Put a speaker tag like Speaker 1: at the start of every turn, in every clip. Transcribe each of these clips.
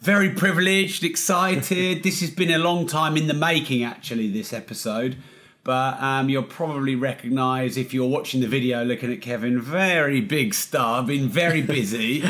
Speaker 1: very privileged, excited. this has been a long time in the making, actually, this episode. But um, you'll probably recognize if you're watching the video looking at Kevin, very big star, been very busy.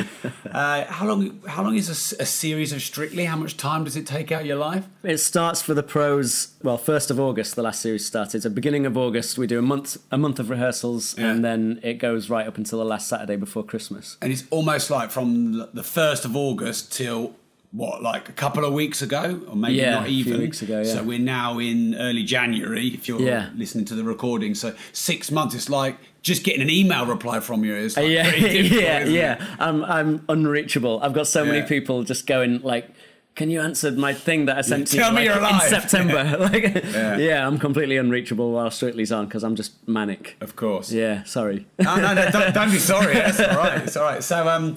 Speaker 1: uh, how long How long is a s- a, series of Strictly? How much time does it take out of your life?
Speaker 2: It starts for the pros. Well, first of August, the last series started. So beginning of August, we do a month a month of rehearsals,
Speaker 1: Yeah.
Speaker 2: and then it goes right up until the last Saturday before Christmas.
Speaker 1: And it's almost like from the- the 1st of August till what, like a couple of weeks ago, or maybe
Speaker 2: Yeah,
Speaker 1: not
Speaker 2: a few
Speaker 1: even.
Speaker 2: weeks ago, yeah.
Speaker 1: So we're now in early January if you're
Speaker 2: Yeah.
Speaker 1: listening to the recording. So six months, it's like just getting an email reply from you is like
Speaker 2: Uh, yeah,
Speaker 1: pretty difficult,
Speaker 2: yeah,
Speaker 1: isn't it?
Speaker 2: yeah. I'm I'm unreachable. I've got so
Speaker 1: Yeah.
Speaker 2: many people just going like, "Can you answer my thing that I sent to
Speaker 1: Tell
Speaker 2: you
Speaker 1: me
Speaker 2: like,
Speaker 1: you're alive."
Speaker 2: in September?" like,
Speaker 1: Yeah.
Speaker 2: yeah. I'm completely unreachable while Strictly's on because I'm just manic.
Speaker 1: Of course.
Speaker 2: Yeah, sorry.
Speaker 1: No, Oh, no, no, don't, don't be sorry. That's all right. It's all right. So um,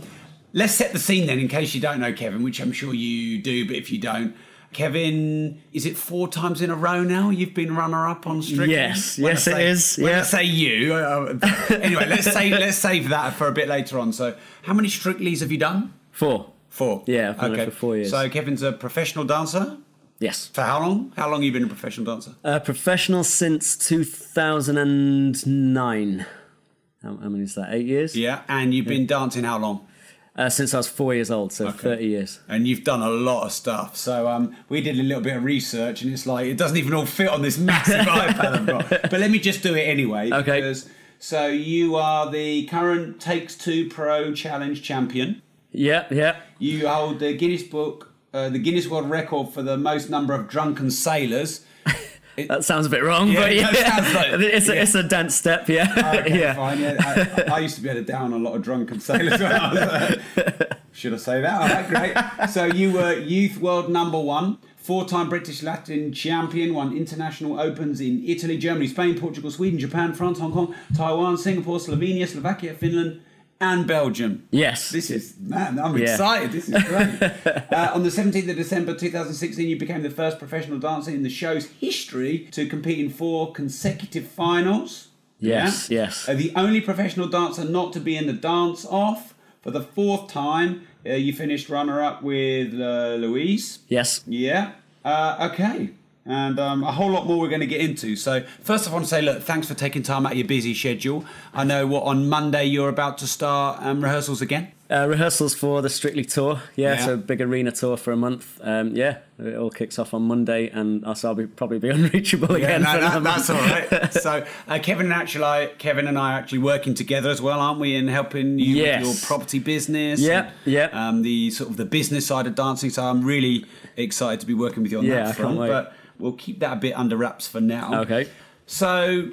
Speaker 1: let's set the scene then, in case you don't know Kevin, which I'm sure you do, but if you don't, Kevin, is it four times in a row now you've been runner-up on Strictly?
Speaker 2: Yes,
Speaker 1: When I
Speaker 2: yes, it
Speaker 1: say-
Speaker 2: is,
Speaker 1: When I
Speaker 2: yeah.
Speaker 1: say you, uh, anyway, let's save let's save that for a bit later on. So, how many Strictlys have you done?
Speaker 2: Four.
Speaker 1: Four.
Speaker 2: Yeah, I've done it for four years.
Speaker 1: So Kevin's a professional dancer.
Speaker 2: Yes.
Speaker 1: For how long? How long have you been a professional dancer?
Speaker 2: Uh, professional since 2009. How, how many is that? Eight years?
Speaker 1: Yeah, and you've been dancing how long?
Speaker 2: Uh, since I was four years old, so 30 years.
Speaker 1: and you've done a lot of stuff. So um, we did a little bit of research, and it's like it doesn't even all fit on this massive iPad I've got. But let me just do it anyway.
Speaker 2: Okay.
Speaker 1: because- so you are the current Takes Two Pro Challenge champion.
Speaker 2: Yeah, yeah.
Speaker 1: You hold the Guinness Book, uh, the Guinness World Record for the most number of drunken sailors.
Speaker 2: That sounds a bit wrong,
Speaker 1: Yeah,
Speaker 2: but
Speaker 1: it
Speaker 2: yeah.
Speaker 1: sounds like- Oh,
Speaker 2: it's, a, it's a dance step, yeah.
Speaker 1: Okay,
Speaker 2: yeah.
Speaker 1: fine. Yeah, I, I used to be able to down a lot of drunken sailors. When I was, uh, should I say that? All right, great. So you were youth world number one, four-time British Latin champion, won international opens in Italy, Germany, Spain, Portugal, Sweden, Japan, France, Hong Kong, Taiwan, Singapore, Slovenia, Slovakia, Finland, and Belgium.
Speaker 2: Yes.
Speaker 1: This is man. I'm
Speaker 2: Yeah.
Speaker 1: excited. This is great. uh, on the 17th of December 2016, you became the first professional dancer in the show's history to compete in four consecutive finals.
Speaker 2: Yes, yes.
Speaker 1: Uh, the only professional dancer not to be in the dance off for the fourth time. Uh, you finished runner up with uh, Louise.
Speaker 2: Yes.
Speaker 1: Yeah. Uh, okay. And um, a whole lot more we're going to get into. So, first, I want to say, look, thanks for taking time out of your busy schedule. I know what on Monday you're about to start um, rehearsals again.
Speaker 2: Uh, rehearsals for the Strictly tour, yeah,
Speaker 1: Yeah.
Speaker 2: so big arena tour for a month. Um, yeah, it all kicks off on Monday, and also I'll be, probably be unreachable
Speaker 1: Yeah,
Speaker 2: again.
Speaker 1: no,
Speaker 2: for
Speaker 1: that-
Speaker 2: another
Speaker 1: that's all
Speaker 2: month.
Speaker 1: right. So uh, Kevin and actually, I, Kevin and I are actually working together as well, aren't we? In helping you
Speaker 2: Yes.
Speaker 1: with your property business.
Speaker 2: Yep,
Speaker 1: and,
Speaker 2: yep.
Speaker 1: Um, the sort of the business side of dancing. So I'm really excited to be working with you on
Speaker 2: Yeah, I
Speaker 1: that
Speaker 2: can't
Speaker 1: front.
Speaker 2: wait.
Speaker 1: But we'll keep that a bit under wraps for now.
Speaker 2: Okay.
Speaker 1: So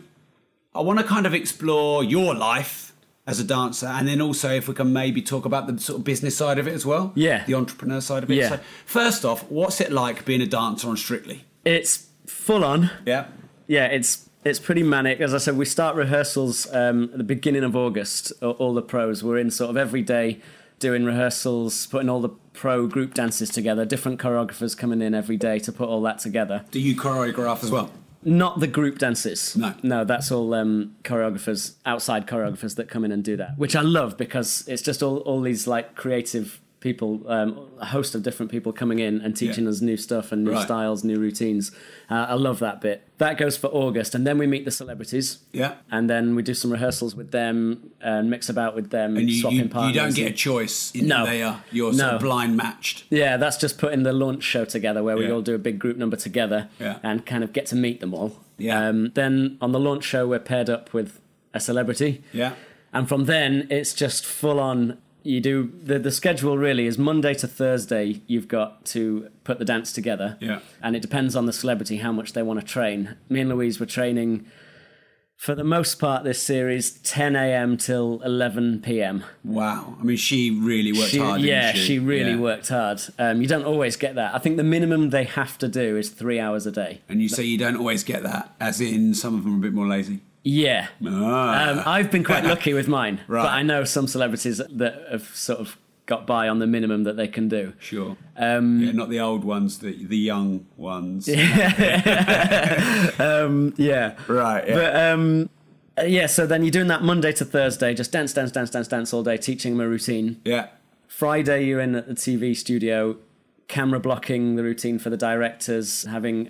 Speaker 1: I want to kind of explore your life as a dancer, and then also if we can maybe talk about the sort of business side of it as well.
Speaker 2: Yeah.
Speaker 1: The entrepreneur side of it.
Speaker 2: Yeah.
Speaker 1: So first off, what's it like being a dancer on Strictly?
Speaker 2: It's full on.
Speaker 1: Yeah.
Speaker 2: yeah, it's it's pretty manic. As I said, we start rehearsals um, at the beginning of August. a- All the pros we're in sort of every day doing rehearsals, putting all the pro group dances together. Different choreographers coming in every day to put all that together.
Speaker 1: Do you choreograph as well?
Speaker 2: Not the group dances.
Speaker 1: No.
Speaker 2: no, that's all um, choreographers, outside choreographers that come in and do that, which I love because it's just all all these like creative people, um, a host of different people coming in and teaching
Speaker 1: Yeah.
Speaker 2: us new stuff and new
Speaker 1: Right.
Speaker 2: styles, new routines. Uh, I love that bit. That goes for August, and then we meet the celebrities.
Speaker 1: Yeah.
Speaker 2: and then we do some rehearsals with them and mix about with them,
Speaker 1: And you,
Speaker 2: swapping
Speaker 1: you, you
Speaker 2: partners.
Speaker 1: don't get a
Speaker 2: and-
Speaker 1: choice in
Speaker 2: No.
Speaker 1: who they are. You're sort of
Speaker 2: No.
Speaker 1: blind matched.
Speaker 2: yeah, that's just putting the launch show together where we
Speaker 1: Yeah.
Speaker 2: all do a big group number together
Speaker 1: Yeah.
Speaker 2: and kind of get to meet them all.
Speaker 1: Yeah.
Speaker 2: Um, then on the launch show, we're paired up with a celebrity.
Speaker 1: Yeah.
Speaker 2: And from then, it's just full on. You do the the schedule really is Monday to Thursday. You've got to put the dance together.
Speaker 1: Yeah.
Speaker 2: And it depends on the celebrity how much they want to train. Me and Louise were training for the most part this series 10 a.m. till 11 p.m.
Speaker 1: Wow. I mean, she really worked
Speaker 2: She-
Speaker 1: hard. didn't
Speaker 2: yeah,
Speaker 1: she?
Speaker 2: she, really
Speaker 1: Yeah.
Speaker 2: worked hard. Um, you don't always get that. I think the minimum they have to do is three hours a day.
Speaker 1: And you say you don't always get that, as in some of them are a bit more lazy.
Speaker 2: Yeah.
Speaker 1: Ah.
Speaker 2: Um, I've been quite lucky with mine,
Speaker 1: Right.
Speaker 2: but I know some celebrities that have sort of got by on the minimum that they can do.
Speaker 1: Sure. Um, yeah, not the old ones, the the young ones.
Speaker 2: Yeah.
Speaker 1: Right. Yeah.
Speaker 2: But um, uh, yeah, so then you're doing that Monday to Thursday, just dance, dance, dance, dance, dance all day, teaching them a routine.
Speaker 1: yeah.
Speaker 2: Friday, you're in at the TV studio, camera blocking the routine for the directors, having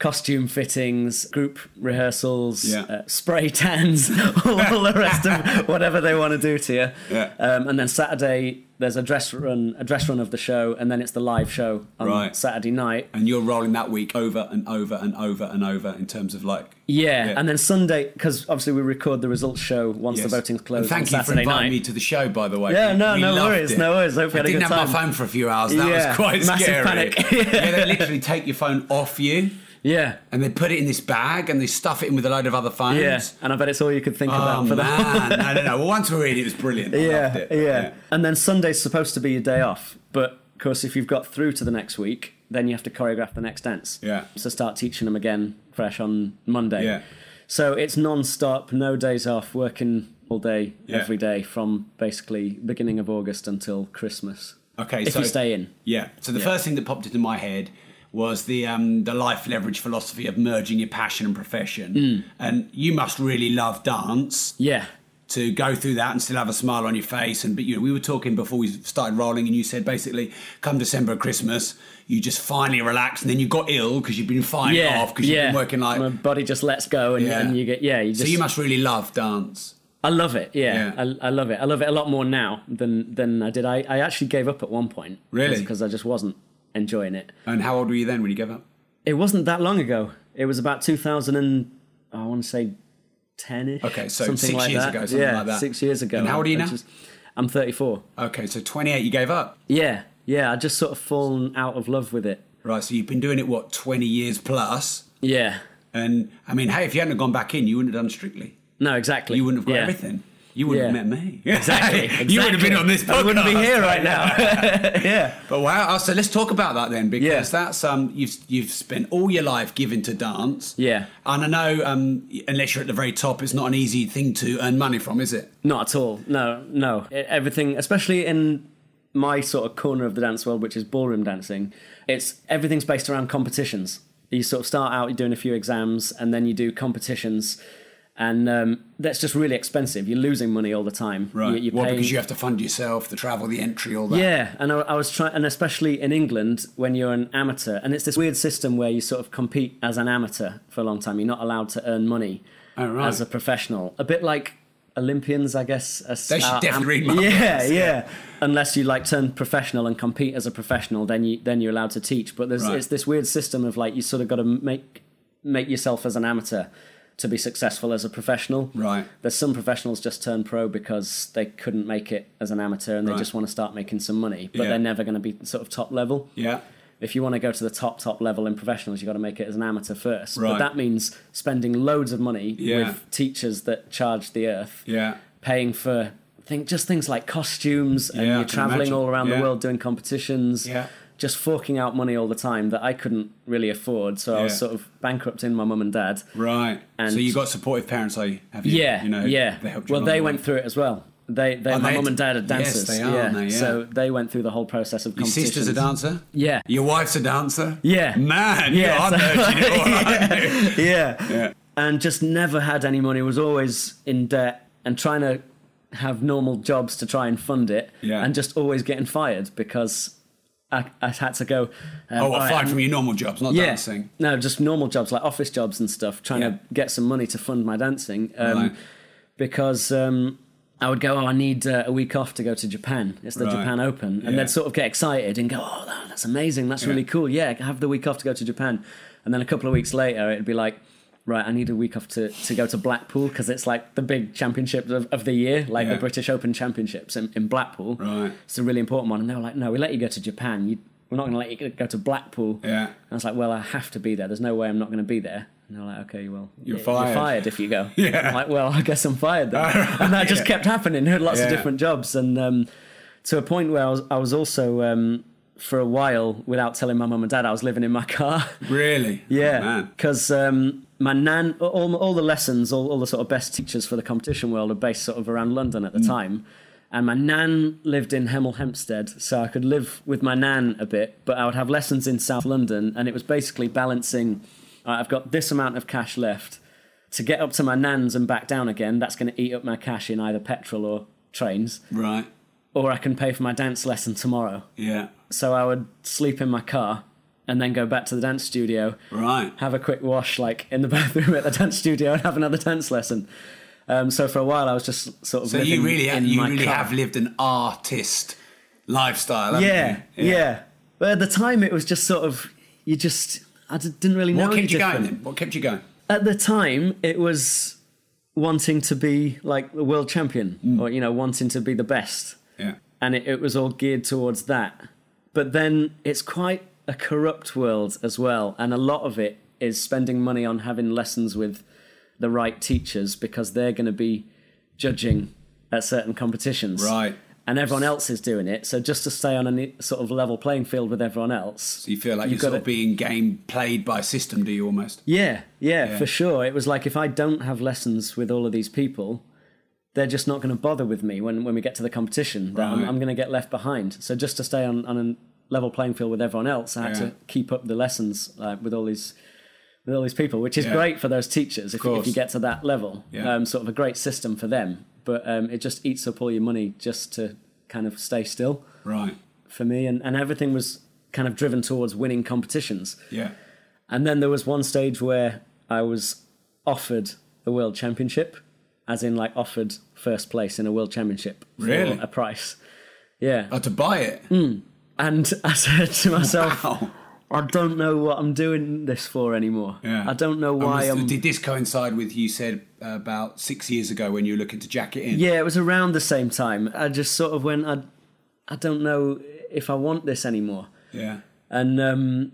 Speaker 2: costume fittings, group rehearsals,
Speaker 1: Yeah.
Speaker 2: uh, spray tans, all the rest of whatever they want to do to you.
Speaker 1: Yeah.
Speaker 2: Um, and then Saturday, there's a dress run, a dress run of the show, and then it's the live show on
Speaker 1: Right.
Speaker 2: Saturday night.
Speaker 1: And you're rolling that week over and over and over and over in terms of like.
Speaker 2: Yeah,
Speaker 1: Yeah.
Speaker 2: and then Sunday because obviously we record the results show once
Speaker 1: Yes.
Speaker 2: the voting's
Speaker 1: And
Speaker 2: closed.
Speaker 1: thank
Speaker 2: on
Speaker 1: you
Speaker 2: Saturday
Speaker 1: for inviting
Speaker 2: night.
Speaker 1: me to the show, by the way.
Speaker 2: Yeah,
Speaker 1: We-
Speaker 2: no,
Speaker 1: we
Speaker 2: no
Speaker 1: loved
Speaker 2: worries,
Speaker 1: it.
Speaker 2: no worries. Hope
Speaker 1: I
Speaker 2: you had a
Speaker 1: didn't
Speaker 2: good
Speaker 1: have my
Speaker 2: time.
Speaker 1: phone for a few hours. That
Speaker 2: Yeah,
Speaker 1: was quite
Speaker 2: massive
Speaker 1: scary.
Speaker 2: panic.
Speaker 1: yeah, they literally take your phone off you
Speaker 2: Yeah,
Speaker 1: and they put it in this bag and they stuff it in with a load of other phones.
Speaker 2: yeah, and I bet it's all you could think
Speaker 1: Oh
Speaker 2: about for that.
Speaker 1: man, no, no, no. Well, once we were in, it was brilliant. I loved
Speaker 2: yeah,
Speaker 1: it.
Speaker 2: yeah, And then Sunday's supposed to be your day off, but of course, if you've got through to the next week, then you have to choreograph the next dance.
Speaker 1: Yeah.
Speaker 2: So start teaching them again fresh on Monday.
Speaker 1: Yeah.
Speaker 2: So it's non-stop, no days off, working all day,
Speaker 1: Yeah.
Speaker 2: every day from basically beginning of August until Christmas.
Speaker 1: Okay,
Speaker 2: If
Speaker 1: so
Speaker 2: you stay in.
Speaker 1: Yeah. So the first thing that popped into my head was the um, the life leverage philosophy of merging your passion and profession.
Speaker 2: Hmm.
Speaker 1: And you must really love dance
Speaker 2: Yeah.
Speaker 1: to go through that and still have a smile on your face. And but you know, we were talking before we started rolling, and you said basically, come December or Christmas, you just finally relax, and then you got ill because you've been fine
Speaker 2: Yeah.
Speaker 1: off because
Speaker 2: yeah.
Speaker 1: you've been working like.
Speaker 2: my body just lets go and,
Speaker 1: Yeah.
Speaker 2: and you get yeah. You just
Speaker 1: so you must really love dance.
Speaker 2: I love it. Yeah,
Speaker 1: Yeah.
Speaker 2: I, I love it. I love it a lot more now than than I did. I, I actually gave up at one point.
Speaker 1: Really?
Speaker 2: Because I just wasn't enjoying it.
Speaker 1: And how old were you then when you gave up?
Speaker 2: It wasn't that long ago. It was about 2000 and oh, I want to say 10 ish.
Speaker 1: Okay, so six years ago, something
Speaker 2: yeah,
Speaker 1: like that.
Speaker 2: Six years ago.
Speaker 1: And how old are you
Speaker 2: I
Speaker 1: now?
Speaker 2: just- I'm 34.
Speaker 1: Okay, so 28, you gave up.
Speaker 2: Yeah, yeah. I just sort of fallen out of love with it.
Speaker 1: Right, so you've been doing it, what, 20 years plus?
Speaker 2: Yeah.
Speaker 1: And I mean, hey, if you hadn't have gone back in, you wouldn't have done Strictly.
Speaker 2: No, exactly.
Speaker 1: You wouldn't have got
Speaker 2: yeah.
Speaker 1: everything. You wouldn't
Speaker 2: Yeah.
Speaker 1: have met me.
Speaker 2: Exactly,
Speaker 1: you would have been
Speaker 2: exactly.
Speaker 1: on this podcast.
Speaker 2: I wouldn't be here right now. yeah.
Speaker 1: But wow, oh, so let's talk about that then, because
Speaker 2: Yeah.
Speaker 1: that's um, you've you've spent all your life giving to dance.
Speaker 2: Yeah.
Speaker 1: and I know um, unless you're at the very top, it's not an easy thing to earn money from, is it?
Speaker 2: Not at all. No, no. E- Everything, especially in my sort of corner of the dance world, which is ballroom dancing, it's everything's based around competitions. You sort of start out, you're doing a few exams, and then you do competitions, and um, that's just really expensive. You're losing money all the time. You- you're
Speaker 1: well,
Speaker 2: paying-
Speaker 1: because you have to fund yourself, the travel, the entry, all that.
Speaker 2: yeah, and I, I was trying, and especially in England, when you're an amateur, and it's this weird system where you sort of compete as an amateur for a long time. You're not allowed to earn money
Speaker 1: Oh, right.
Speaker 2: as a professional. A bit like Olympians, I guess. As,
Speaker 1: They should
Speaker 2: are
Speaker 1: definitely read my
Speaker 2: yeah, yeah,
Speaker 1: books, yeah.
Speaker 2: Unless you like turn professional and compete as a professional, then you then you're allowed to teach. But there's
Speaker 1: Right.
Speaker 2: it's this weird system of like you sort of got to make make yourself as an amateur to be successful as a professional.
Speaker 1: Right.
Speaker 2: There's some professionals just turn pro because they couldn't make it as an amateur and they
Speaker 1: Right.
Speaker 2: just want to start making some money, but
Speaker 1: Yeah.
Speaker 2: they're never going to be sort of top level.
Speaker 1: yeah.
Speaker 2: If you want to go to the top top level in professionals, you got to make it as an amateur first. But
Speaker 1: Right.
Speaker 2: that means spending loads of money
Speaker 1: Yeah.
Speaker 2: with teachers that charge the earth,
Speaker 1: Yeah.
Speaker 2: paying for think just things like costumes, and
Speaker 1: Yeah, I
Speaker 2: you're
Speaker 1: can
Speaker 2: traveling
Speaker 1: imagine.
Speaker 2: all around
Speaker 1: Yeah.
Speaker 2: the world doing competitions.
Speaker 1: Yeah.
Speaker 2: Just forking out money all the time that I couldn't really afford, so I was
Speaker 1: Yeah.
Speaker 2: sort of bankrupting my mum and dad.
Speaker 1: Right.
Speaker 2: And-
Speaker 1: so you got supportive parents, are you? Have you?
Speaker 2: Yeah,
Speaker 1: You know,
Speaker 2: yeah.
Speaker 1: They helped you
Speaker 2: well,
Speaker 1: along the
Speaker 2: they
Speaker 1: way. Oh,
Speaker 2: went through it as well. They, they, my
Speaker 1: they-
Speaker 2: mum and dad are
Speaker 1: yes,
Speaker 2: dancers.
Speaker 1: they are, aren't they? Yeah.
Speaker 2: So they went through the whole process of
Speaker 1: Your
Speaker 2: competition.
Speaker 1: sister's a dancer.
Speaker 2: Yeah.
Speaker 1: Your wife's a dancer.
Speaker 2: Yeah.
Speaker 1: Man,
Speaker 2: Yeah,
Speaker 1: yeah,
Speaker 2: so-
Speaker 1: yeah.
Speaker 2: yeah.
Speaker 1: Yeah.
Speaker 2: And just never had any money. Was always in debt and trying to have normal jobs to try and fund it.
Speaker 1: Yeah.
Speaker 2: And just always getting fired because I, I had to go. Um,
Speaker 1: Oh,
Speaker 2: "All right,
Speaker 1: aside
Speaker 2: I'm-
Speaker 1: from your normal jobs, not
Speaker 2: um, yeah.
Speaker 1: dancing.
Speaker 2: No, just normal jobs like office jobs and stuff, trying to
Speaker 1: Yeah.
Speaker 2: get some money to fund my dancing. Um,
Speaker 1: Right.
Speaker 2: Because um, I would go, oh, I need uh, a week off to go to Japan. It's the
Speaker 1: Right.
Speaker 2: Japan Open. And
Speaker 1: Yeah.
Speaker 2: they'd sort of get excited and go, oh, that- that's amazing. That's really cool. Yeah, have the week off to go to Japan. And then a couple of weeks later, it'd be like, right, I need a week off to, to go to Blackpool because it's like the big championship of, of the year, like
Speaker 1: Yeah.
Speaker 2: the British Open Championships in, in Blackpool.
Speaker 1: Right.
Speaker 2: It's a really important one. And they were like, no, we let you go to Japan. You, we're not going to let you go to Blackpool.
Speaker 1: Yeah.
Speaker 2: And I was like, well, I have to be there. There's no way I'm not going to be there. And they're like, okay, well,
Speaker 1: You're
Speaker 2: y-
Speaker 1: fired.
Speaker 2: You're fired if you go.
Speaker 1: Yeah.
Speaker 2: I'm like, well, I guess I'm fired then. and that just kept happening. I had lots of
Speaker 1: Yeah.
Speaker 2: different jobs, and um, to a point where I was, I was also um, for a while without telling my mum and dad I was living in my car.
Speaker 1: Really? Oh,
Speaker 2: Yeah,
Speaker 1: man.
Speaker 2: because um, my nan, all, all the lessons, all, all the sort of best teachers for the competition world are based sort of around London
Speaker 1: Mm.
Speaker 2: at the time. And my nan lived in Hemel Hempstead, so I could live with my nan a bit, but I would have lessons in South London, and it was basically balancing. all right, I've got this amount of cash left to get up to my nan's and back down again. That's going to eat up my cash in either petrol or trains,
Speaker 1: Right.
Speaker 2: or I can pay for my dance lesson tomorrow.
Speaker 1: Yeah.
Speaker 2: So I would sleep in my car and then go back to the dance studio
Speaker 1: Right.
Speaker 2: have a quick wash like in the bathroom at the dance studio and have another dance lesson. Um, so for a while I was just sort of
Speaker 1: So
Speaker 2: living
Speaker 1: you really,
Speaker 2: in
Speaker 1: you
Speaker 2: my
Speaker 1: really
Speaker 2: car.
Speaker 1: have lived an artist lifestyle. haven't
Speaker 2: yeah,
Speaker 1: you?
Speaker 2: yeah But at the time it was just sort of you just I d- didn't really know
Speaker 1: What
Speaker 2: any
Speaker 1: kept you going
Speaker 2: different.
Speaker 1: then? What kept you going?
Speaker 2: At the time it was wanting to be like the world champion
Speaker 1: Mm.
Speaker 2: or you know wanting to be the best.
Speaker 1: Yeah.
Speaker 2: and it, it was all geared towards that. But then it's quite a corrupt world as well, and a lot of it is spending money on having lessons with the right teachers because they're going to be judging at certain competitions,
Speaker 1: Right.
Speaker 2: And everyone else is doing it, so just to stay on a ne- sort of level playing field with everyone else,
Speaker 1: So you feel like
Speaker 2: You've
Speaker 1: you're sort
Speaker 2: gotta-
Speaker 1: of being game played by system, do you almost?
Speaker 2: yeah, yeah,
Speaker 1: Yeah.
Speaker 2: for sure. It was like if I don't have lessons with all of these people, they're just not going to bother with me when, when we get to the competition. That I'm,
Speaker 1: Right.
Speaker 2: I'm going to get left behind. So just to stay on, on a level playing field with everyone else, I had
Speaker 1: Yeah.
Speaker 2: to keep up the lessons uh, with all these with all these people, which is
Speaker 1: Yeah.
Speaker 2: great for those teachers if,
Speaker 1: course.
Speaker 2: if you get to that level.
Speaker 1: Yeah.
Speaker 2: Um, sort of a great system for them, but um, it just eats up all your money just to kind of stay still
Speaker 1: Right.
Speaker 2: for me. And, and everything was kind of driven towards winning competitions.
Speaker 1: Yeah.
Speaker 2: And then there was one stage where I was offered a world championship, as in like offered first place in a world championship for
Speaker 1: Really?
Speaker 2: a price. Yeah.
Speaker 1: Oh, to buy it.
Speaker 2: Mm.
Speaker 1: Oh.
Speaker 2: And I said to myself,
Speaker 1: Wow.
Speaker 2: I don't know what I'm doing this for anymore.
Speaker 1: Yeah.
Speaker 2: Oh, I um, don't know why
Speaker 1: And was-
Speaker 2: I'm.
Speaker 1: Did this coincide with you said about six years ago when you were looking to jack it in?
Speaker 2: Yeah, it was around the same time. I just sort of went, I, I don't know if I want this anymore.
Speaker 1: Yeah.
Speaker 2: and um,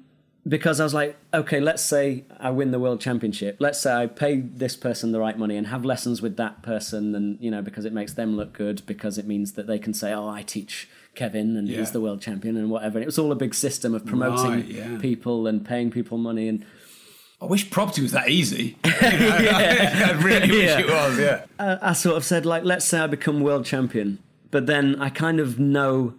Speaker 2: because I was like, okay, let's say I win the world championship. Let's say I pay this person the right money and have lessons with that person, and you know, because it makes them look good, because it means that they can say, oh, I teach Kevin, and
Speaker 1: Yeah.
Speaker 2: he's the world champion, and whatever. And it was all a big system of promoting
Speaker 1: Right, yeah.
Speaker 2: people and paying people money, and
Speaker 1: I wish property was that easy. You know, I really wish
Speaker 2: Yeah.
Speaker 1: it was. Yeah.
Speaker 2: I sort of said, like, let's say I become world champion, but then I kind of know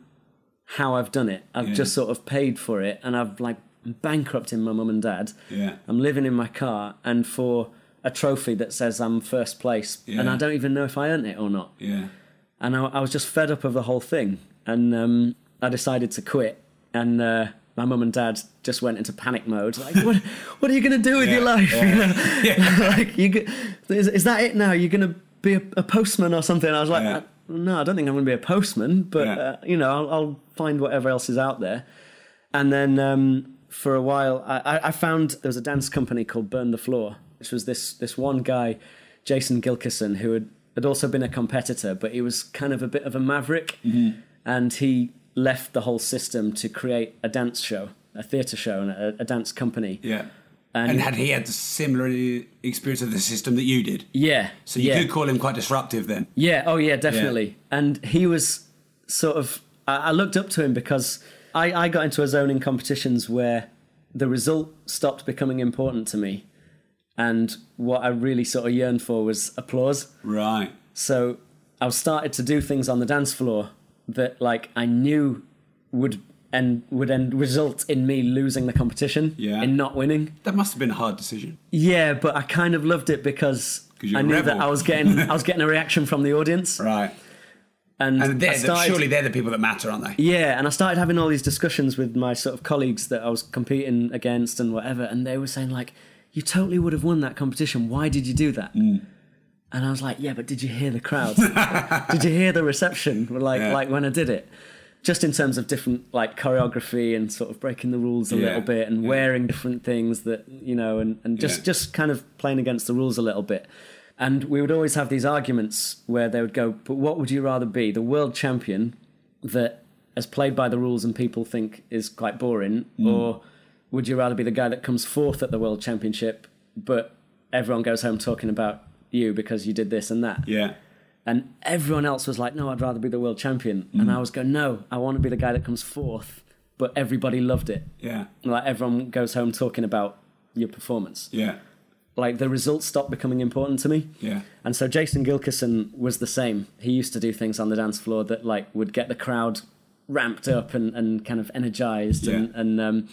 Speaker 2: how I've done it. I've just sort of paid for it, and I've like I'm bankrupting my mum and dad.
Speaker 1: Yeah.
Speaker 2: I'm living in my car, and for a trophy that says I'm first place, and
Speaker 1: Yeah.
Speaker 2: I don't even know if I earned it or not.
Speaker 1: Yeah.
Speaker 2: And I, I was just fed up of the whole thing, and um, I decided to quit. And uh, my mum and dad just went into panic mode. Like, what, what are you going to do with your
Speaker 1: Yeah,
Speaker 2: life?
Speaker 1: yeah.
Speaker 2: You know? like you go- is, is that it now you're gonna be a, a postman or something i was like
Speaker 1: Yeah.
Speaker 2: "Uh, no i don't think i'm gonna be a postman but
Speaker 1: Yeah.
Speaker 2: uh, you know I'll, I'll find whatever else is out there and then um, for a while I, I- I found there was a dance company called burn the floor which was this this one guy jason gilkison who had, had also been a competitor but he was kind of a bit of a maverick
Speaker 1: Mm-hmm.
Speaker 2: and he left the whole system to create a dance show a theatre show and a, a dance company
Speaker 1: Yeah. And, had he had the similar experience of the system that you did?
Speaker 2: yeah
Speaker 1: So you
Speaker 2: yeah.
Speaker 1: could call him quite disruptive then.
Speaker 2: Yeah. Oh, yeah, definitely. And he was sort of. I, I looked up to him because I, I got into a zone in competitions where the result stopped becoming important to me, and what I really sort of yearned for was applause.
Speaker 1: Right.
Speaker 2: So I started to do things on the dance floor that, like, I knew would and would end result in me losing the competition
Speaker 1: Yeah.
Speaker 2: in not winning.
Speaker 1: That must have been a hard decision.
Speaker 2: Yeah, but I kind of loved it because
Speaker 1: 'Cause you're
Speaker 2: I
Speaker 1: a
Speaker 2: knew that
Speaker 1: rebel.
Speaker 2: I was getting I was getting a reaction from the audience,
Speaker 1: Right.
Speaker 2: and,
Speaker 1: And
Speaker 2: I
Speaker 1: they're the,
Speaker 2: started,
Speaker 1: surely they're the people that matter, aren't they?
Speaker 2: Yeah, and I started having all these discussions with my sort of colleagues that I was competing against and whatever, and they were saying like, "You totally would have won that competition. Why did you do that?"
Speaker 1: Mm.
Speaker 2: And I was like, "Yeah, but did you hear the crowd? did you hear the reception? Like,
Speaker 1: Yeah.
Speaker 2: like when I did it." Just in terms of different like choreography and sort of breaking the rules a
Speaker 1: Yeah,
Speaker 2: little bit and
Speaker 1: yeah.
Speaker 2: wearing different things that you know and, and just
Speaker 1: Yeah.
Speaker 2: just kind of playing against the rules a little bit. And we would always have these arguments where they would go, "But what would you rather be, the world champion that as played by the rules and people think is quite boring, or would you rather be the guy that comes fourth at the world championship but everyone goes home talking about you because you did this and that.
Speaker 1: Yeah.
Speaker 2: And everyone else was like, no, I'd rather be the world champion. And I was going, no, I want to be the guy that comes fourth. But everybody loved it.
Speaker 1: Yeah.
Speaker 2: Like everyone goes home talking about your performance.
Speaker 1: Yeah.
Speaker 2: Like the results stopped becoming important to me.
Speaker 1: Yeah.
Speaker 2: And so Jason Gilkison was the same. He used to do things on the dance floor that like would get the crowd ramped up and, and kind of energized and,
Speaker 1: Yeah.
Speaker 2: and um,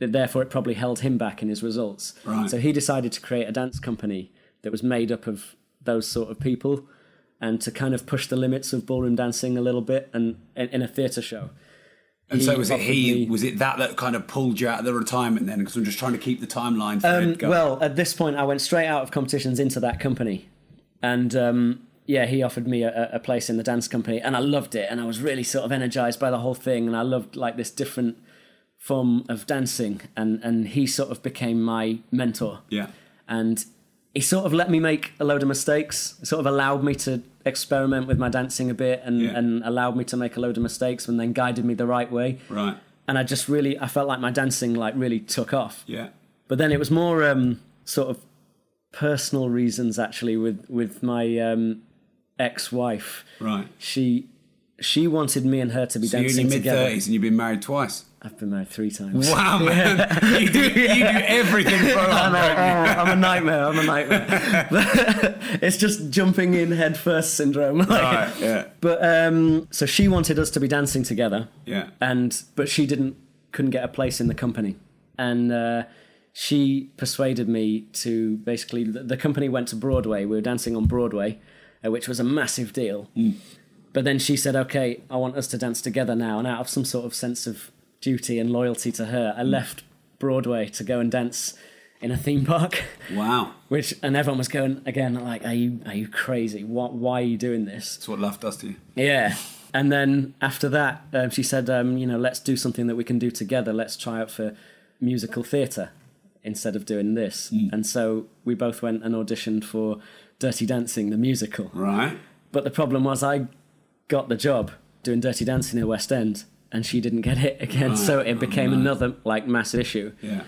Speaker 2: that therefore it probably held him back in his results.
Speaker 1: Right.
Speaker 2: So he decided to create a dance company that was made up of those sort of people and to kind of push the limits of ballroom dancing a little bit and in, in a theatre show.
Speaker 1: And so
Speaker 2: He
Speaker 1: was it
Speaker 2: probably-
Speaker 1: he? Was it that that kind of pulled you out of the retirement then? Because I'm just trying to keep the timeline. thread
Speaker 2: Um,
Speaker 1: going.
Speaker 2: well, at this point, I went straight out of competitions into that company, and um, yeah, he offered me a, a place in the dance company, and I loved it, and I was really sort of energized by the whole thing, and I loved like this different form of dancing, and and he sort of became my mentor,
Speaker 1: yeah,
Speaker 2: and he sort of let me make a load of mistakes, sort of allowed me to experiment with my dancing a bit, and
Speaker 1: Yeah.
Speaker 2: and allowed me to make a load of mistakes, and then guided me the right way,
Speaker 1: right,
Speaker 2: and I just really I felt like my dancing like really took off
Speaker 1: yeah,
Speaker 2: but then it was more um, sort of personal reasons actually with with my um, ex-wife
Speaker 1: right.
Speaker 2: she she wanted me and her to be
Speaker 1: So you're in
Speaker 2: dancing
Speaker 1: your mid
Speaker 2: together
Speaker 1: thirties and you've been married twice.
Speaker 2: i've been married three times
Speaker 1: Wow, man, you, do, you do everything for
Speaker 2: I
Speaker 1: a
Speaker 2: know, oh, I'm a nightmare. I'm a nightmare. it's just jumping in head first syndrome. like-
Speaker 1: Right, yeah,
Speaker 2: But um, so she wanted us to be dancing together.
Speaker 1: yeah,
Speaker 2: and but she didn't couldn't get a place in the company and uh, she persuaded me to basically the, the company went to broadway we were dancing on broadway uh, which was a massive deal but then she said okay i want us to dance together now and out of some sort of sense of duty and loyalty to her i left broadway to go and dance in a theme park
Speaker 1: wow.
Speaker 2: which and everyone was going again like are you are you crazy what why are you doing this
Speaker 1: That's what love does to you.
Speaker 2: yeah. And then after that, um, she said, um, you know, let's do something that we can do together. Let's try out for musical theatre instead of doing this. And so we both went and auditioned for Dirty Dancing, the musical.
Speaker 1: Right,
Speaker 2: But the problem was, I got the job doing Dirty Dancing in the West End, and she didn't get it again. so it became another like massive issue.
Speaker 1: yeah,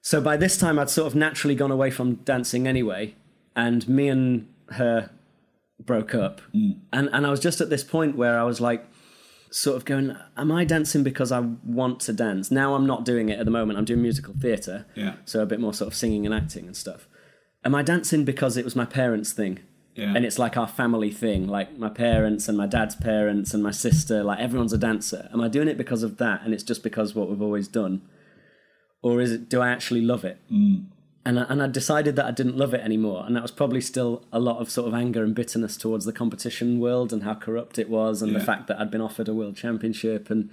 Speaker 2: So by this time, I'd sort of naturally gone away from dancing anyway, and me and her broke up. And and I was just at this point where I was like, sort of going, "Am I dancing because I want to dance?" Now I'm not doing it at the moment. I'm doing musical theatre,
Speaker 1: Yeah.
Speaker 2: so a bit more sort of singing and acting and stuff. Am I dancing because it was my parents' thing?
Speaker 1: Yeah.
Speaker 2: And it's like our family thing, like my parents and my dad's parents and my sister, like everyone's a dancer. Am I doing it because of that? And it's just because what we've always done or is it do I actually love it? And I, and I decided that I didn't love it anymore, and that was probably still a lot of sort of anger and bitterness towards the competition world and how corrupt it was, and
Speaker 1: Yeah.
Speaker 2: the fact that I'd been offered a world championship, and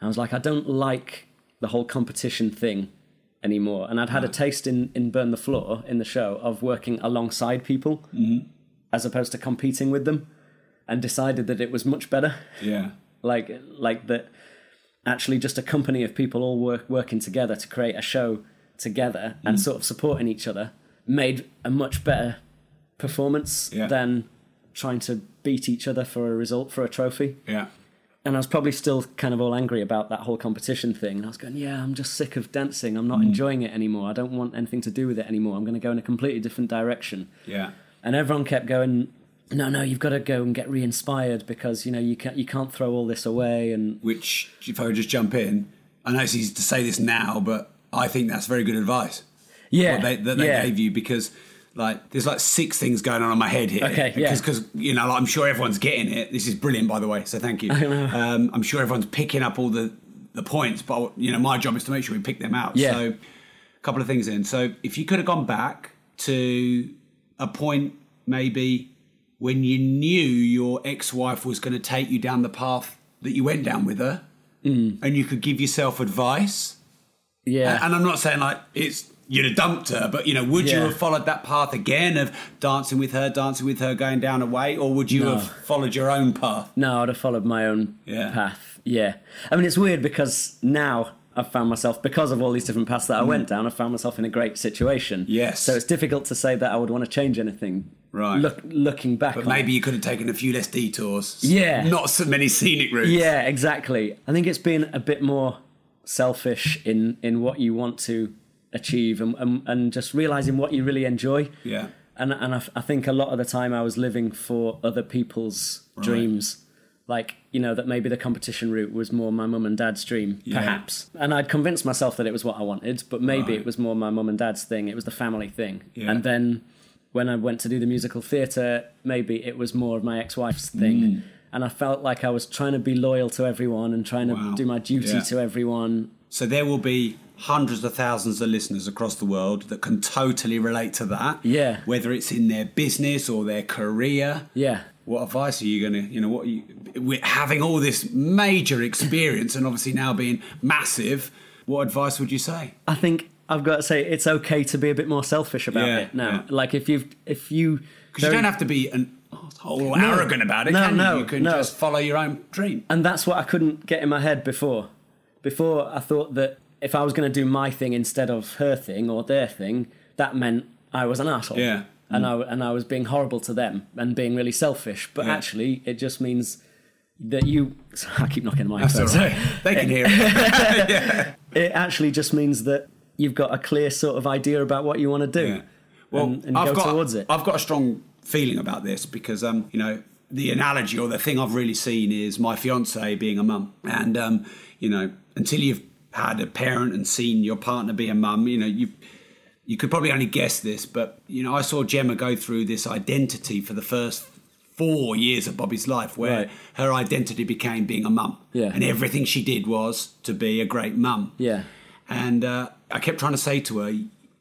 Speaker 2: I was like, I don't like the whole competition thing anymore. And I'd had a taste in in Burn the Floor in the show of working alongside people as opposed to competing with them, and decided that it was much better
Speaker 1: yeah,
Speaker 2: like like that actually just a company of people all work, working together to create a show together and sort of supporting each other made a much better performance
Speaker 1: Yeah.
Speaker 2: than trying to beat each other for a result for a trophy
Speaker 1: yeah,
Speaker 2: and I was probably still kind of all angry about that whole competition thing. And I was going, yeah, I'm just sick of dancing. I'm not enjoying it anymore. I don't want anything to do with it anymore. I'm going to go in a completely different direction.
Speaker 1: yeah,
Speaker 2: And everyone kept going, no, no, you've got to go and get re-inspired because you know you can't you can't throw all this away. And
Speaker 1: which if I would just jump in, I know it's easy to say this now, but I think that's very good advice
Speaker 2: yeah,
Speaker 1: that they, that they
Speaker 2: yeah,
Speaker 1: gave you because like there's like six things going on in my head here.
Speaker 2: Okay, yeah.
Speaker 1: Because you know like, I'm sure everyone's getting it. This is brilliant, by the way. So thank you. Um, I'm sure everyone's picking up all the the points, but you know my job is to make sure we pick them out.
Speaker 2: Yeah.
Speaker 1: So a couple of things in. So if you could have gone back to a point maybe when you knew your ex-wife was going to take you down the path that you went down with her,
Speaker 2: Mm.
Speaker 1: and you could give yourself advice.
Speaker 2: yeah.
Speaker 1: And I'm not saying like it's you'd have dumped her, but you know, would you
Speaker 2: Yeah.
Speaker 1: have followed that path again of dancing with her, dancing with her, going down a way, or would you
Speaker 2: No.
Speaker 1: have followed your own path?
Speaker 2: No, I'd have followed my own
Speaker 1: Yeah.
Speaker 2: path. Yeah. I mean, it's weird because now I've found myself, because of all these different paths that I went down, I've found myself in a great situation.
Speaker 1: Mm. Yes.
Speaker 2: So it's difficult to say that I would want to change anything.
Speaker 1: Right.
Speaker 2: Look, looking back.
Speaker 1: But
Speaker 2: on
Speaker 1: maybe
Speaker 2: it.
Speaker 1: you could have taken a few less detours.
Speaker 2: Yeah.
Speaker 1: Not so many scenic routes.
Speaker 2: Yeah, exactly. I think it's been a bit more selfish in in what you want to achieve and, and, and just realizing what you really enjoy.
Speaker 1: Yeah.
Speaker 2: And, and I, f- I think a lot of the time I was living for other people's dreams. Like, you know, that maybe the competition route was more my mum and dad's dream,
Speaker 1: Yeah.
Speaker 2: perhaps. And I'd convinced myself that it was what I wanted, but maybe
Speaker 1: Right.
Speaker 2: it was more my mum and dad's thing. It was the family thing.
Speaker 1: Yeah.
Speaker 2: And then when I went to do the musical theatre, maybe it was more of my ex wife's thing.
Speaker 1: Mm.
Speaker 2: And I felt like I was trying to be loyal to everyone and trying
Speaker 1: Wow.
Speaker 2: to do my duty
Speaker 1: Yeah.
Speaker 2: to everyone.
Speaker 1: So there will be hundreds of thousands of listeners across the world that can totally relate to that.
Speaker 2: Yeah.
Speaker 1: Whether it's in their business or their career.
Speaker 2: Yeah.
Speaker 1: What advice are you going to, you know, what are you, with having all this major experience and obviously now being massive, what advice would you say?
Speaker 2: I think I've got to say it's okay to be a bit more selfish about
Speaker 1: Yeah,
Speaker 2: it now.
Speaker 1: yeah.
Speaker 2: Like if you've if you
Speaker 1: Because you don't have to be an asshole or arrogant about it,
Speaker 2: No,
Speaker 1: can
Speaker 2: no,
Speaker 1: you? You can
Speaker 2: no.
Speaker 1: just follow your own dream.
Speaker 2: and that's what I couldn't get in my head before. Before I thought that if I was going to do my thing instead of her thing or their thing, that meant I was an asshole.
Speaker 1: Yeah. Mm.
Speaker 2: And I and I was being horrible to them and being really selfish. But
Speaker 1: Yeah.
Speaker 2: actually, it just means that you. I keep knocking my
Speaker 1: That's all right. They can hear it.
Speaker 2: It actually just means that you've got a clear sort of idea about what you want to do.
Speaker 1: Yeah. Well,
Speaker 2: and, and
Speaker 1: I've
Speaker 2: go
Speaker 1: got
Speaker 2: towards it.
Speaker 1: I've got a strong feeling about this because um, you know, the analogy or the thing I've really seen is my fiance being a mum, and um, you know, until you've had a parent and seen your partner be a mum, you know, you you could probably only guess this, but you know, I saw Gemma go through this identity for the first four years of Bobby's life, where
Speaker 2: Right.
Speaker 1: her identity became being a mum,
Speaker 2: Yeah.
Speaker 1: and everything she did was to be a great mum,
Speaker 2: Yeah.
Speaker 1: and uh, I kept trying to say to her,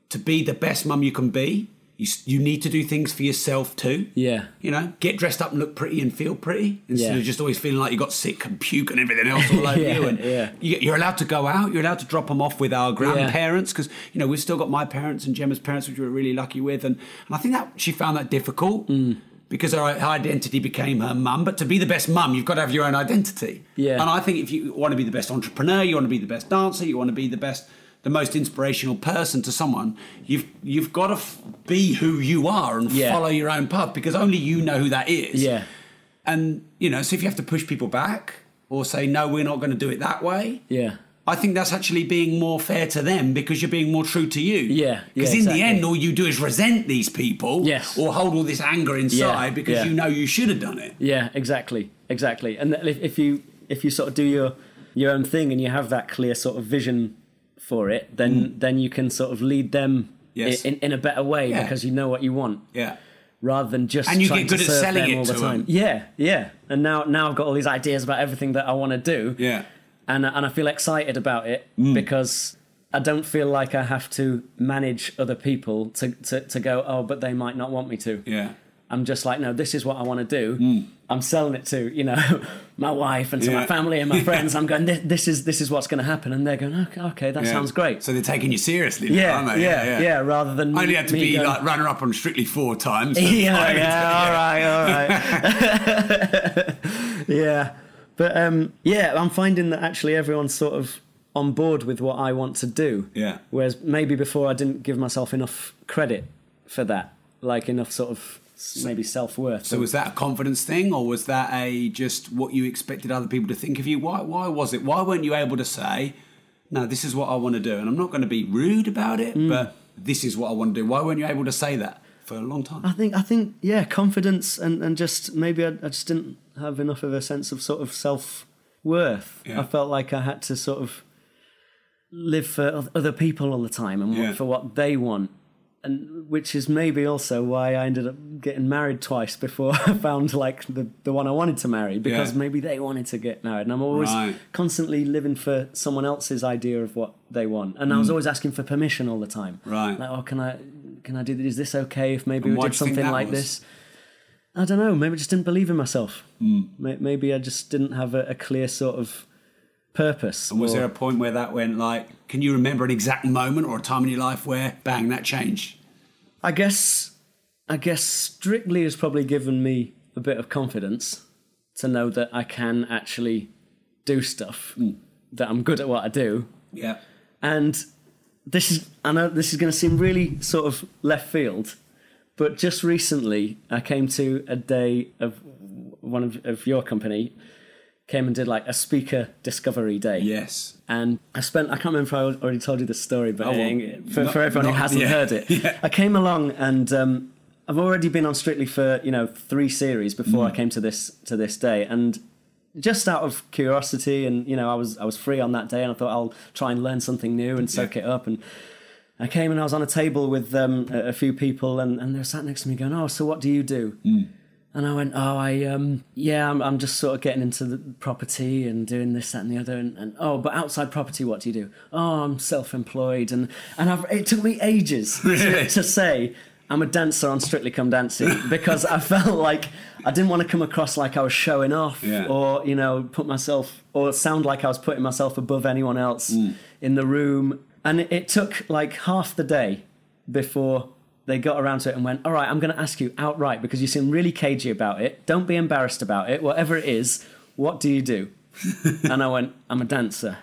Speaker 1: to be the best mum you can be, you, s- you need to do things for yourself too.
Speaker 2: Yeah.
Speaker 1: You know, get dressed up and look pretty and feel pretty instead
Speaker 2: Yeah.
Speaker 1: of just always feeling like you got sick and puke and everything else all over
Speaker 2: Yeah,
Speaker 1: you. And
Speaker 2: yeah.
Speaker 1: you, you're allowed to go out. You're allowed to drop them off with our grandparents because you know we've still got my parents and Gemma's parents, which we were really lucky with. And, and I think that she found that difficult
Speaker 2: Mm.
Speaker 1: because her, her identity became her mum. But to be the best mum, you've got to have your own identity.
Speaker 2: Yeah.
Speaker 1: And I think if you want to be the best entrepreneur, you want to be the best dancer, you want to be the best, the most inspirational person to someone, you've you've got to f- be who you are and
Speaker 2: Yeah.
Speaker 1: follow your own path because only you know who that is.
Speaker 2: Yeah.
Speaker 1: And you know, so if you have to push people back or say no, we're not going to do it that way.
Speaker 2: Yeah.
Speaker 1: I think that's actually being more fair to them because you're being more true to you.
Speaker 2: Yeah,
Speaker 1: Because in
Speaker 2: yeah, exactly.
Speaker 1: the end, all you do is resent these people
Speaker 2: Yes.
Speaker 1: or hold all this anger inside because
Speaker 2: yeah.
Speaker 1: you know you should have done it.
Speaker 2: Yeah, exactly, exactly. And if, if you if you sort of do your your own thing and you have that clear sort of vision for it, then then you can sort of lead
Speaker 1: Mm.
Speaker 2: them
Speaker 1: Yes.
Speaker 2: in, in a better way
Speaker 1: Yeah.
Speaker 2: because you know what you want
Speaker 1: Yeah.
Speaker 2: rather than just
Speaker 1: And you
Speaker 2: trying
Speaker 1: get good
Speaker 2: to
Speaker 1: at
Speaker 2: serve
Speaker 1: selling
Speaker 2: them
Speaker 1: it
Speaker 2: all the
Speaker 1: to
Speaker 2: time.
Speaker 1: 'em.
Speaker 2: Yeah, yeah. And now now I've got all these ideas about everything that I want to do.
Speaker 1: Yeah. Mm.
Speaker 2: and and I feel excited about it because. I don't feel like I have to manage other people to, to, to go, oh, but they might not want me to.
Speaker 1: Yeah.
Speaker 2: I'm just like, no, this is what I want to do. I'm selling it to you know my wife and to
Speaker 1: Mm. Yeah.
Speaker 2: my family and my friends. I'm going, this, this is this is what's going to happen, and they're going, okay, okay that
Speaker 1: Yeah.
Speaker 2: sounds great.
Speaker 1: So they're taking you seriously, now,
Speaker 2: yeah,
Speaker 1: aren't
Speaker 2: yeah,
Speaker 1: they?
Speaker 2: yeah, Rather than
Speaker 1: I
Speaker 2: me,
Speaker 1: only had to
Speaker 2: me
Speaker 1: be
Speaker 2: going,
Speaker 1: like runner up on Strictly four times.
Speaker 2: yeah, yeah, all right, all right, yeah. But um, yeah, I'm finding that actually everyone's sort of on board with what I want to do.
Speaker 1: Yeah.
Speaker 2: Whereas maybe before I didn't give myself enough credit for that, like enough sort of maybe self worth.
Speaker 1: So was that a confidence thing, or was that a just what you expected other people to think of you? Why? Why was it? Why weren't you able to say, "No, this is what I want to do," and I'm not going to be rude about it,
Speaker 2: Mm.
Speaker 1: but this is what I want to do. Why weren't you able to say that for a long time?
Speaker 2: I think I think yeah, confidence and and just maybe I, I just didn't have enough of a sense of sort of self worth.
Speaker 1: Yeah.
Speaker 2: I felt like I had to sort of live for oth- other people all the time and
Speaker 1: Yeah.
Speaker 2: what for what they want, and which is maybe also why I ended up getting married twice before I found like the the one I wanted to marry because
Speaker 1: Yeah.
Speaker 2: maybe they wanted to get married, and I'm always
Speaker 1: Right.
Speaker 2: constantly living for someone else's idea of what they want, and I was always asking for permission all the time.
Speaker 1: Mm. Right.
Speaker 2: Like, oh, can I? Can I do this? Is this okay if maybe
Speaker 1: And
Speaker 2: we
Speaker 1: why
Speaker 2: did
Speaker 1: do you think
Speaker 2: something
Speaker 1: that
Speaker 2: like
Speaker 1: was?
Speaker 2: this. I don't know. Maybe I just didn't believe in myself.
Speaker 1: Hmm.
Speaker 2: May- Maybe I just didn't have a, a clear sort of purpose.
Speaker 1: was
Speaker 2: or-
Speaker 1: there a point where that went like? Can you remember an exact moment or a time in your life where bang that changed?
Speaker 2: I guess. I guess strictly has probably given me a bit of confidence to know that I can actually do stuff.
Speaker 1: Hmm.
Speaker 2: That I'm good at what I do,
Speaker 1: Yeah.
Speaker 2: and this is I know this is going to seem really sort of left field, but just recently I came to a day of one of, of your company came and did like a speaker discovery day.
Speaker 1: Yes.
Speaker 2: And I spent, I can't remember if I already told you this story, but
Speaker 1: Oh, well,
Speaker 2: uh, for,
Speaker 1: not-
Speaker 2: for everyone
Speaker 1: not-
Speaker 2: who hasn't
Speaker 1: yeah.
Speaker 2: heard it,
Speaker 1: Yeah.
Speaker 2: I came along and um, I've already been on Strictly for, you know, three series before
Speaker 1: Mm.
Speaker 2: I came to this, to this day. And just out of curiosity and, you know, I was, I was free on that day and I thought I'll try and learn something new and soak
Speaker 1: Yeah.
Speaker 2: it up. And I came and I was on a table with um, a, a few people and, and they were sat next to me going, oh, so what do you do? And I went, oh, I um, yeah, I'm, I'm just sort of getting into the property and doing this, that, and the other, and, and oh, but outside property, what do you do? Oh, I'm self-employed, and and I've, it took me ages
Speaker 1: Really?
Speaker 2: to, to say I'm a dancer on Strictly Come Dancing because I felt like I didn't want to come across like I was showing off
Speaker 1: Yeah.
Speaker 2: or you know put myself or sound like I was putting myself above anyone else
Speaker 1: Mm.
Speaker 2: in the room, and it, it took like half the day before they got around to it and went, All right, I'm going to ask you outright because you seem really cagey about it. Don't be embarrassed about it. Whatever it is, what do you do? and I went, I'm a dancer.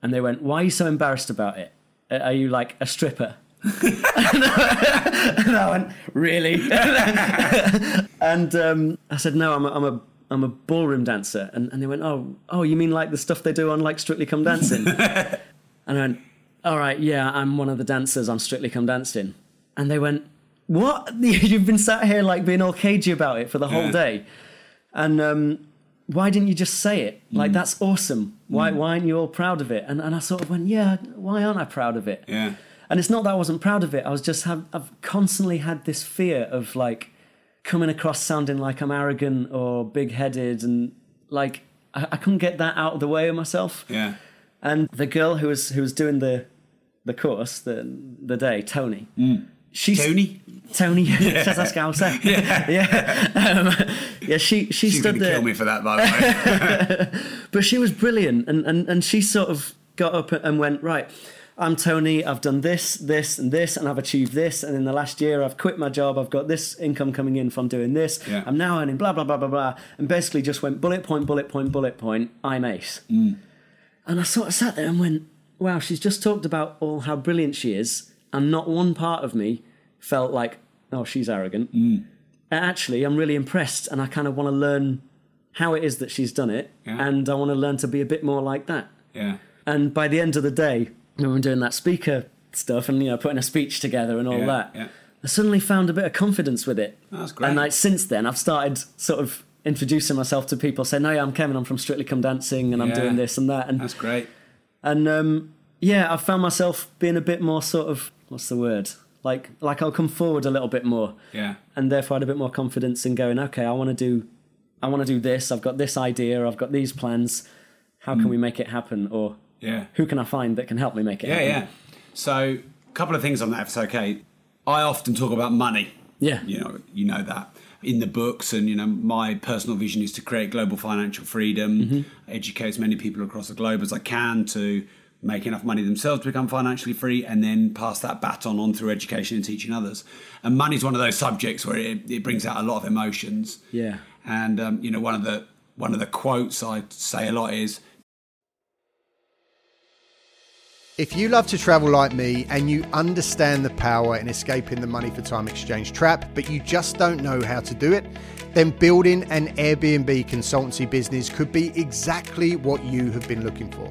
Speaker 2: And they went, Why are you so embarrassed about it? Uh, Are you like a stripper? and I went, Really? and um, I said, No, I'm a, I'm a I'm a ballroom dancer, and, and they went, oh, oh, you mean like the stuff they do on like Strictly Come Dancing? And I went, all right, yeah, I'm one of the dancers on Strictly Come Dancing. And they went, what? You've been sat here like being all cagey about it for the whole
Speaker 1: Yeah.
Speaker 2: day. And um, why didn't you just say it? Like,
Speaker 1: Mm.
Speaker 2: that's awesome. Why, why aren't you all proud of it? And, and I sort of went, yeah, why aren't I proud of it?
Speaker 1: Yeah.
Speaker 2: And it's not that I wasn't proud of it. I was just have I've constantly had this fear of like coming across sounding like I'm arrogant or big headed, and like I, I couldn't get that out of the way of myself.
Speaker 1: Yeah.
Speaker 2: And the girl who was who was doing the the course the the day, Tony. She's
Speaker 1: Mm. Tony?
Speaker 2: Tony. Yeah. that's how I say. Yeah, yeah. Um, yeah. She she
Speaker 1: She's going to
Speaker 2: stood there,
Speaker 1: kill me for that, by the way.
Speaker 2: but she was brilliant, and and and she sort of got up and went right. I'm Tony. I've done this, this, and this, and I've achieved this. And in the last year, I've quit my job. I've got this income coming in from doing this.
Speaker 1: Yeah.
Speaker 2: I'm now earning blah blah blah blah blah, and basically just went bullet point, bullet point, bullet point. I'm ace. And I sort of sat there and went, wow, she's just talked about all how brilliant she is. And not one part of me felt like, oh, she's arrogant. And Uh, Actually, I'm really impressed and I kind of want to learn how it is that she's done it.
Speaker 1: Yeah.
Speaker 2: And I want to learn to be a bit more like that.
Speaker 1: yeah.
Speaker 2: And by the end of the day, when we were doing that speaker stuff and, you know, putting a speech together and all
Speaker 1: Yeah,
Speaker 2: that,
Speaker 1: yeah.
Speaker 2: I suddenly found a bit of confidence with it.
Speaker 1: That's great.
Speaker 2: And like since then, I've started sort of introducing myself to people saying, no, yeah, I'm Kevin, I'm from Strictly Come Dancing and I'm
Speaker 1: Yeah.
Speaker 2: doing this and that. And
Speaker 1: That's great.
Speaker 2: and um, yeah, I found myself being a bit more sort of what's the word? Like like I'll come forward a little bit more,
Speaker 1: Yeah.
Speaker 2: and therefore I had a bit more confidence in going. Okay, I want to do, I want to do this. I've got this idea. I've got these plans. How
Speaker 1: Mm.
Speaker 2: can we make it happen? Or
Speaker 1: Yeah.
Speaker 2: who can I find that can help me make it?
Speaker 1: Yeah,
Speaker 2: happen?
Speaker 1: yeah. So, a couple of things on that, if it's okay. I often talk about money.
Speaker 2: Yeah.
Speaker 1: You know, you know that in the books, and you know, my personal vision is to create global financial freedom, educate as many people across the globe as I can to make enough money themselves to become financially free, and then pass that baton on through education and teaching others. And money's one of those subjects where it, it brings out a lot of emotions.
Speaker 2: Yeah.
Speaker 1: And um, you know, one of the one of the quotes I say a lot is,
Speaker 3: If you love to travel like me and you understand the power in escaping the money for time exchange trap, but you just don't know how to do it, then building an Airbnb consultancy business could be exactly what you have been looking for.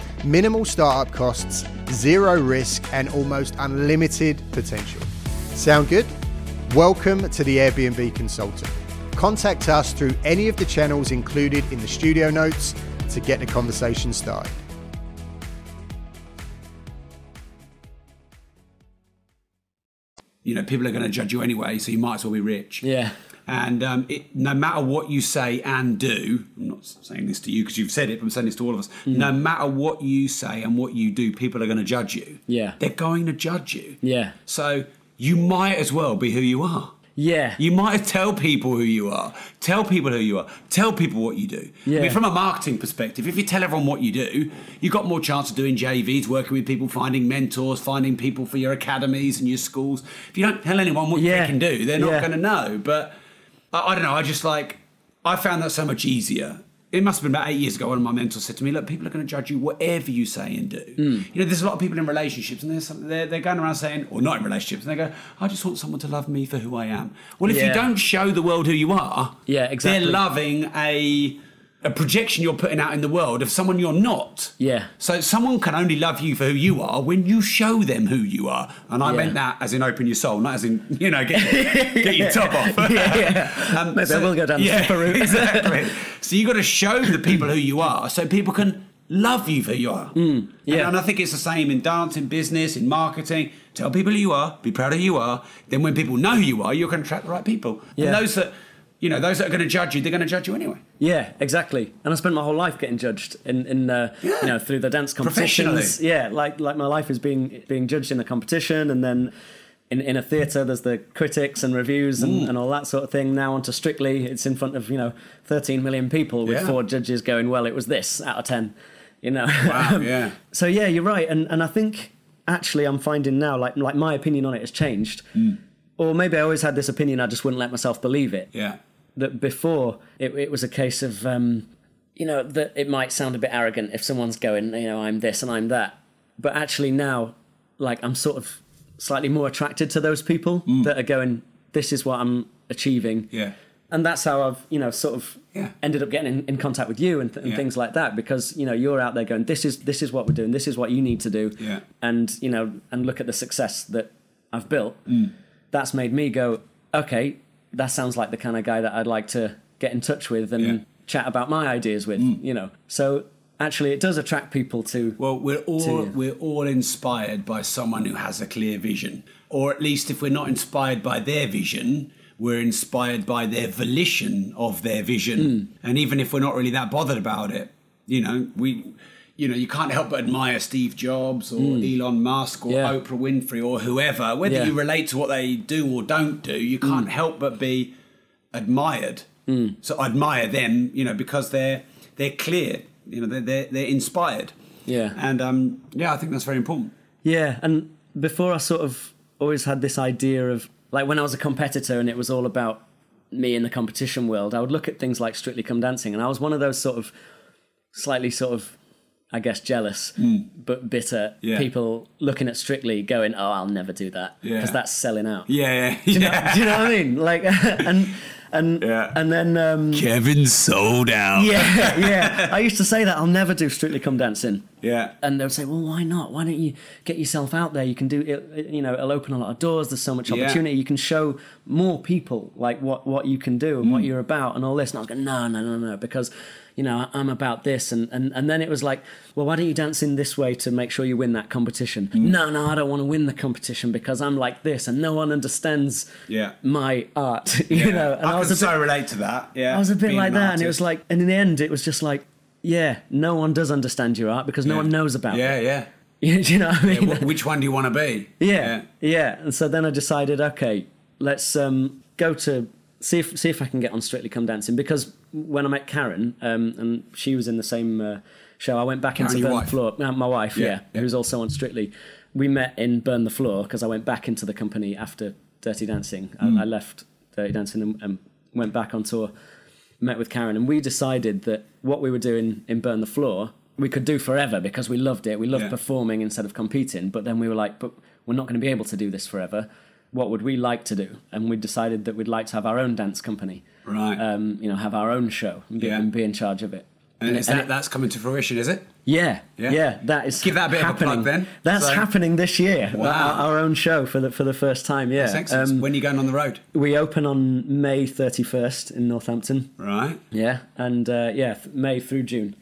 Speaker 3: Minimal startup costs, zero risk, and almost unlimited potential. Sound good? Welcome to the Airbnb Consultant. Contact us through any of the channels included in the studio notes to get the conversation started.
Speaker 1: you know, people are going to judge you anyway, so you might as well be rich.
Speaker 2: Yeah.
Speaker 1: And um, it, no matter what you say and do, I'm not saying this to you because you've said it, but I'm saying this to all of us.
Speaker 2: Mm-hmm.
Speaker 1: No matter what you say and what you do, people are going to judge you.
Speaker 2: Yeah.
Speaker 1: They're going to judge you.
Speaker 2: Yeah.
Speaker 1: So you might as well be who you are.
Speaker 2: Yeah.
Speaker 1: You might as tell people who you are. Tell people who you are. Tell people what you do. I
Speaker 2: Yeah.
Speaker 1: mean, from a marketing perspective, if you tell everyone what you do, you've got more chance of doing JVs, working with people, finding mentors, finding people for your academies and your schools. If you don't tell anyone what
Speaker 2: Yeah.
Speaker 1: you can do, they're not
Speaker 2: Yeah.
Speaker 1: going to know. But I, I don't know. I just like I found that so much easier. It must have been about eight years ago. One of my mentors said to me, "Look, people are going to judge you whatever you say and do.
Speaker 2: Hmm.
Speaker 1: You know, there's a lot of people in relationships, and there's some, they're they're going around saying, or not in relationships, and they go, I just want someone to love me for who I am. Well, if you
Speaker 2: Yeah.
Speaker 1: don't show the world who you are,
Speaker 2: Yeah, exactly.
Speaker 1: They're loving a a projection you're putting out in the world of someone you're not.
Speaker 2: Yeah.
Speaker 1: So someone can only love you for who you are when you show them who you are. And I
Speaker 2: Yeah.
Speaker 1: meant that as in open your soul, not as in you know get, get your top off.
Speaker 2: yeah, yeah.
Speaker 1: Um,
Speaker 2: Maybe I will go down the
Speaker 1: yeah,
Speaker 2: slipper route.
Speaker 1: exactly. So you got to show the people who you are, so people can love you for who you are.
Speaker 2: Mm, yeah.
Speaker 1: And, and I think it's the same in dance, in business, in marketing. Tell people who you are. Be proud of who you are. Then when people know who you are, you're going to attract the right people.
Speaker 2: Yeah.
Speaker 1: And those that you know, those that are going to judge you, they're going to judge you anyway.
Speaker 2: Yeah, exactly. And I spent my whole life getting judged in, in uh, you know through the dance competitions.
Speaker 1: Professionally.
Speaker 2: Yeah, like like my life is being being judged in a competition, and then in, in a theatre there's the critics and reviews
Speaker 1: Mm.
Speaker 2: and, and all that sort of thing. Now onto Strictly, it's in front of you know 13 million people with
Speaker 1: Yeah.
Speaker 2: four judges going, well, it was this out of 10. You know.
Speaker 1: Wow, yeah.
Speaker 2: So yeah, you're right, and and I think actually I'm finding now like like my opinion on it has changed.
Speaker 1: Mm.
Speaker 2: Or maybe I always had this opinion, I just wouldn't let myself believe it
Speaker 1: Yeah.
Speaker 2: that before it, it was a case of um, you know that it might sound a bit arrogant if someone's going you know I'm this and I'm that, but actually now like I'm sort of slightly more attracted to those people that are going this is what I'm achieving
Speaker 1: Yeah.
Speaker 2: and that's how I've you know sort of
Speaker 1: Yeah.
Speaker 2: ended up getting in, in contact with you and, th- and
Speaker 1: Yeah.
Speaker 2: things like that because you know you're out there going this is this is what we're doing this is what you need to do
Speaker 1: Yeah.
Speaker 2: and you know and look at the success that I've built
Speaker 1: Mm.
Speaker 2: that's made me go okay that sounds like the kind of guy that I'd like to get in touch with and
Speaker 1: Yeah. Mm.
Speaker 2: chat about my ideas with you know so actually it does attract people to
Speaker 1: Well, we're all
Speaker 2: To you.
Speaker 1: we're all inspired by someone who has a clear vision, or at least if we're not inspired by their vision, we're inspired by their volition of their vision.
Speaker 2: Hmm.
Speaker 1: And even if we're not really that bothered about it, you know, we, you know, you can't help but admire Steve Jobs or Elon Musk or
Speaker 2: Hmm. Yeah.
Speaker 1: Oprah Winfrey or whoever. Whether
Speaker 2: Yeah. Hmm.
Speaker 1: you relate to what they do or don't do, you can't help but be admired. So I admire them, you know, because they're they're clear, you know, they're they're, they're inspired.
Speaker 2: Yeah.
Speaker 1: and um, yeah, I think that's very important.
Speaker 2: Yeah, and before I sort of always had this idea of like when I was a competitor and it was all about me in the competition world, I would look at things like Strictly Come Dancing, and I was one of those sort of slightly sort of I guess jealous but bitter
Speaker 1: Hmm. Yeah.
Speaker 2: people looking at Strictly going, "Oh, I'll never do that because
Speaker 1: Yeah.
Speaker 2: that's selling out."
Speaker 1: Yeah, yeah.
Speaker 2: Do you know what I mean? Like, and and
Speaker 1: Yeah.
Speaker 2: and then um,
Speaker 1: Kevin sold out.
Speaker 2: yeah, yeah. I used to say that I'll never do Strictly Come Dancing
Speaker 1: yeah,
Speaker 2: and they would say, "Well, why not? Why don't you get yourself out there? You can do it. You know, it'll open a lot of doors. There's so much
Speaker 1: Yeah.
Speaker 2: opportunity. You can show more people like what what you can do and
Speaker 1: Hmm.
Speaker 2: what you're about and all this." And I was going, "No, no, no, no," because you know I- I'm about this. And and and then it was like, "Well, why don't you dance in this way to make sure you win that competition?"
Speaker 1: Hmm.
Speaker 2: No, no, I don't want to win the competition because I'm like this, and no one understands
Speaker 1: Yeah.
Speaker 2: my art. You know, and
Speaker 1: I,
Speaker 2: was
Speaker 1: can
Speaker 2: a
Speaker 1: so relate to that. Yeah,
Speaker 2: I was a bit
Speaker 1: being
Speaker 2: like
Speaker 1: an
Speaker 2: that, and it
Speaker 1: artist.
Speaker 2: was like, and in the end, it was just like, yeah, no one does understand your art because no
Speaker 1: Yeah.
Speaker 2: one knows about
Speaker 1: Yeah,
Speaker 2: it.
Speaker 1: yeah.
Speaker 2: Do you know what I mean?
Speaker 1: Wh- Which one do you want to be?
Speaker 2: Yeah, yeah. And so then I decided, okay, let's um, go to see if see if I can get on Strictly Come Dancing because when I met Karen um, and she was in the same uh, show, I went back
Speaker 1: Karen,
Speaker 2: into
Speaker 1: your
Speaker 2: Burn
Speaker 1: wife?
Speaker 2: the Floor. uh, my wife,
Speaker 1: Yeah,
Speaker 2: yeah,
Speaker 1: yeah.
Speaker 2: who's also on Strictly. We met in Burn the Floor because I went back into the company after Dirty Dancing.
Speaker 1: Hmm.
Speaker 2: I, I left Dirty Dancing and, and went back on tour. Met with Karen and we decided that what we were doing in Burn the Floor we could do forever because we loved it. We loved
Speaker 1: Yeah.
Speaker 2: performing performing instead of competing. But then we were like, but we're not going to be able to do this forever. What would we like to do? And we decided that we'd like to have our own dance company,
Speaker 1: Right.
Speaker 2: um, you know, have our own show and be,
Speaker 1: Yeah.
Speaker 2: and be in charge of it.
Speaker 1: and is
Speaker 2: and
Speaker 1: that
Speaker 2: it-
Speaker 1: that's coming to fruition, is it?
Speaker 2: Yeah,
Speaker 1: Yeah.
Speaker 2: yeah, that is
Speaker 1: Give that a bit of a plug
Speaker 2: happening.
Speaker 1: then.
Speaker 2: That's
Speaker 1: So-
Speaker 2: happening this year.
Speaker 1: Wow.
Speaker 2: Our, our own show for the for the first time. Yeah,
Speaker 1: That's excellent.
Speaker 2: Um,
Speaker 1: when are you going on the road?
Speaker 2: we open on May thirty first in Northampton.
Speaker 1: Right.
Speaker 2: Yeah, and uh, yeah, th- May through June.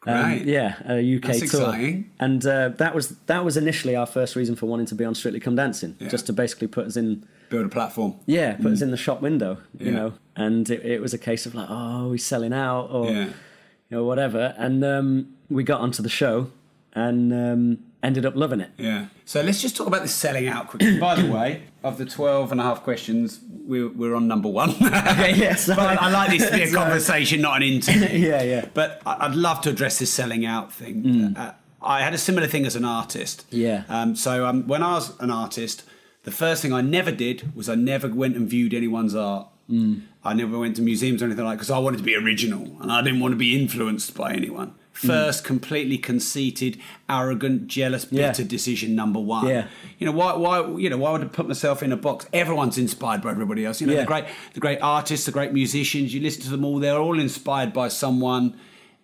Speaker 1: Great.
Speaker 2: Um, yeah, a UK
Speaker 1: That's
Speaker 2: tour.
Speaker 1: exciting.
Speaker 2: And uh, that was that was initially our first reason for wanting to be on Strictly Come Dancing,
Speaker 1: Yeah.
Speaker 2: just to basically put us in,
Speaker 1: Build a platform.
Speaker 2: yeah, put us in the shop window, you
Speaker 1: Yeah.
Speaker 2: know. And it, it was a case of like, oh, we're selling out, or
Speaker 1: Yeah.
Speaker 2: you know, whatever. And um, we got onto the show, and um, ended up loving it.
Speaker 1: Yeah. So let's just talk about this selling out quickly. By the way, of the 12 and a half questions, we're, we're on number one. okay,
Speaker 2: yeah, sorry.
Speaker 1: But I like this to be a
Speaker 2: Sorry.
Speaker 1: conversation, not an interview.
Speaker 2: Yeah, yeah.
Speaker 1: But I- I'd love to address this selling out thing. Uh, I had a similar thing as an artist.
Speaker 2: Yeah.
Speaker 1: Um, so um, when I was an artist, the first thing I never did was I never went and viewed anyone's art.
Speaker 2: Mm.
Speaker 1: I never went to museums or anything like because I wanted to be original and I didn't want to be influenced by anyone.
Speaker 2: Mm.
Speaker 1: First, completely conceited, arrogant, jealous,
Speaker 2: Yeah.
Speaker 1: bitter decision number one.
Speaker 2: Yeah.
Speaker 1: You know why? Why? You know why would I put myself in a box? Everyone's inspired by everybody else. You know
Speaker 2: Yeah.
Speaker 1: the great, the great artists, the great musicians. You listen to them all; they're all inspired by someone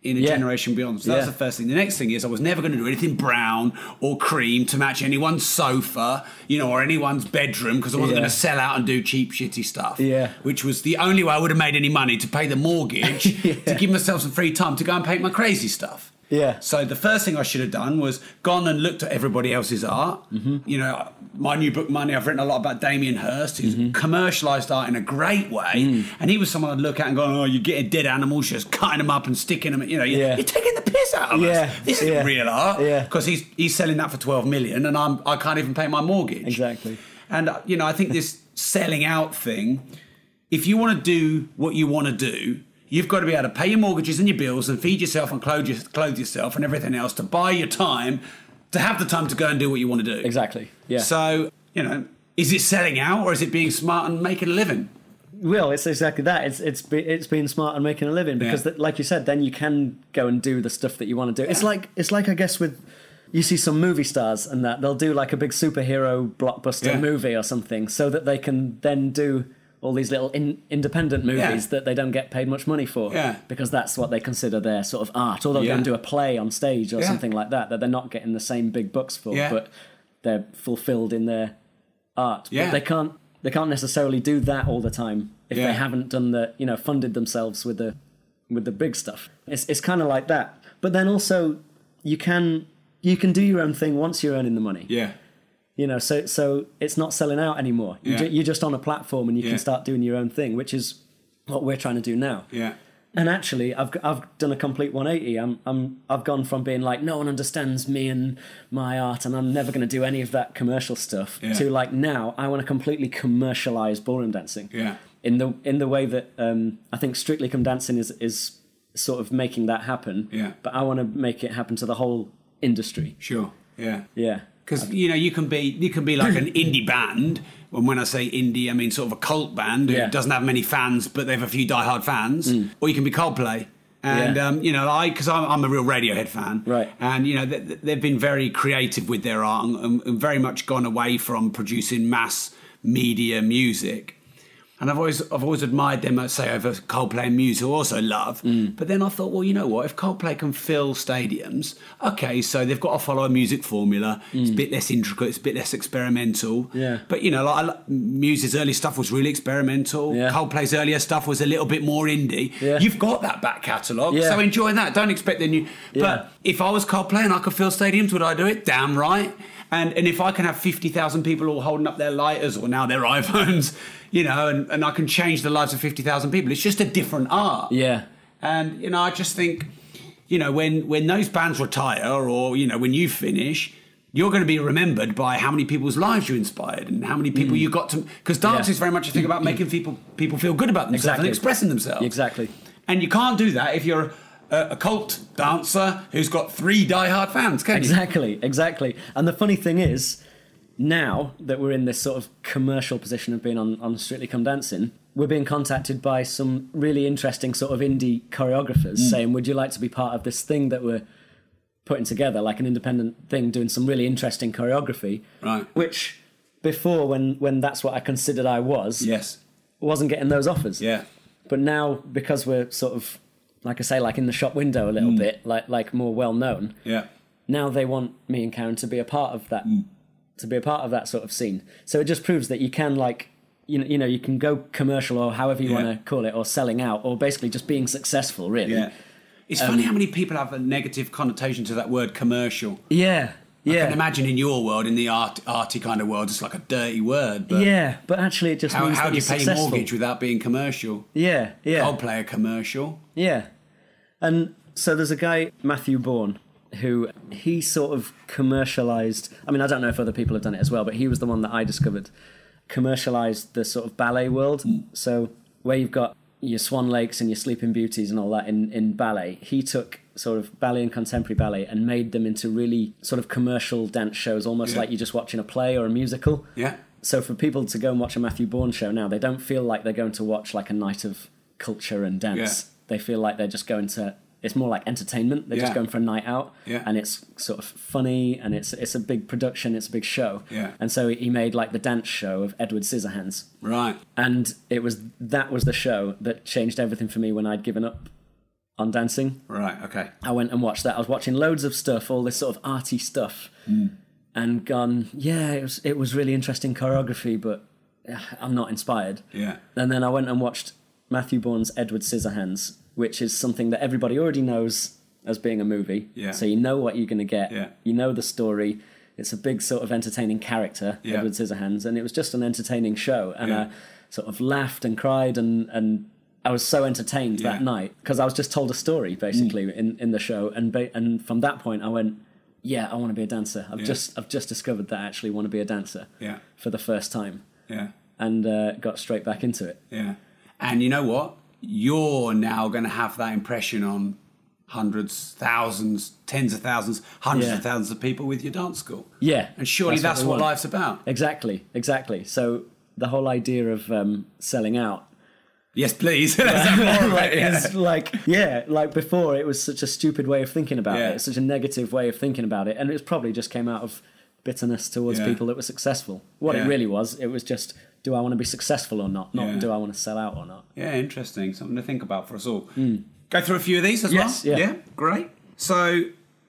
Speaker 1: in a
Speaker 2: Yeah.
Speaker 1: generation beyond. So that's
Speaker 2: Yeah.
Speaker 1: the first thing. The next thing is I was never going to do anything brown or cream to match anyone's sofa, you know, or anyone's bedroom because I wasn't
Speaker 2: Yeah.
Speaker 1: going to sell out and do cheap, shitty stuff.
Speaker 2: Yeah.
Speaker 1: Which was the only way I would have made any money to pay the mortgage, to give myself some free time to go and paint my crazy stuff.
Speaker 2: Yeah.
Speaker 1: So the first thing I should have done was gone and looked at everybody else's art.
Speaker 2: Mm-hmm.
Speaker 1: You know, my new book Money, I've written a lot about Damien Hirst, who's
Speaker 2: Mm-hmm.
Speaker 1: commercialized art in a great way.
Speaker 2: Mm.
Speaker 1: And he was someone I'd look at and go, oh, you're getting dead animals, you're just cutting them up and sticking them, you know, you're,
Speaker 2: Yeah.
Speaker 1: you're taking the piss out of
Speaker 2: Yeah,
Speaker 1: us. This isn't
Speaker 2: yeah,
Speaker 1: real art.
Speaker 2: yeah.
Speaker 1: Because he's, he's selling that for 12 million and I'm, I can't even pay my mortgage.
Speaker 2: Exactly.
Speaker 1: And, uh, you know, I think this selling out thing, if you want to do what you want to do, you've got to be able to pay your mortgages and your bills and feed yourself and clothe, your, clothe yourself and everything else to buy your time, to have the time to go and do what you want to do.
Speaker 2: Exactly. Yeah.
Speaker 1: So, you know, is it selling out or is it being smart and making a living?
Speaker 2: Well, it's exactly that. It's it's be, it's being smart and making a living because,
Speaker 1: Yeah.
Speaker 2: that, like you said, then you can go and do the stuff that you want to do. It's like it's like I guess with you see some movie stars and that they'll do like a big superhero blockbuster
Speaker 1: Yeah.
Speaker 2: movie or something, so that they can then do all these little in, independent movies
Speaker 1: Yeah.
Speaker 2: that they don't get paid much money for
Speaker 1: Yeah.
Speaker 2: because that's what they consider their sort of art. Or they'll
Speaker 1: Yeah.
Speaker 2: go and do a play on stage or
Speaker 1: Yeah.
Speaker 2: something like that that they're not getting the same big bucks for,
Speaker 1: Yeah.
Speaker 2: but they're fulfilled in their art.
Speaker 1: Yeah.
Speaker 2: But they can't they can't necessarily do that all the time if
Speaker 1: Yeah.
Speaker 2: they haven't done the you know funded themselves with the with the big stuff. It's it's kind of like that. But then also you can you can do your own thing once you're earning the money.
Speaker 1: Yeah.
Speaker 2: You know, so so it's not selling out anymore. You
Speaker 1: Yeah.
Speaker 2: ju- you're just on a platform and you
Speaker 1: Yeah.
Speaker 2: can start doing your own thing, which is what we're trying to do now.
Speaker 1: Yeah.
Speaker 2: And actually, I've I've done a complete 180. I'm I'm I've gone from being like no one understands me and my art, and I'm never going to do any of that commercial stuff
Speaker 1: Yeah.
Speaker 2: to like now I want to completely commercialize ballroom dancing.
Speaker 1: Yeah.
Speaker 2: In the in the way that um, I think Strictly Come Dancing is is sort of making that happen.
Speaker 1: Yeah.
Speaker 2: But I want to make it happen to the whole industry.
Speaker 1: Sure. Yeah.
Speaker 2: Yeah.
Speaker 1: because you know you can be you can be like an indie band and when i say indie i mean sort of a cult band who
Speaker 2: Yeah. Mm.
Speaker 1: doesn't have many fans but they have a few diehard fans or you can be coldplay and
Speaker 2: Yeah.
Speaker 1: um, you know i because I'm, I'm a real radiohead fan
Speaker 2: Right.
Speaker 1: and you know they, they've been very creative with their art and, and, and very much gone away from producing mass media music and I've always I've always admired them, I'd say, over Coldplay and Muse, who I also love.
Speaker 2: Mm.
Speaker 1: But then I thought, well, you know what? If Coldplay can fill stadiums, okay, so they've got to follow a music formula. It's a bit less intricate, it's a bit less experimental.
Speaker 2: Mm. Yeah.
Speaker 1: But you know, like I lo- Muse's early stuff was really experimental.
Speaker 2: Yeah.
Speaker 1: Coldplay's earlier stuff was a little bit more indie.
Speaker 2: Yeah.
Speaker 1: You've got that back catalogue,
Speaker 2: Yeah.
Speaker 1: so enjoy that. Don't expect the new.
Speaker 2: Yeah.
Speaker 1: But if I was Coldplay and I could fill stadiums, would I do it? Damn right. And and if I can have fifty thousand people all holding up their lighters or now their iPhones, you know, and, and I can change the lives of fifty thousand people, it's just a different art.
Speaker 2: Yeah.
Speaker 1: And you know, I just think, you know, when when those bands retire or you know when you finish. You're going to be remembered by how many people's lives you inspired and how many people you got to. Because dance
Speaker 2: Mm. Yeah. Mm-hmm.
Speaker 1: is very much a thing about making people people feel good about themselves
Speaker 2: Exactly.
Speaker 1: and expressing themselves.
Speaker 2: Exactly.
Speaker 1: And you can't do that if you're a, a cult dancer who's got three diehard fans, can
Speaker 2: Exactly, exactly. And the funny thing is, now that we're in this sort of commercial position of being on, on Strictly Come Dancing, we're being contacted by some really interesting sort of indie choreographers
Speaker 1: Mm.
Speaker 2: saying, Would you like to be part of this thing that we're putting together, like an independent thing, doing some really interesting choreography?
Speaker 1: Right.
Speaker 2: Which before when when that's what I considered I was,
Speaker 1: you? Yes.
Speaker 2: wasn't getting those offers.
Speaker 1: Yeah.
Speaker 2: But now because we're sort of like I say, like in the shop window a little
Speaker 1: Mm.
Speaker 2: bit, like like more well known
Speaker 1: Yeah.
Speaker 2: now they want me and Karen to be a part of that
Speaker 1: Mm.
Speaker 2: to be a part of that sort of scene. So it just proves that you can like you know, you know you can go commercial or however you
Speaker 1: Yeah.
Speaker 2: want to call it or selling out or basically just being successful really.
Speaker 1: Yeah. It's
Speaker 2: Um,
Speaker 1: funny how many people have a negative connotation to that word commercial.
Speaker 2: Yeah.
Speaker 1: I
Speaker 2: Yeah.
Speaker 1: can imagine in your world, in the art, arty kind of world, it's like a dirty word. But
Speaker 2: yeah, but actually it just
Speaker 1: how,
Speaker 2: means
Speaker 1: how
Speaker 2: that
Speaker 1: do you
Speaker 2: you're
Speaker 1: pay your
Speaker 2: successful.
Speaker 1: mortgage Oh, without being commercial?
Speaker 2: Yeah, yeah.
Speaker 1: I'll play a commercial.
Speaker 2: Yeah. And so there's a guy, Matthew Bourne, who he sort of commercialized. I mean, I don't know if other people have done it as well, but he was the one that I discovered commercialized the sort of ballet world. So where you've got your Swan Lakes and your Sleeping Beauties and all that in, in ballet, he took sort of ballet and contemporary ballet and made them into really sort of commercial dance shows, almost
Speaker 1: Yeah.
Speaker 2: like you're just watching a play or a musical.
Speaker 1: Yeah.
Speaker 2: So for people to go and watch a Matthew Bourne show now, they don't feel like they're going to watch like a night of culture and dance. They feel like they're just going to. It's more like entertainment. They're
Speaker 1: Yeah.
Speaker 2: just going for a night out,
Speaker 1: Yeah.
Speaker 2: and it's sort of funny, and it's it's a big production, it's a big show.
Speaker 1: Yeah.
Speaker 2: And so he made like the dance show of Edward Scissorhands,
Speaker 1: Right.
Speaker 2: and it was that was the show that changed everything for me when I'd given up on dancing.
Speaker 1: Right. Okay.
Speaker 2: I went and watched that. I was watching loads of stuff, all this sort of arty stuff,
Speaker 1: Mm.
Speaker 2: and gone, yeah, it was it was really interesting choreography, but uh, I'm not inspired.
Speaker 1: Yeah.
Speaker 2: And then I went and watched Matthew Bourne's Edward Scissorhands, which is something that everybody already knows as being a movie.
Speaker 1: Yeah.
Speaker 2: So you know what you're going to get.
Speaker 1: Yeah.
Speaker 2: You know the story. It's a big sort of entertaining character,
Speaker 1: Yeah.
Speaker 2: Edward Scissorhands, and it was just an entertaining show. And
Speaker 1: Yeah.
Speaker 2: I sort of laughed and cried and and I was so entertained that
Speaker 1: Yeah.
Speaker 2: night because I was just told a story
Speaker 1: Hmm.
Speaker 2: basically in, in the show, and ba- and from that point I went, yeah, I want to be a dancer. I've just I've just discovered that I actually want to be a dancer
Speaker 1: Yeah.
Speaker 2: for the first time,
Speaker 1: Yeah.
Speaker 2: and uh, got straight back into it.
Speaker 1: Yeah. And you know what? You're now going to have that impression on hundreds, thousands, tens of thousands, hundreds
Speaker 2: Yeah.
Speaker 1: of thousands of people with your dance school.
Speaker 2: Yeah,
Speaker 1: And surely that's,
Speaker 2: we
Speaker 1: what,
Speaker 2: want.
Speaker 1: life's about.
Speaker 2: Exactly, exactly. So the whole idea of um, selling out
Speaker 1: Yes, please. Let's have more of
Speaker 2: like,
Speaker 1: it, yeah.
Speaker 2: it's like yeah like before it was such a stupid way of thinking about
Speaker 1: Yeah.
Speaker 2: it such a negative way of thinking about it and it was probably just came out of bitterness towards
Speaker 1: Yeah.
Speaker 2: people that were successful what
Speaker 1: Yeah.
Speaker 2: it really was it was just do i want to be successful or not not
Speaker 1: Yeah.
Speaker 2: do i want to sell out or not
Speaker 1: Yeah, interesting. Something to think about for us all. Go through a few of these as
Speaker 2: Hmm. Yes,
Speaker 1: well.
Speaker 2: yeah.
Speaker 1: great. So,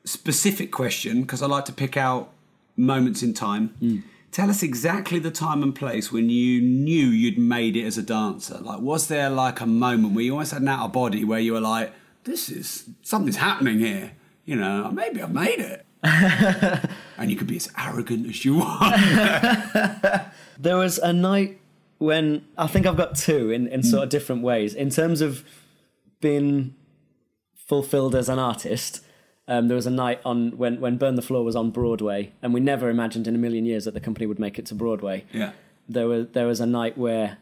Speaker 1: specific question because I like to pick out moments in time.
Speaker 2: Hmm.
Speaker 1: Tell us exactly the time and place when you knew you'd made it as a dancer. Like, was there like a moment where you almost had an out of body where you were like, "This is something's happening here." You know, maybe I've made it. and you could be as arrogant as you want.
Speaker 2: there was a night when i think i've got two in,
Speaker 1: Hmm.
Speaker 2: in sort of different ways in terms of being fulfilled as an artist um, there was a night on when, when burn the floor was on broadway and we never imagined in a million years that the company would make it to broadway
Speaker 1: yeah.
Speaker 2: there was there was a night where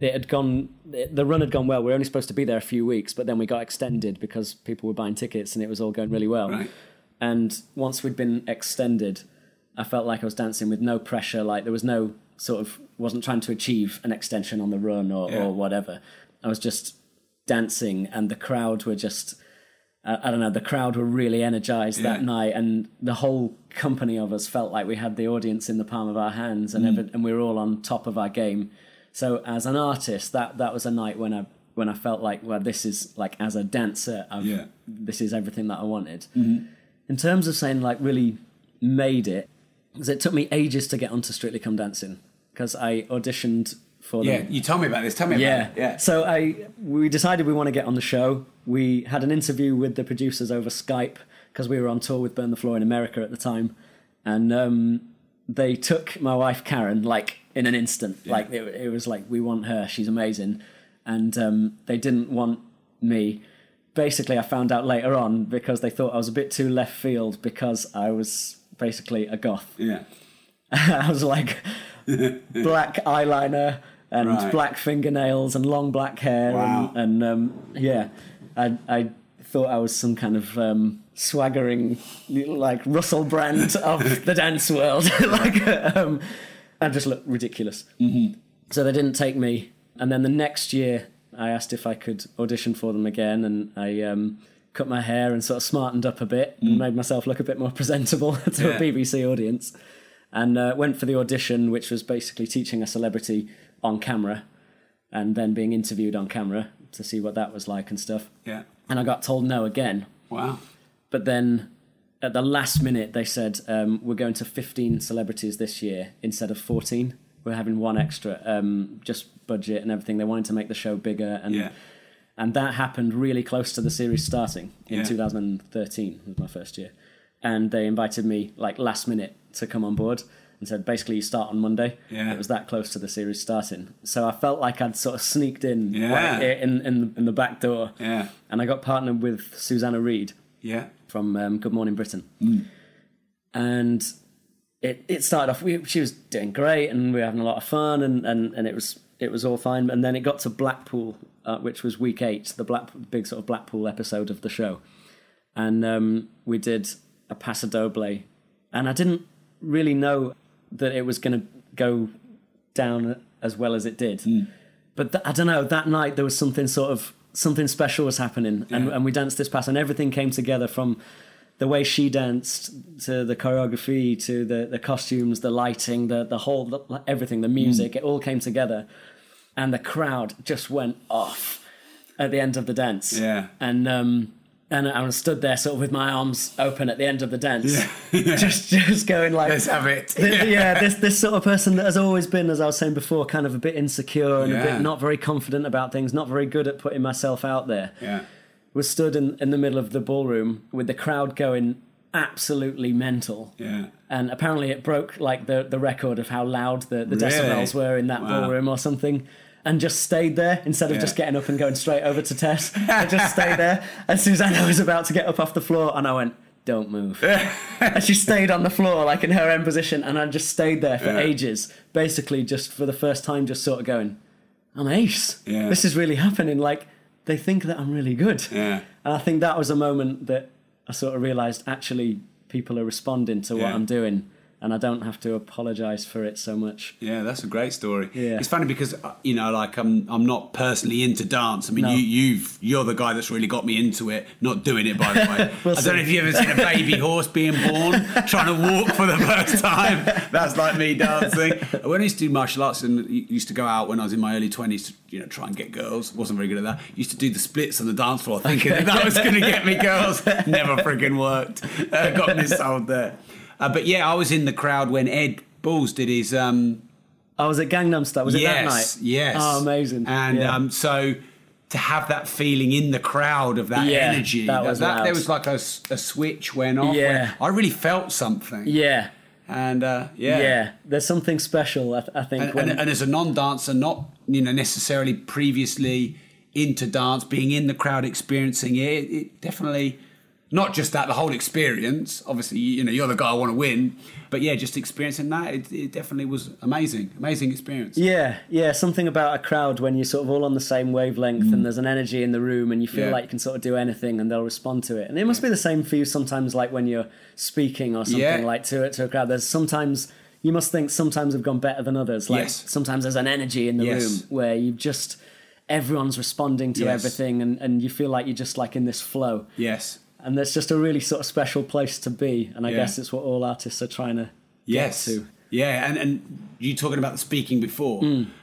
Speaker 2: it had gone the run had gone well we were only supposed to be there a few weeks but then we got extended because people were buying tickets and it was all going really well
Speaker 1: Right.
Speaker 2: and once we'd been extended i felt like i was dancing with no pressure like there was no sort of wasn't trying to achieve an extension on the run or,
Speaker 1: Yeah.
Speaker 2: or whatever i was just dancing and the crowd were just I I don't know, the crowd were really energized that
Speaker 1: Yeah.
Speaker 2: night, and the whole company of us felt like we had the audience in the palm of our hands,
Speaker 1: Mm.
Speaker 2: and every, and we were all on top of our game. So, as an artist, that that was a night when I when I felt like, well, this is like as a dancer, I've,
Speaker 1: Yeah. Mm-hmm.
Speaker 2: this is everything that I wanted. In terms of saying like really made it, because it took me ages to get onto Strictly Come Dancing because I auditioned for
Speaker 1: Yeah.
Speaker 2: them.
Speaker 1: You tell me about this. Tell me
Speaker 2: Yeah.
Speaker 1: about it. Yeah.
Speaker 2: So I we decided we want to get on the show. We had an interview with the producers over Skype because we were on tour with Burn the Floor in America at the time, and um, they took my wife Karen like in an instant. Like it, it was like we want her. She's amazing, and um, they didn't want me. Basically, I found out later on because they thought I was a bit too left field because I was basically a goth.
Speaker 1: yeah.
Speaker 2: I was like black eyeliner and
Speaker 1: Right.
Speaker 2: black fingernails and long black hair
Speaker 1: Wow.
Speaker 2: and, and um, yeah, I I thought I was some kind of um, swaggering like Russell Brand of the dance world. like um, I just looked ridiculous. So they didn't take me, and then the next year I asked if I could audition for them again, and I. Um, Cut my hair and sort of smartened up a bit and made myself look a bit more presentable to
Speaker 1: Yeah.
Speaker 2: a BBC audience and uh, went for the audition, which was basically teaching a celebrity on camera and then being interviewed on camera to see what that was like and stuff.
Speaker 1: Yeah.
Speaker 2: And I got told no again.
Speaker 1: Wow.
Speaker 2: But then at the last minute, they said, um, We're going to 15 celebrities this year instead of 14. We're having one extra, um, just budget and everything. They wanted to make the show bigger. And,
Speaker 1: Yeah.
Speaker 2: and that happened really close to the series starting in
Speaker 1: Yeah.
Speaker 2: 2013 was my first year and they invited me like last minute to come on board and said basically you start on monday
Speaker 1: Yeah.
Speaker 2: it was that close to the series starting so i felt like i'd sort of sneaked in
Speaker 1: Yeah.
Speaker 2: like, in, in, in the back door
Speaker 1: Yeah.
Speaker 2: and i got partnered with susanna reed
Speaker 1: Yeah.
Speaker 2: from um, Good Morning Britain, and it it started off. We, she was doing great, and we were having a lot of fun, and, and, and it was it was all fine. And then it got to Blackpool, uh, which was week eight, the black big sort of Blackpool episode of the show, and um, we did a Paso Doble, and I didn't really know that it was going to go down as well as it did. But th- I don't know. That night there was something sort of something special was happening, and, and we danced this pass, and everything came together from the way she danced to the choreography to the, the costumes, the lighting, the the whole the, everything, the music. It all came together, and the crowd just went off at the end of the dance.
Speaker 1: Yeah.
Speaker 2: and um. And I was stood there, sort of with my arms open at the end of the dance, just just going like,
Speaker 1: Let's have it.
Speaker 2: Th- yeah, this this sort of person that has always been, as I was saying before, kind of a bit insecure and a
Speaker 1: Yeah.
Speaker 2: bit not very confident about things, not very good at putting myself out there,
Speaker 1: Yeah.
Speaker 2: was stood in, in the middle of the ballroom with the crowd going absolutely mental.
Speaker 1: Yeah.
Speaker 2: And apparently it broke like the, the record of how loud the, the
Speaker 1: Really?
Speaker 2: decibels were in that
Speaker 1: Wow.
Speaker 2: ballroom or something. And just stayed there instead of
Speaker 1: Yeah.
Speaker 2: just getting up and going straight over to Tess. I just stayed there. And Susanna was about to get up off the floor and I went, Don't move. and she stayed on the floor, like in her own position, and I just stayed there for
Speaker 1: Yeah.
Speaker 2: ages, basically just for the first time, just sort of going, I'm ace.
Speaker 1: Yeah.
Speaker 2: This is really happening. Like, they think that I'm really good.
Speaker 1: Yeah.
Speaker 2: And I think that was a moment that I sort of realized actually people are responding to what
Speaker 1: Yeah.
Speaker 2: I'm doing and I don't have to apologize for it so much.
Speaker 1: Yeah, that's a great story.
Speaker 2: Yeah.
Speaker 1: It's funny because uh, you know, like I'm, I'm not personally into dance. I mean,
Speaker 2: No.
Speaker 1: you, you've, you're the guy that's really got me into it. Not doing it, by the way.
Speaker 2: We'll
Speaker 1: I don't know if
Speaker 2: see.
Speaker 1: you ever seen a baby horse being born, trying to walk for the first time. That's like me dancing. When I used to do martial arts and y- used to go out when I was in my early twenties to, you know, try and get girls. wasn't very good at that. Used to do the splits on the dance floor, thinking that, that was going to get me girls. Never friggin' worked. Uh, got missold there. Uh, but yeah, I was in the crowd when Ed Balls did his. Um,
Speaker 2: I was at Gangnam Style. Was it that night?
Speaker 1: Yes.
Speaker 2: Oh, amazing.
Speaker 1: And
Speaker 2: Yeah.
Speaker 1: um, so to have that feeling in the crowd of that
Speaker 2: Yeah,
Speaker 1: energy,
Speaker 2: that was
Speaker 1: there
Speaker 2: loud.
Speaker 1: was like a, s- a switch went off.
Speaker 2: Yeah.
Speaker 1: where I really felt something.
Speaker 2: yeah.
Speaker 1: And uh, yeah.
Speaker 2: Yeah. There's something special, I, th- I think.
Speaker 1: And,
Speaker 2: when,
Speaker 1: and, and as a non-dancer, not you know necessarily previously into dance, being in the crowd, experiencing it, it definitely. Not just that, the whole experience. Obviously, you you know, you're the guy I want to win, but yeah, just experiencing that, it, it definitely was amazing, amazing experience.
Speaker 2: Yeah, yeah, something about a crowd when you're sort of all on the same wavelength and there's an energy in the room and you
Speaker 1: Mm.
Speaker 2: feel
Speaker 1: Yeah.
Speaker 2: like you can sort of do anything and they'll respond to it. And it must be the same for you sometimes, like when you're speaking or something
Speaker 1: Yeah.
Speaker 2: like to it to a crowd. There's sometimes you must think sometimes have gone better than others. Like
Speaker 1: Yes.
Speaker 2: sometimes there's an energy in the
Speaker 1: Yes.
Speaker 2: room where you just everyone's responding to
Speaker 1: Yes.
Speaker 2: everything and, and you feel like you're just like in this flow.
Speaker 1: Yes,
Speaker 2: And that's just a really sort of special place to be. And I
Speaker 1: Yeah.
Speaker 2: guess it's what all artists are trying to
Speaker 1: yes.
Speaker 2: to. Mm.
Speaker 1: Yeah, and, and you talking about the speaking before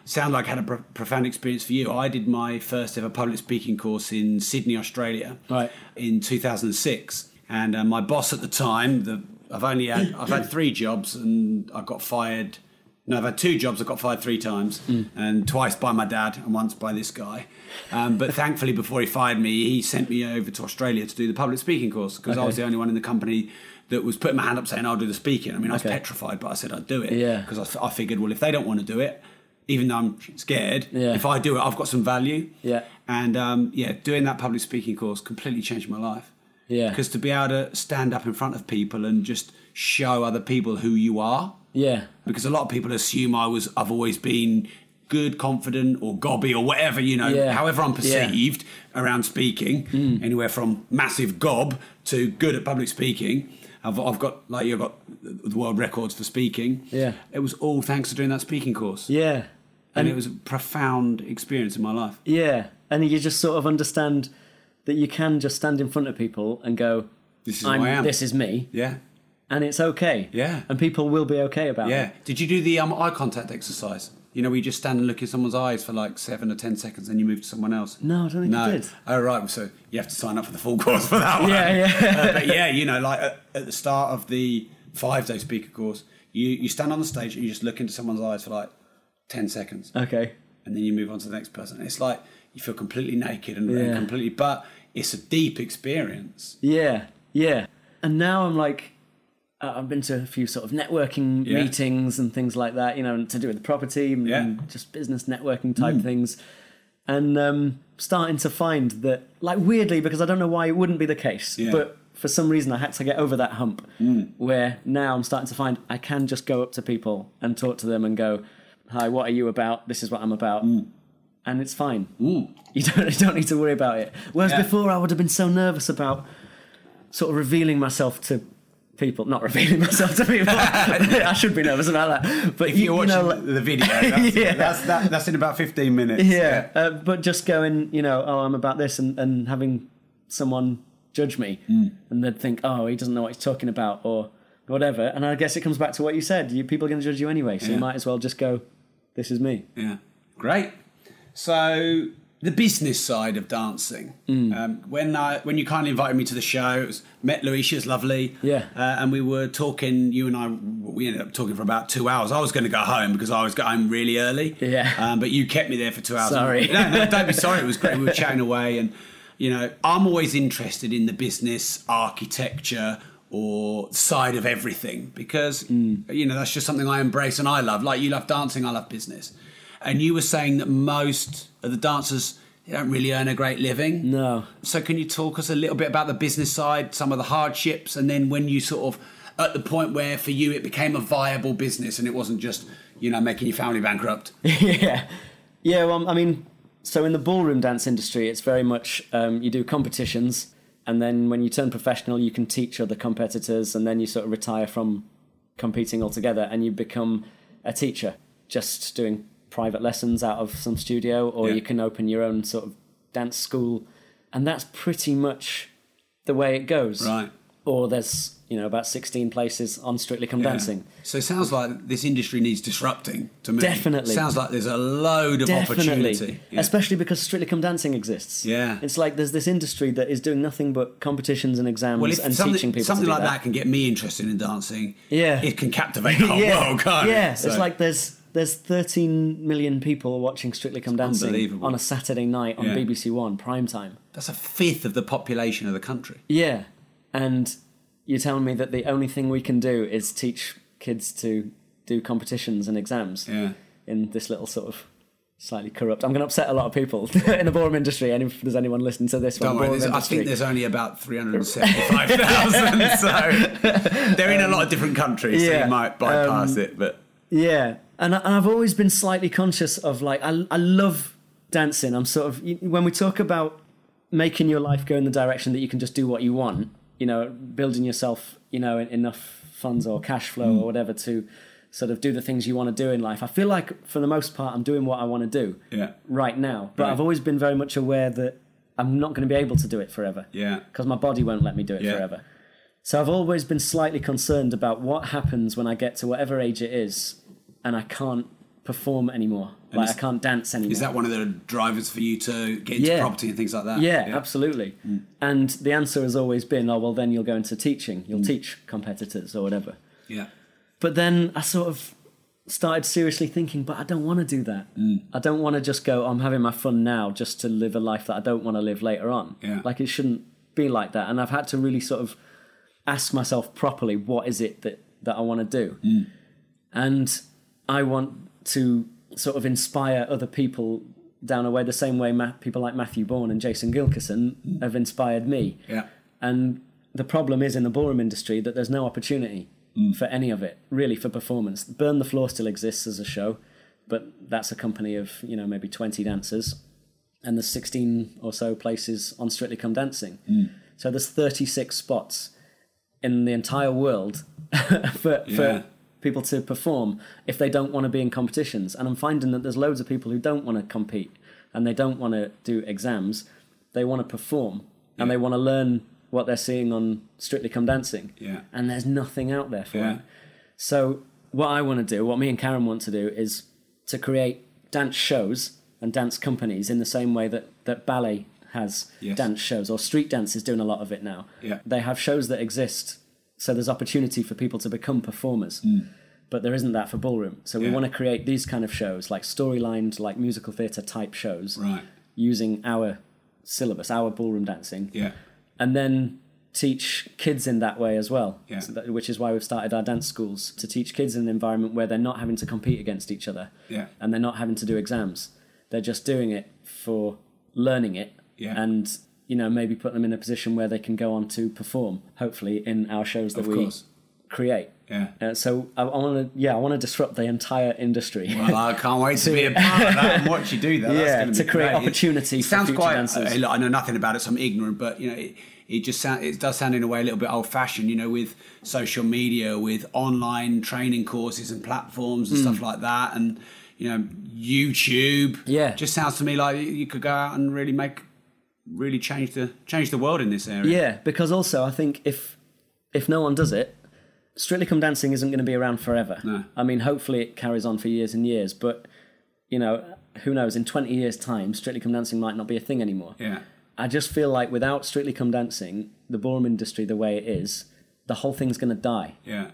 Speaker 1: sound like I had a pro- profound experience for you. I did my first ever public speaking course in Sydney, Australia,
Speaker 2: Right.
Speaker 1: in 2006, and uh, my boss at the time, the I've only had I've had three jobs and I got fired. No, I've had two jobs. I got fired three times,
Speaker 2: Mm.
Speaker 1: and twice by my dad, and once by this guy. Um, but thankfully, before he fired me, he sent me over to Australia to do the public speaking course because I was
Speaker 2: Okay.
Speaker 1: the only one in the company that was putting my hand up saying I'll do the speaking. I mean, I was
Speaker 2: Okay.
Speaker 1: petrified, but I said I'd do it
Speaker 2: Yeah.
Speaker 1: because I, f- I figured, well, if they don't want to do it, even though I'm scared,
Speaker 2: Yeah.
Speaker 1: if I do it, I've got some value.
Speaker 2: Yeah.
Speaker 1: And um, yeah, doing that public speaking course completely changed my life.
Speaker 2: Yeah.
Speaker 1: Because to be able to stand up in front of people and just show other people who you are,
Speaker 2: Yeah.
Speaker 1: because a lot of people assume I was I've always been good, confident, or gobby, or whatever you know.
Speaker 2: Yeah. Hmm.
Speaker 1: However, I'm perceived around speaking, anywhere from massive gob to good at public speaking. I've, I've got like you've got the world records for speaking.
Speaker 2: Yeah.
Speaker 1: it was all thanks to doing that speaking course,
Speaker 2: Yeah.
Speaker 1: and it was a profound experience in my life.
Speaker 2: Yeah, and you just sort of understand that you can just stand in front of people and go,
Speaker 1: This is
Speaker 2: I'm,
Speaker 1: who I am.
Speaker 2: This is me,"
Speaker 1: yeah,
Speaker 2: and it's okay.
Speaker 1: Yeah.
Speaker 2: and people will be okay about
Speaker 1: yeah.
Speaker 2: it.
Speaker 1: Did you do the um, eye contact exercise? You know, where you just stand and look in someone's eyes for like seven or ten seconds, then you move to someone else.
Speaker 2: No, I don't think
Speaker 1: no.
Speaker 2: I did.
Speaker 1: Oh right, so you have to sign up for the full course for that one.
Speaker 2: Yeah, yeah.
Speaker 1: Uh, but yeah, you know, like at, at the start of the five-day speaker course, you you stand on the stage and you just look into someone's eyes for like ten seconds,
Speaker 2: Okay.
Speaker 1: and then you move on to the next person. It's like you feel completely naked and, and
Speaker 2: Yeah.
Speaker 1: completely, but it's a deep experience.
Speaker 2: Yeah, yeah. And now I'm like, I- I've been to a few sort of networking
Speaker 1: Yeah.
Speaker 2: meetings and things like that, you know, to do with the property and,
Speaker 1: Yeah. Hmm.
Speaker 2: and just business networking type things. And um, starting to find that, like, weirdly, because I don't know why it wouldn't be the case,
Speaker 1: Yeah. Hmm.
Speaker 2: but for some reason I had to get over that hump where now I'm starting to find I can just go up to people and talk to them and go, "Hi, what are you about? This is what I'm about."
Speaker 1: Hmm.
Speaker 2: And it's fine. You don't you don't need to worry about it. Whereas
Speaker 1: Yeah.
Speaker 2: before I would have been so nervous about sort of revealing myself to people, not revealing myself to people. I should be nervous about that. But
Speaker 1: If you're
Speaker 2: you, you
Speaker 1: watching
Speaker 2: know, like-
Speaker 1: the video, that's,
Speaker 2: Yeah.
Speaker 1: that's, that, that's in about 15 minutes.
Speaker 2: yeah, Uh, but just going, you know, oh, I'm about this, and, and having someone judge me,
Speaker 1: Hmm.
Speaker 2: and they'd think, oh, he doesn't know what he's talking about, or whatever. And I guess it comes back to what you said. You, people are going to judge you anyway, so
Speaker 1: Yeah.
Speaker 2: you might as well just go, this is me.
Speaker 1: Yeah. Great. So the business side of dancing.
Speaker 2: Mm.
Speaker 1: Um, when I when you kindly invited me to the show, it was, met Luisha's lovely.
Speaker 2: Yeah.
Speaker 1: Uh, and we were talking. You and I, we ended up talking for about two hours. I was going to go home because I was going home really early.
Speaker 2: Yeah.
Speaker 1: Um, but you kept me there for two hours.
Speaker 2: Sorry.
Speaker 1: No, no, don't be sorry. It was great. We were chatting away, and you know, I'm always interested in the business architecture or side of everything because you know that's just something I embrace and I love. Like you love dancing, I love business. And you were saying that most of the dancers they don't really earn a great living.
Speaker 2: No.
Speaker 1: So can you talk us a little bit about the business side, some of the hardships, and then when you sort of at the point where for you it became a viable business and it wasn't just you know making your family bankrupt.
Speaker 2: yeah, yeah. Well, I mean, so in the ballroom dance industry, it's very much um, you do competitions, and then when you turn professional, you can teach other competitors, and then you sort of retire from competing altogether, and you become a teacher, just doing private lessons out of some studio, or
Speaker 1: Yeah.
Speaker 2: you can open your own sort of dance school, and that's pretty much the way it goes.
Speaker 1: Right.
Speaker 2: Or there's you know about sixteen places on Strictly Come Dancing.
Speaker 1: So it sounds like this industry needs disrupting to me.
Speaker 2: Definitely.
Speaker 1: Sounds like there's a load of opportunity. Yeah.
Speaker 2: Especially because Strictly Come Dancing exists.
Speaker 1: Yeah.
Speaker 2: It's like there's this industry that is doing nothing but competitions and exams
Speaker 1: well, if
Speaker 2: and teaching
Speaker 1: something,
Speaker 2: people
Speaker 1: something
Speaker 2: to do
Speaker 1: like that. can get me interested in dancing,
Speaker 2: Yeah.
Speaker 1: it can captivate the whole
Speaker 2: yeah.
Speaker 1: world, can't
Speaker 2: yeah.
Speaker 1: it? So-
Speaker 2: It's like there's there's 13 million people watching Strictly Come Dancing
Speaker 1: unbelievable.
Speaker 2: on a Saturday night on
Speaker 1: Yeah.
Speaker 2: BBC One prime time.
Speaker 1: that's a fifth of the population of the country.
Speaker 2: Yeah. And you're telling me that the only thing we can do is teach kids to do competitions and exams
Speaker 1: Yeah.
Speaker 2: in this little sort of slightly corrupt. I'm going to upset a lot of people in the ballroom industry. And if there's anyone listening to this,
Speaker 1: Don't
Speaker 2: one,
Speaker 1: worry,
Speaker 2: ballroom
Speaker 1: there's- I
Speaker 2: industry,
Speaker 1: think there's only about 375,000, so they're in a lot of different countries, so
Speaker 2: yeah, Um,
Speaker 1: you might bypass it. But
Speaker 2: Yeah, and, I, and I've always been slightly conscious of like I I love dancing. I'm sort of when we talk about making your life go in the direction that you can just do what you want. You know, building yourself, you know, en- enough funds or cash flow
Speaker 1: Mm.
Speaker 2: or whatever to sort of do the things you want to do in life. I feel like for the most part, I'm doing what I want to do
Speaker 1: Yeah.
Speaker 2: right now. But
Speaker 1: Right.
Speaker 2: I've always been very much aware that I'm not going to be able to do it forever.
Speaker 1: Yeah.
Speaker 2: because my body won't let me do it
Speaker 1: Yeah.
Speaker 2: forever. So I've always been slightly concerned about what happens when I get to whatever age it is and I can't perform anymore. like I
Speaker 1: is-
Speaker 2: can't dance anymore.
Speaker 1: is that one of the drivers for you to get into
Speaker 2: Yeah.
Speaker 1: property and things like that?
Speaker 2: yeah, absolutely.
Speaker 1: Mm.
Speaker 2: And the answer has always been, oh well then you'll go into teaching.
Speaker 1: Mm.
Speaker 2: You'll teach competitors or whatever.
Speaker 1: Yeah.
Speaker 2: But then I sort of started seriously thinking, but I don't want to do that.
Speaker 1: Mm.
Speaker 2: I don't want to just go, I'm having my fun now just to live a life that I don't want to live later on.
Speaker 1: Yeah.
Speaker 2: Like it shouldn't be like that. And I've had to really sort of ask myself properly, what is it that, that I want to do?
Speaker 1: Mm.
Speaker 2: And I want to sort of inspire other people down a way the same way ma- people like Matthew Bourne and Jason Gilkerson have inspired me.
Speaker 1: Mm. Yeah.
Speaker 2: And the problem is in the ballroom industry that there's no opportunity for any of it, really, for performance. Burn the Floor still exists as a show, but that's a company of, you know, maybe 20 dancers. And there's 16 or so places on Strictly Come Dancing. So there's 36 spots in the entire world for,
Speaker 1: Yeah.
Speaker 2: for people to perform if they don't want to be in competitions. And I'm finding that there's loads of people who don't want to compete and they don't want to do exams. They want to perform and they want to learn what they're seeing on Strictly Come Dancing.
Speaker 1: Yeah.
Speaker 2: And there's nothing out there for
Speaker 1: Yeah.
Speaker 2: it. So what I want to do, what me and Karen want to do, is to create dance shows and dance companies in the same way that, that ballet has
Speaker 1: Yes.
Speaker 2: dance shows or street dance is doing a lot of it now.
Speaker 1: Yeah.
Speaker 2: They have shows that exist, so there's opportunity for people to become performers. But there isn't that for ballroom. So we
Speaker 1: Hmm. Yeah.
Speaker 2: want to create these kind of shows, like storylines, like musical theatre type shows,
Speaker 1: Right.
Speaker 2: using our syllabus, our ballroom dancing
Speaker 1: Yeah.
Speaker 2: and then teach kids in that way as well.
Speaker 1: Yeah.
Speaker 2: So that, which is why we've started our dance schools to teach kids in an environment where they're not having to compete against each other.
Speaker 1: Yeah.
Speaker 2: And they're not having to do exams. They're just doing it for learning it
Speaker 1: Yeah.
Speaker 2: and you know, maybe put them in a position where they can go on to perform, hopefully, in our shows that
Speaker 1: Of
Speaker 2: we
Speaker 1: course.
Speaker 2: create.
Speaker 1: Yeah.
Speaker 2: Uh, so I, I want to, yeah, I want to disrupt the entire industry.
Speaker 1: Well, I can't wait to be a part of that and watch you do that. That's
Speaker 2: Yeah,
Speaker 1: gonna be
Speaker 2: to create
Speaker 1: great. It-
Speaker 2: opportunity
Speaker 1: It
Speaker 2: for
Speaker 1: sounds
Speaker 2: future
Speaker 1: quite.
Speaker 2: dancers.
Speaker 1: I- I know nothing about it, so I'm ignorant. But you know, it, it just sound, it does sound in a way a little bit old fashioned. You know, with social media, with online training courses and platforms
Speaker 2: Hmm.
Speaker 1: and stuff like that, and you know, YouTube.
Speaker 2: Yeah.
Speaker 1: just sounds to me like you- you could go out and really make, really change the change the world in this area.
Speaker 2: Yeah, because also I think if if no one does it, Strictly Come Dancing isn't going to be around forever.
Speaker 1: No.
Speaker 2: I mean, hopefully it carries on for years and years, but you know, who knows? In twenty years' time, Strictly Come Dancing might not be a thing anymore.
Speaker 1: yeah,
Speaker 2: I just feel like without Strictly Come Dancing, the ballroom industry the way it is, the whole thing's going to die,
Speaker 1: yeah.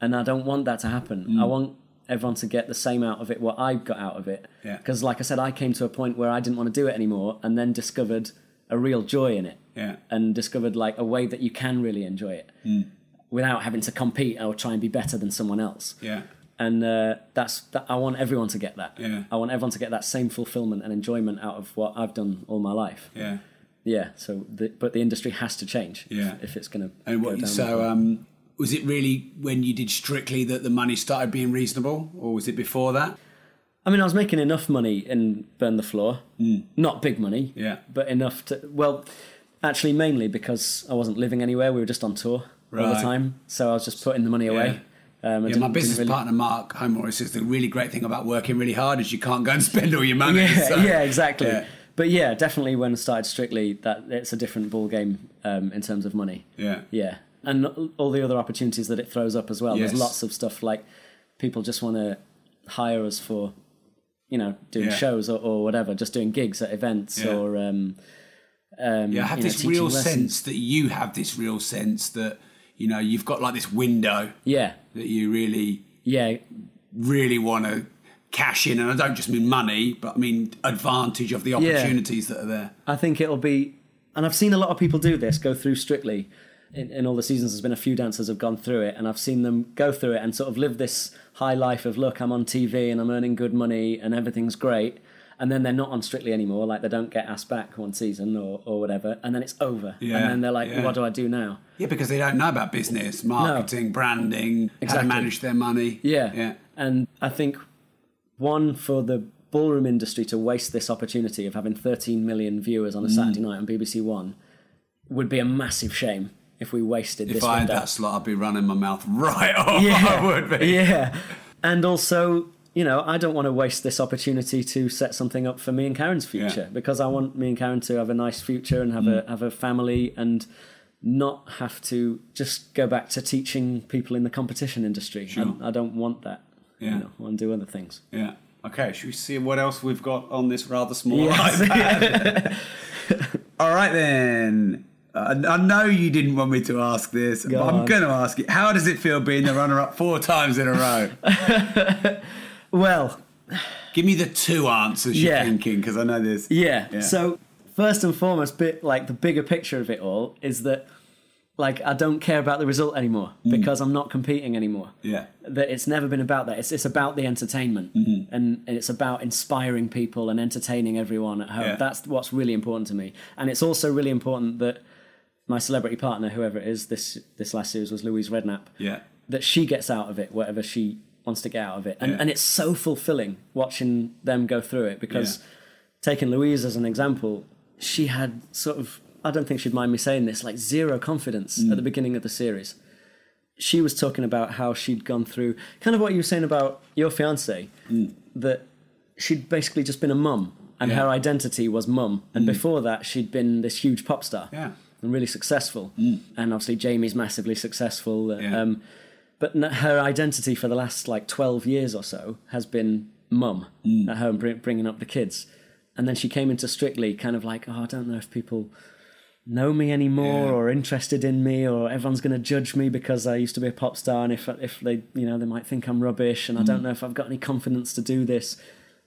Speaker 2: and I don't want that to happen. I
Speaker 1: Mm.
Speaker 2: want everyone to get the same out of it what I got out of it.
Speaker 1: Yeah.
Speaker 2: Because, like I said, I came to a point where I didn't want to do it anymore, and then discovered a real joy in it
Speaker 1: yeah. Mm.
Speaker 2: and discovered like a way that you can really enjoy it without having to compete or try and be better than someone else.
Speaker 1: Yeah.
Speaker 2: And uh, that's that, I want everyone to get that.
Speaker 1: Yeah.
Speaker 2: I want everyone to get that same fulfillment and enjoyment out of what I've done all my life.
Speaker 1: Yeah.
Speaker 2: Yeah, so the, but the industry has to change. if-
Speaker 1: Yeah.
Speaker 2: If, it's going to.
Speaker 1: And
Speaker 2: go down
Speaker 1: what,
Speaker 2: that
Speaker 1: so,
Speaker 2: road.
Speaker 1: um, was it really when you did Strictly that the money started being reasonable, or was it before that?
Speaker 2: I mean, I was making enough money in Burn the Floor. Not big money.
Speaker 1: Hmm. Yeah.
Speaker 2: But enough to. Well, actually, mainly because I wasn't living anywhere. We were just on tour all the
Speaker 1: Right.
Speaker 2: time. So I was just putting the money away. Um, I
Speaker 1: Yeah,
Speaker 2: didn't-
Speaker 1: my
Speaker 2: didn't
Speaker 1: business
Speaker 2: really-
Speaker 1: partner Mark Homer says the really great thing about working really hard is you can't go and spend all your money.
Speaker 2: yeah,
Speaker 1: so-
Speaker 2: yeah, exactly.
Speaker 1: Yeah,
Speaker 2: But yeah, definitely when I started strictly, that it's a different ball game um, in terms of money.
Speaker 1: yeah,
Speaker 2: Yeah, and all the other opportunities that it throws up as well.
Speaker 1: Yes.
Speaker 2: There's lots of stuff like people just want to hire us for, you know, doing
Speaker 1: Yeah.
Speaker 2: shows or, or whatever, just doing gigs at events
Speaker 1: Yeah.
Speaker 2: or. Um,
Speaker 1: Yeah, I have
Speaker 2: you know,
Speaker 1: this
Speaker 2: teaching
Speaker 1: real
Speaker 2: lessons.
Speaker 1: sense that you have this real sense that you know you've got like this window
Speaker 2: yeah,
Speaker 1: that you really,
Speaker 2: yeah,
Speaker 1: really want to cash in, and I don't just mean money, but I mean advantage of the opportunities that are there.
Speaker 2: I think it'll be, and I've seen a lot of people do this, go through Strictly. In, in all the seasons, there's been a few dancers have gone through it, and I've seen them go through it and sort of live this high life of look, I'm on TV and I'm earning good money and everything's great. And then they're not on Strictly anymore, like they don't get asked back one season or, or whatever, and then it's over.
Speaker 1: Yeah,
Speaker 2: and then they're like,
Speaker 1: yeah.
Speaker 2: what do I do now?
Speaker 1: Yeah, because they don't know about business, marketing, branding,
Speaker 2: Exactly.
Speaker 1: how to manage their money.
Speaker 2: Yeah.
Speaker 1: yeah,
Speaker 2: And I think one for the ballroom industry to waste this opportunity of having 13 million viewers
Speaker 1: Mm.
Speaker 2: on a Saturday night on BBC One would be a massive shame if we wasted
Speaker 1: If
Speaker 2: this
Speaker 1: I had
Speaker 2: window.
Speaker 1: that slot, I'd be running my mouth right off. I would be.
Speaker 2: Yeah. And also, you know, I don't want to waste this opportunity to set something up for me and Karen's future
Speaker 1: Yeah. Mm.
Speaker 2: because I want me and Karen to have a nice future and have a have a family and not have to just go back to teaching people in the competition industry.
Speaker 1: Sure.
Speaker 2: I, I don't want that.
Speaker 1: Yeah.
Speaker 2: You know, I want to do other things.
Speaker 1: Yeah. Okay, should we see what else we've got on this rather small
Speaker 2: Yes.
Speaker 1: iPad? All right then. I I know you didn't want me to ask this, but I'm
Speaker 2: on.
Speaker 1: going to ask it. How does it feel being the runner-up four times in a row?
Speaker 2: Well,
Speaker 1: Give me the two answers you're
Speaker 2: Yeah.
Speaker 1: thinking, because I know this.
Speaker 2: Yeah.
Speaker 1: Yeah.
Speaker 2: So first and foremost, bit like the bigger picture of it all is that like I don't care about the result anymore because I'm not competing anymore.
Speaker 1: Yeah.
Speaker 2: That it's never been about that. It's it's about the entertainment and, and it's about inspiring people and entertaining everyone at home.
Speaker 1: Yeah.
Speaker 2: That's what's really important to me. And it's also really important that my celebrity partner, whoever it is, this this last series was Louise Redknapp
Speaker 1: Yeah.
Speaker 2: that she gets out of it, whatever she wants to get out of it. And,
Speaker 1: Yeah.
Speaker 2: and it's so fulfilling watching them go through it because
Speaker 1: Yeah.
Speaker 2: taking Louise as an example, she had sort of, I don't think she'd mind me saying this, like zero confidence
Speaker 1: Mm.
Speaker 2: at the beginning of the series. She was talking about how she'd gone through kind of what you were saying about your fiance, that she'd basically just been a mum and
Speaker 1: Yeah. Mm.
Speaker 2: her identity was mum. And before that, she'd been this huge pop star
Speaker 1: Yeah. Mm.
Speaker 2: and really successful. And obviously, Jamie's massively successful. uh,
Speaker 1: Yeah.
Speaker 2: Um, but n- her identity for the last like 12 years or so has been mum
Speaker 1: Mm.
Speaker 2: at home, br- bringing up the kids. And then she came into Strictly kind of like, oh, I don't know if people know me anymore
Speaker 1: Yeah.
Speaker 2: or interested in me or everyone's going to judge me because I used to be a pop star and if if they you know they might think I'm rubbish and I
Speaker 1: Mm.
Speaker 2: don't know if I've got any confidence to do this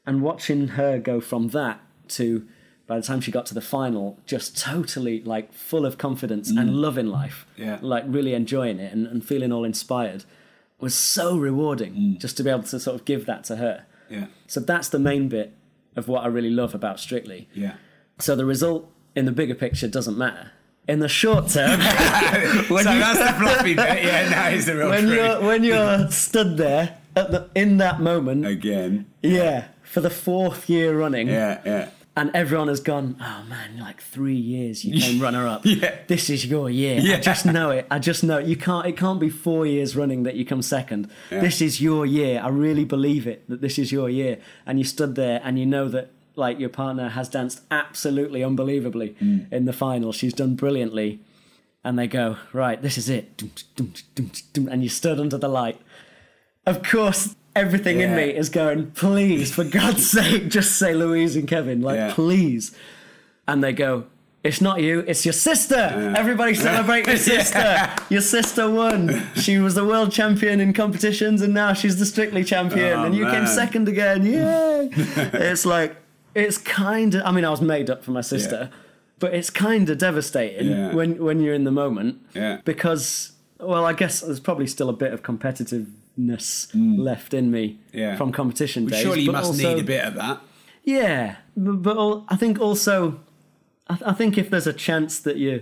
Speaker 2: and watching her go from that to by the time she got to the final just totally like full of confidence and loving life
Speaker 1: Mm. Yeah.
Speaker 2: like really enjoying it and, and feeling all inspired was so rewarding
Speaker 1: Mm.
Speaker 2: just to be able to sort of give that to her
Speaker 1: Yeah.
Speaker 2: so that's the main bit of what I really love about Strictly
Speaker 1: Yeah.
Speaker 2: so the result in the bigger picture doesn't matter. In the short term, when
Speaker 1: so
Speaker 2: you-
Speaker 1: that's the fluffy bit. Yeah, that is the real
Speaker 2: when
Speaker 1: truth.
Speaker 2: you're when you're stood there at the, in that moment,
Speaker 1: Again.
Speaker 2: yeah, for the fourth year running,
Speaker 1: Yeah, yeah.
Speaker 2: and everyone has gone, oh man, like three years you came runner up.
Speaker 1: Yeah.
Speaker 2: This is your year.
Speaker 1: Yeah.
Speaker 2: I just know it. I just know it. You can't it can't be four years running that you come second.
Speaker 1: Yeah.
Speaker 2: This is your year. I really believe it that this is your year. And you stood there and you know that like your partner has danced absolutely unbelievably
Speaker 1: Mm.
Speaker 2: in the final. She's done brilliantly. And they go, right, this is it. Dum, dum, dum, dum, And you stood under the light. Of course, everything in
Speaker 1: Yeah.
Speaker 2: me is going, please, for God's sake, just say Louise and Kevin. Like,
Speaker 1: Yeah.
Speaker 2: please. And they go, it's not you, it's your sister. Everybody celebrate your sister. Your sister won. She was the world champion in competitions and now she's the strictly champion.
Speaker 1: Oh,
Speaker 2: and you came
Speaker 1: man.
Speaker 2: second again. Yay. it's like, it's kind of, I mean, I was made up for my sister, but it's kind of devastating
Speaker 1: Yeah.
Speaker 2: when, when you're in the moment
Speaker 1: Yeah.
Speaker 2: because well i guess there's probably still a bit of competitiveness
Speaker 1: Mm.
Speaker 2: left in me
Speaker 1: Yeah.
Speaker 2: from competition days
Speaker 1: Surely you
Speaker 2: but
Speaker 1: must
Speaker 2: also-
Speaker 1: need a bit of that.
Speaker 2: yeah b- but al- i think also I, th- I think if there's a chance that you're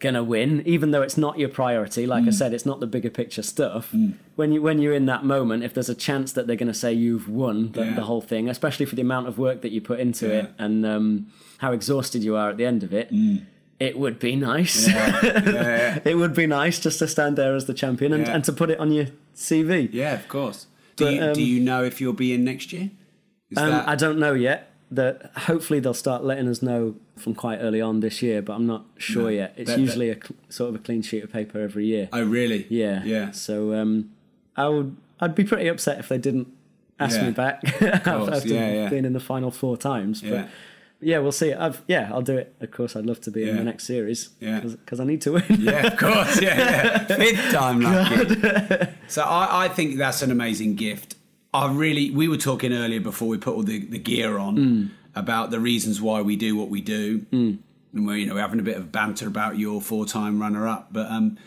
Speaker 2: gonna win even though it's not your priority
Speaker 1: Mm.
Speaker 2: like i said it's not the bigger picture stuff when you when you're in that moment if there's a chance that they're gonna say you've won the,
Speaker 1: Yeah.
Speaker 2: the whole thing especially for the amount of work that you put into
Speaker 1: Yeah.
Speaker 2: it and um, how exhausted you are at the end of it it would be nice
Speaker 1: Mm. Yeah,
Speaker 2: it would be nice just to stand there as the champion and,
Speaker 1: Yeah.
Speaker 2: and to put it on your CV.
Speaker 1: yeah of course. Do,
Speaker 2: But,
Speaker 1: you, do
Speaker 2: um,
Speaker 1: you know if you'll be in next year? Is
Speaker 2: Um,
Speaker 1: that-
Speaker 2: I don't know yet. That hopefully they'll start letting us know from quite early on this year, but I'm not sure yet. It's
Speaker 1: That- that-
Speaker 2: usually a cl- sort of a clean sheet of paper every year.
Speaker 1: oh, really?
Speaker 2: yeah.
Speaker 1: Yeah.
Speaker 2: So um, I would. I'd be pretty upset if they didn't ask
Speaker 1: Yeah.
Speaker 2: me back
Speaker 1: course,
Speaker 2: after
Speaker 1: yeah, yeah.
Speaker 2: being in the final four times. But
Speaker 1: Yeah.
Speaker 2: yeah, we'll see. I've yeah, I'll do it. Of course, I'd love to be in
Speaker 1: Yeah.
Speaker 2: the next series.
Speaker 1: Yeah.
Speaker 2: because I need to win.
Speaker 1: Yeah, of course. Yeah, yeah. fifth time lucky. so I, I think that's an amazing gift. I really, we were talking earlier before we put all the, the gear on about the reasons why we do what we do, and we're you know having a bit of banter about your four time runner up. But um,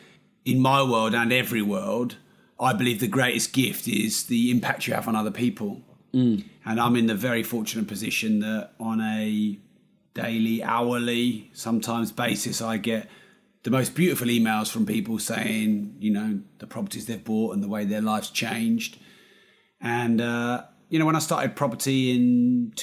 Speaker 1: in my world and every world, I believe the greatest gift is the impact you have on other people. And I'm in the very fortunate position that on a daily, hourly, sometimes basis, I get the most beautiful emails from people saying, you know, the properties they've bought and the way their lives changed. And, uh, you know, when I started property in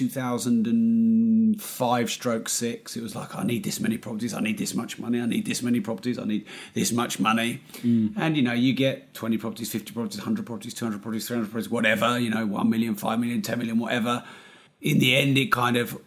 Speaker 1: 2005, stroke six, it was like, I need this many properties, I need this much money, I need this many properties, I need this much money. And, you know, you get 20 properties, 50 properties, 100 properties, 200 properties, 300 properties, whatever, you know, 1 million, 5 million, 10 million, whatever. In the end, it kind of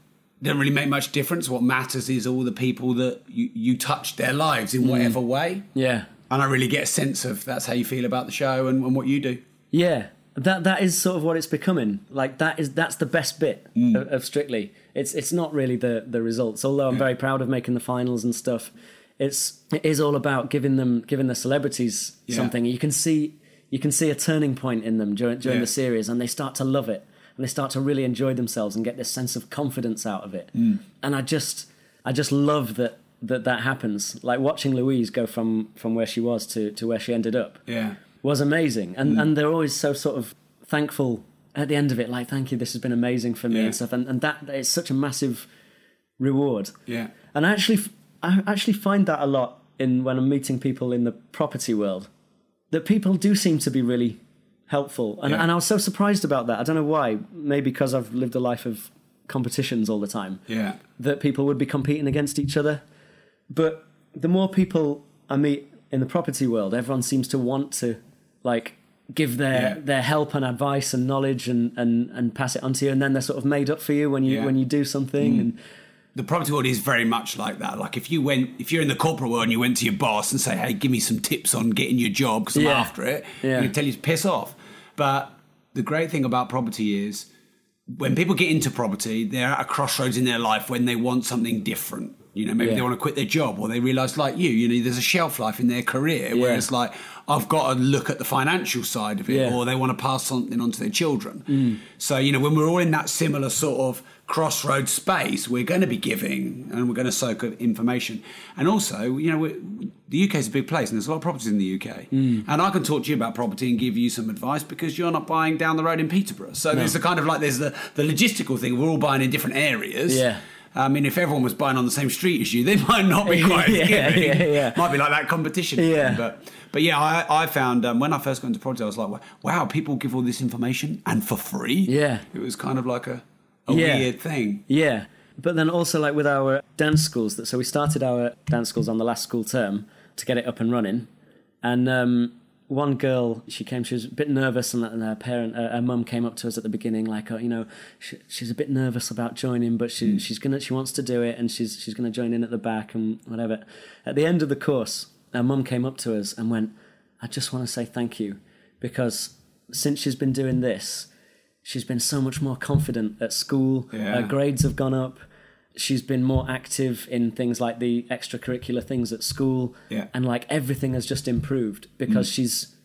Speaker 1: doesn't really make much difference. What matters is all the people that you, you touched their lives in whatever way.
Speaker 2: yeah.
Speaker 1: And I really get a sense of that's how you feel about the show and, and what you do.
Speaker 2: Yeah, that that is sort of what it's becoming. Like that is that's the best bit
Speaker 1: Mm.
Speaker 2: of, of Strictly. It's it's not really the the results. Although I'm very proud of making the finals and stuff. It's it is all about giving them giving the celebrities
Speaker 1: Yeah.
Speaker 2: something. You can see you can see a turning point in them during during
Speaker 1: Yeah.
Speaker 2: the series, and they start to love it and they start to really enjoy themselves and get this sense of confidence out of it.
Speaker 1: Mm.
Speaker 2: And I just I just love that. That that happens, like watching Louise go from from where she was to to where she ended up
Speaker 1: Yeah.
Speaker 2: was amazing. And
Speaker 1: Mm.
Speaker 2: and they're always so sort of thankful at the end of it, like, thank you, this has been amazing for me
Speaker 1: Yeah.
Speaker 2: and stuff. And and that it's such a massive reward.
Speaker 1: Yeah.
Speaker 2: And I actually f- I actually find that a lot in when I'm meeting people in the property world. That people do seem to be really helpful. And
Speaker 1: Yeah.
Speaker 2: and I was so surprised about that. I don't know why. Maybe because I've lived a life of competitions all the time
Speaker 1: Yeah.
Speaker 2: that people would be competing against each other. But the more people I meet in the property world, everyone seems to want to like give their
Speaker 1: Yeah.
Speaker 2: their help and advice and knowledge and, and and pass it on to you and then they're sort of made up for you when you
Speaker 1: Yeah. Mm.
Speaker 2: when you do something and
Speaker 1: The property world is very much like that. Like if you went, if you're in the corporate world and you went to your boss and say, "Hey, give me some tips on getting your job because I'm
Speaker 2: Yeah.
Speaker 1: after it,"
Speaker 2: Yeah.
Speaker 1: he'd tell you to piss off. But the great thing about property is when people get into property, they're at a crossroads in their life when they want something different. You know, maybe
Speaker 2: Yeah.
Speaker 1: they want to quit their job or they realize, like you, you know, there's a shelf life in their career. Whereas, like, I've got to look at the financial side of it
Speaker 2: Yeah. Mm.
Speaker 1: or they want to pass something on to their children. So, you know, when we're all in that similar sort of crossroad space, we're going to be giving and we're going to soak up information. And also, you know, we the UK is a big place and there's a lot of properties in the UK.
Speaker 2: Mm.
Speaker 1: And I can talk to you about property and give you some advice because you're not buying down the road in Peterborough. So there's the kind of like, there's the, the logistical thing. We're all buying in different areas.
Speaker 2: Yeah.
Speaker 1: I mean, if everyone was buying on the same street as you, they might not be quite as
Speaker 2: Yeah,
Speaker 1: giving.
Speaker 2: yeah, yeah.
Speaker 1: Might be like that competition.
Speaker 2: Yeah.
Speaker 1: thing, But, but yeah, I, I found um, when I first got into project, I was like, wow, people give all this information and for free.
Speaker 2: Yeah.
Speaker 1: It was kind of like a, a
Speaker 2: Yeah.
Speaker 1: weird thing.
Speaker 2: Yeah. But then also like with our dance schools that so we started our dance schools on the last school term to get it up and running. And um one girl, she came. She was a bit nervous, and, and her parent, uh, her mum, came up to us at the beginning, like, oh, you know, she, she's a bit nervous about joining, but she, she's gonna, she wants to do it, and she's she's gonna join in at the back and whatever. At the end of the course, her mum came up to us and went, I just want to say thank you, because since she's been doing this, she's been so much more confident at school.
Speaker 1: Yeah.
Speaker 2: Her grades have gone up. She's been more active in things like the extracurricular things at school.
Speaker 1: Yeah. Mm.
Speaker 2: And like everything has just improved because she's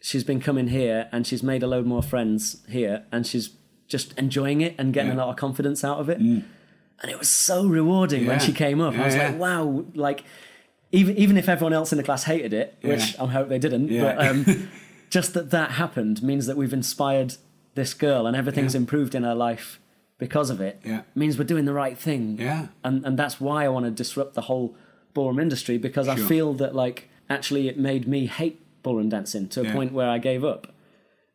Speaker 2: she's been coming here and she's made a load more friends here and she's just enjoying it and getting a
Speaker 1: Yeah. Mm.
Speaker 2: lot of confidence out of it. And it was so rewarding when
Speaker 1: Yeah.
Speaker 2: she came up.
Speaker 1: Yeah,
Speaker 2: I was
Speaker 1: yeah.
Speaker 2: like, wow, like even even if everyone else in the class hated it, which
Speaker 1: Yeah.
Speaker 2: I hope they didn't,
Speaker 1: Yeah.
Speaker 2: but um, just that that happened means that we've inspired this girl and everything's
Speaker 1: Yeah.
Speaker 2: improved in her life because of it.
Speaker 1: Yeah.
Speaker 2: Means we're doing the right thing.
Speaker 1: Yeah.
Speaker 2: And and that's why I want to disrupt the whole ballroom industry because I
Speaker 1: Sure.
Speaker 2: feel that like actually it made me hate ballroom dancing to a
Speaker 1: Yeah.
Speaker 2: point where I gave up.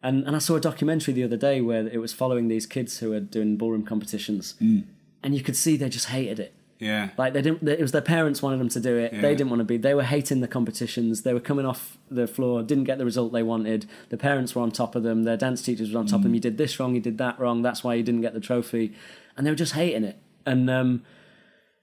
Speaker 2: And and I saw a documentary the other day where it was following these kids who were doing ballroom competitions.
Speaker 1: Mm.
Speaker 2: And you could see they just hated it.
Speaker 1: Yeah.
Speaker 2: Like they didn't. It was their parents wanted them to do it. They
Speaker 1: Yeah.
Speaker 2: didn't want to be. They were hating the competitions. They were coming off the floor. Didn't get the result they wanted. The parents were on top of them. Their dance teachers were on top of them.
Speaker 1: Mm.
Speaker 2: You did this wrong. You did that wrong. That's why you didn't get the trophy. And they were just hating it. And um,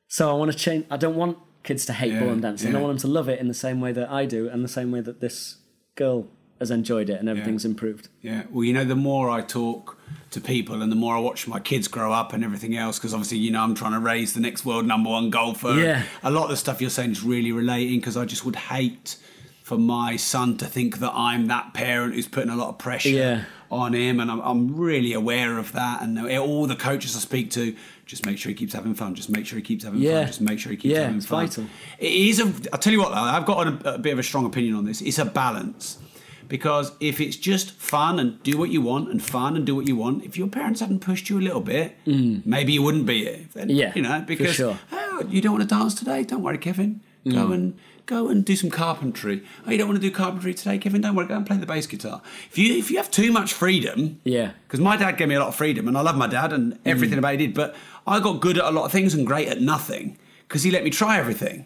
Speaker 2: so I want to change. I don't want kids to hate
Speaker 1: Yeah,
Speaker 2: ballroom dancing. I
Speaker 1: yeah.
Speaker 2: want them to love it in the same way that I do, and the same way that this girl has enjoyed it, and everything's improved.
Speaker 1: Yeah. Well, you know, the more I talk to people and the more I watch my kids grow up and everything else, because obviously, you know, I'm trying to raise the next world number one golfer.
Speaker 2: Yeah.
Speaker 1: A lot of the stuff you're saying is really relating because I just would hate for my son to think that I'm that parent who's putting a lot of pressure
Speaker 2: Yeah.
Speaker 1: on him. And I'm, I'm really aware of that. And all the coaches I speak to, just make sure he keeps having fun. Just make sure he keeps having
Speaker 2: Yeah.
Speaker 1: fun. Just make sure he keeps
Speaker 2: Yeah,
Speaker 1: having
Speaker 2: it's
Speaker 1: fun.
Speaker 2: vital.
Speaker 1: It is a. I tell you what, though, I've got a, a bit of a strong opinion on this. It's a balance because if it's just fun and do what you want and fun and do what you want, if your parents hadn't pushed you a little bit, maybe you wouldn't be here. Then,
Speaker 2: Mm. Yeah,
Speaker 1: you know
Speaker 2: for
Speaker 1: because
Speaker 2: sure.
Speaker 1: oh, you don't want to dance today. Don't worry, Kevin. Go and go and do some carpentry. Oh, you don't want to do carpentry today, Kevin. Don't worry. Go and play the bass guitar. If you if you have too much freedom,
Speaker 2: Yeah.
Speaker 1: because my dad gave me a lot of freedom, and I love my dad and everything about he did. But I got good at a lot of things and great at nothing because he let me try everything.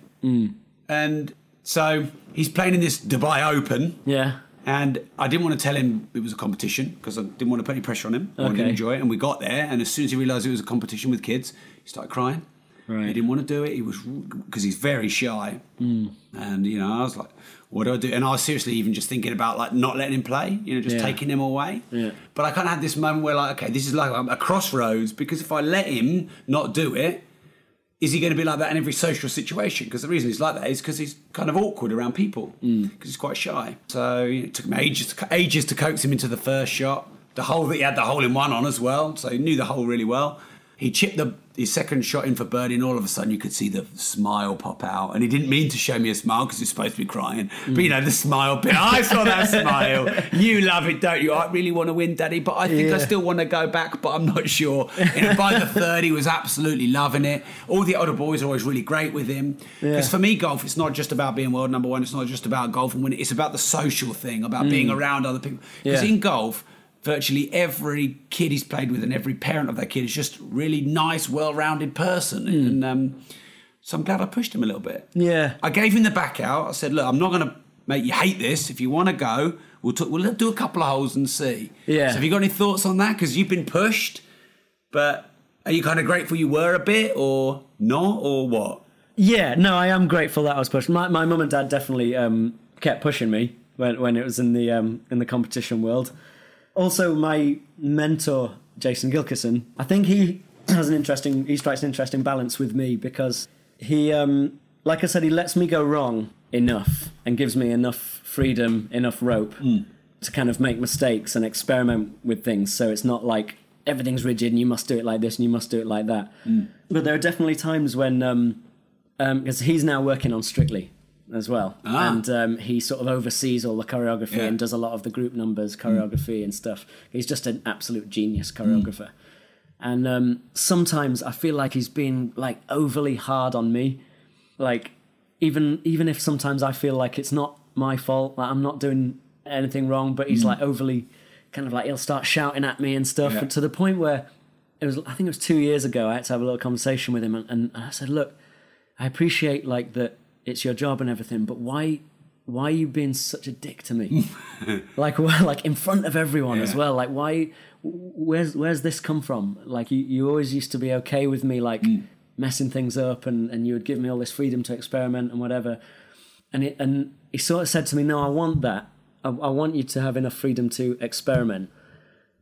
Speaker 1: And so he's playing in this Dubai Open.
Speaker 2: Yeah.
Speaker 1: And I didn't want to tell him it was a competition because I didn't want to put any pressure on him. I wanted him to
Speaker 2: Okay.
Speaker 1: enjoy it. And we got there, and as soon as he realised it was a competition with kids, he started crying.
Speaker 2: Right. Hmm.
Speaker 1: He didn't want to do it. He was because he's very shy. And you know, I was like, "What do I do?" And I was seriously even just thinking about like not letting him play. You know, just
Speaker 2: Yeah.
Speaker 1: taking him away.
Speaker 2: Yeah.
Speaker 1: But I kind of had this moment where like, okay, this is like a crossroads because if I let him not do it, is he going to be like that in every social situation? Because the reason he's like that is because he's kind of awkward around people because he's quite shy. So you know, it took him ages to, ages to coax him into the first shot. The hole that he had the hole in one on as well, so he knew the hole really well. He chipped the, his second shot in for birdie, and all of a sudden you could see the smile pop out. And he didn't mean to show me a smile because he's supposed to be crying, but you know the smile bit. I saw that smile. You love it, don't you? I really want to win, Daddy, but I think I
Speaker 2: Yeah.
Speaker 1: still want to go back, but I'm not sure. And by the third, he was absolutely loving it. All the older boys are always really great with him. Because
Speaker 2: Yeah.
Speaker 1: for me, golf, it's not just about being world number one. It's not just about golf and winning. It's about the social thing, about being around other people. Because
Speaker 2: Mm. Yeah.
Speaker 1: in golf, virtually every kid he's played with and every parent of that kid is just really nice, well-rounded person. And um, so I'm glad I pushed him a little bit.
Speaker 2: Mm. Yeah.
Speaker 1: I gave him the back out. I said, "Look, I'm not going to make you hate this. If you want to go, we'll talk, we'll do a couple of holes and see."
Speaker 2: Yeah.
Speaker 1: So have you got any thoughts on that? Because you've been pushed, but are you kind of grateful you were a bit or not or what?
Speaker 2: Yeah, no, I am grateful that I was pushed. My my mum and dad definitely um, kept pushing me when when it was in the um, in the competition world. Also, my mentor Jason Gilkison, I think he has an interesting he strikes an interesting balance with me because he, um, like I said, he lets me go wrong enough and gives me enough freedom, enough rope to kind of make mistakes and experiment with things. So it's not like everything's rigid and you must do it like this and you must do it like that. But there are definitely times when. Um, because he's now working on Strictly as well,
Speaker 1: Ah.
Speaker 2: and um, he sort of oversees all the choreography
Speaker 1: Yeah. Mm. Mm.
Speaker 2: and does a lot of the group numbers choreography and stuff. He's just an absolute genius choreographer, And um, sometimes I feel like he's been like overly hard on me. Like even even if sometimes I feel like it's not my fault, like I'm not doing anything wrong, but he's like overly kind of like he'll start shouting at me and stuff
Speaker 1: Yeah.
Speaker 2: to the point where it was I think it was two years ago I had to have a little conversation with him and, and I said, look, I appreciate like that it's your job and everything, but why why are you being such a dick to me? like well, like in front of everyone as
Speaker 1: Yeah.
Speaker 2: well. Like why where's where's this come from? Like you, you always used to be okay with me like messing things up and, and you would give me all this freedom to experiment and whatever. And it, and he sort of said to me, No, I want that. I, I want you to have enough freedom to experiment.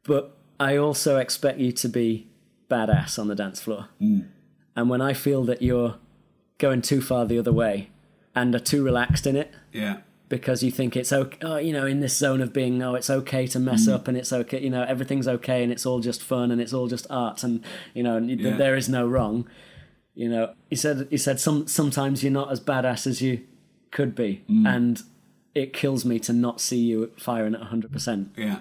Speaker 2: But I also expect you to be badass on the dance floor. And when I feel that you're going too far the other way and are too relaxed in it,
Speaker 1: Yeah.
Speaker 2: because you think it's okay, oh, you know, in this zone of being, oh, it's okay to mess up and it's okay, you know, everything's okay and it's all just fun and it's all just art and, you know, and
Speaker 1: Yeah.
Speaker 2: th- there is no wrong. You know, he said, he said, some, sometimes you're not as badass as you could be. And it kills me to not see you firing at 100%.
Speaker 1: Yeah.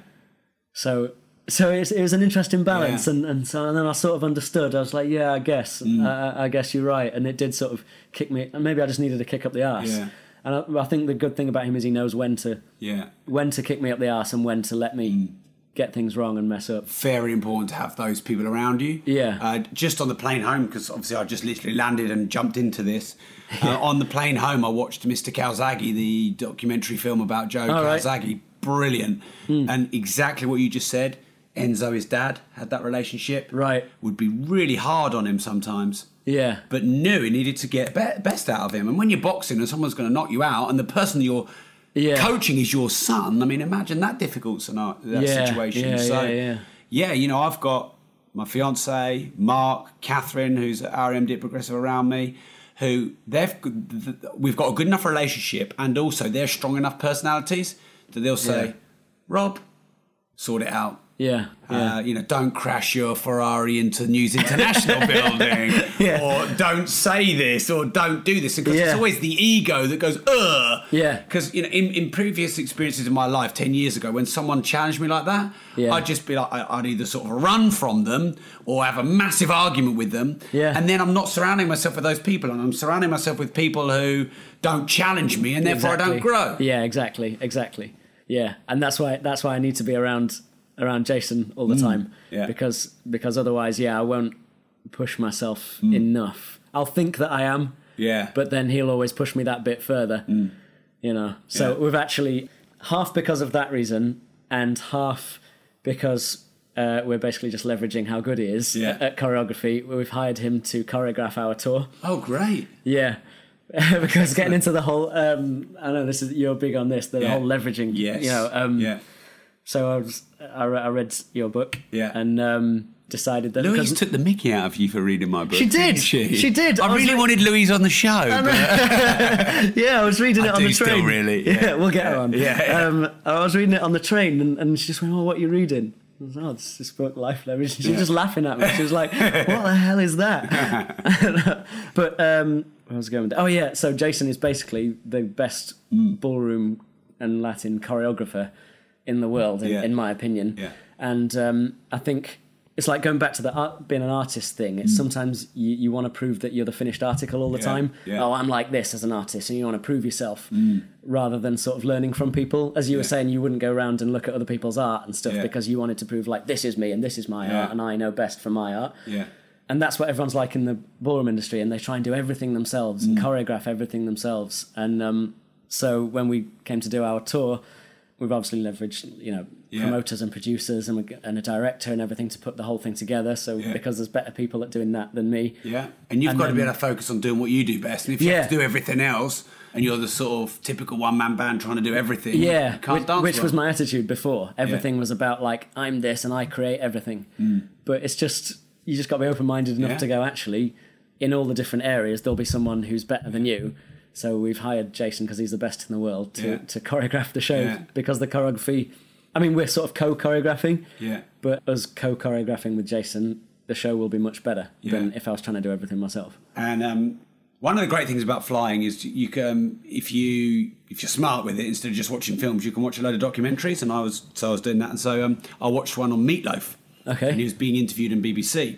Speaker 2: So, so it was, it was an interesting balance,
Speaker 1: Yeah. Mm.
Speaker 2: and, and so and then I sort of understood. I was like, yeah, I guess, I, I- I guess you're right, and it did sort of kick me. And maybe I just needed a kick up the arse.
Speaker 1: Yeah.
Speaker 2: And I, I think the good thing about him is he knows when to
Speaker 1: Yeah.
Speaker 2: when to kick me up the arse and when to let me
Speaker 1: Mm.
Speaker 2: get things wrong and mess up.
Speaker 1: very important to have those people around you.
Speaker 2: Yeah.
Speaker 1: Uh, just on the plane home, because obviously I just literally landed and jumped into this. Uh, on the plane home, I watched Mr. Calzaghe, the documentary film about Joe
Speaker 2: All right. Hmm.
Speaker 1: Calzaghe. Brilliant. And exactly what you just said. Enzo, his dad, had that relationship.
Speaker 2: Right.
Speaker 1: Would be really hard on him sometimes.
Speaker 2: Yeah,
Speaker 1: But knew he needed to get be- best out of him. And when you're boxing and someone's going to knock you out, and the person you're
Speaker 2: Yeah.
Speaker 1: coaching is your son, I mean, imagine that difficult scenario, that
Speaker 2: Yeah,
Speaker 1: situation.
Speaker 2: yeah,
Speaker 1: so,
Speaker 2: yeah, yeah.
Speaker 1: yeah, you know, I've got my fiance, Mark, Catherine, who's at RMD Progressive around me, who they've we've got a good enough relationship, and also they're strong enough personalities that they'll say,
Speaker 2: Yeah.
Speaker 1: "Rob, sort it out."
Speaker 2: yeah, yeah.
Speaker 1: Uh, you know, don't crash your Ferrari into News International building,
Speaker 2: Yeah.
Speaker 1: or don't say this, or don't do this. Because it's
Speaker 2: Yeah.
Speaker 1: always the ego that goes, ugh.
Speaker 2: Yeah.
Speaker 1: Because you know, in, in previous experiences in my life, ten years ago, when someone challenged me like that,
Speaker 2: Yeah.
Speaker 1: I'd just be like, I- I'd either sort of run from them or have a massive argument with them.
Speaker 2: Yeah.
Speaker 1: And then I'm not surrounding myself with those people, and I'm surrounding myself with people who don't challenge me, and therefore I don't grow.
Speaker 2: Yeah, exactly, exactly. Yeah, and that's why that's why I need to be around around Jason all the time.
Speaker 1: Mm, yeah.
Speaker 2: Because because otherwise, yeah, I won't push myself enough. I'll think that I am,
Speaker 1: Mm. Yeah. Mm.
Speaker 2: but then he'll always push me that bit further. You know. So
Speaker 1: Yeah.
Speaker 2: we've actually half because of that reason, and half because uh, we're basically just leveraging how good he is
Speaker 1: Yeah.
Speaker 2: at choreography. We've hired him to choreograph our tour.
Speaker 1: oh, great.
Speaker 2: Yeah. because getting into the whole, um, I know this is you're big on this, the
Speaker 1: Yeah.
Speaker 2: whole leveraging.
Speaker 1: Yes.
Speaker 2: You know, um,
Speaker 1: yeah.
Speaker 2: So I was, I, re- I read your book.
Speaker 1: Yeah.
Speaker 2: And um, decided that
Speaker 1: Louise
Speaker 2: because-
Speaker 1: took the mickey out of you for reading my book.
Speaker 2: She did.
Speaker 1: didn't She,
Speaker 2: She did.
Speaker 1: I,
Speaker 2: I was
Speaker 1: really
Speaker 2: like-
Speaker 1: wanted Louise on the show. but
Speaker 2: yeah, I was reading it
Speaker 1: I
Speaker 2: on
Speaker 1: do
Speaker 2: the
Speaker 1: still
Speaker 2: train.
Speaker 1: really,
Speaker 2: Yeah,
Speaker 1: yeah.
Speaker 2: we'll get her on.
Speaker 1: Yeah, yeah.
Speaker 2: Um, I was reading it on the train, and, and she just went, "Oh, what are you reading?" I was, "Oh, it's this book, Life Leverage." She was just laughing at me. She was like, "What the hell is that?" but um, where was I going? With that? Oh yeah, so Jason is basically the best
Speaker 1: Mm.
Speaker 2: ballroom and Latin choreographer in the world, in,
Speaker 1: Yeah.
Speaker 2: in my opinion.
Speaker 1: Yeah.
Speaker 2: And um, I think it's like going back to the art, being an artist thing. It's sometimes you, you want to prove that you're the finished article all the
Speaker 1: Mm. Yeah,
Speaker 2: time.
Speaker 1: yeah.
Speaker 2: Oh, I'm like this as an artist, and you want to prove yourself
Speaker 1: Mm.
Speaker 2: rather than sort of learning from people. As you were saying, you wouldn't go around and look at other people's art and stuff
Speaker 1: Yeah.
Speaker 2: because you wanted to prove like this is me and this is my
Speaker 1: Yeah.
Speaker 2: art and I know best from my art.
Speaker 1: yeah.
Speaker 2: And that's what everyone's like in the ballroom industry, and they try and do everything themselves
Speaker 1: Mm.
Speaker 2: and choreograph everything themselves. And um, so when we came to do our tour, we've obviously leveraged, you know,
Speaker 1: Yeah.
Speaker 2: promoters and producers and, we- and a director and everything to put the whole thing together. So
Speaker 1: Yeah.
Speaker 2: because there's better people at doing that than me.
Speaker 1: Yeah. And you've
Speaker 2: And
Speaker 1: got to be
Speaker 2: then-
Speaker 1: able to focus on doing what you do best. And if you have to
Speaker 2: Yeah.
Speaker 1: do everything else and you're the sort of typical one man band trying to do everything,
Speaker 2: Yeah,
Speaker 1: you can't
Speaker 2: which,
Speaker 1: dance
Speaker 2: which
Speaker 1: well.
Speaker 2: was my attitude before. Everything was about like I'm this and I create everything. But it's just you just got to be open minded enough
Speaker 1: Mm. Yeah.
Speaker 2: to go. Actually, in all the different areas, there'll be someone who's better than you. So we've hired Jason because he's the best in the world to,
Speaker 1: Yeah.
Speaker 2: to choreograph the show
Speaker 1: Yeah.
Speaker 2: because the choreography. I mean, we're sort of co-choreographing,
Speaker 1: Yeah.
Speaker 2: but us co-choreographing with Jason, the show will be much better than if I was trying to do everything myself.
Speaker 1: And um, one of the great things about flying is you can, if you if you're smart with it, instead of just watching films, you can watch a load of documentaries. And I was so I was doing that, and so um, I watched one on meatloaf.
Speaker 2: Okay.
Speaker 1: And he was being interviewed in BBC.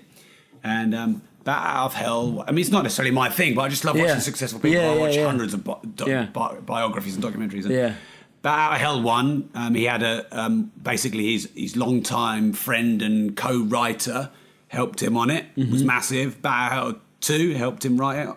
Speaker 1: And um, Bat Out of Hell, I mean, it's not necessarily my thing, but I just love watching
Speaker 2: Yeah.
Speaker 1: successful people.
Speaker 2: Yeah,
Speaker 1: I
Speaker 2: yeah,
Speaker 1: watch
Speaker 2: yeah.
Speaker 1: hundreds of bi- do-
Speaker 2: Yeah.
Speaker 1: bi- biographies and documentaries. And
Speaker 2: Yeah.
Speaker 1: Bat Out of Hell one, um, he had a um, basically his his longtime friend and co-writer helped him on it.
Speaker 2: Mm-hmm.
Speaker 1: Was massive. Bat Out of Hell two helped him write it.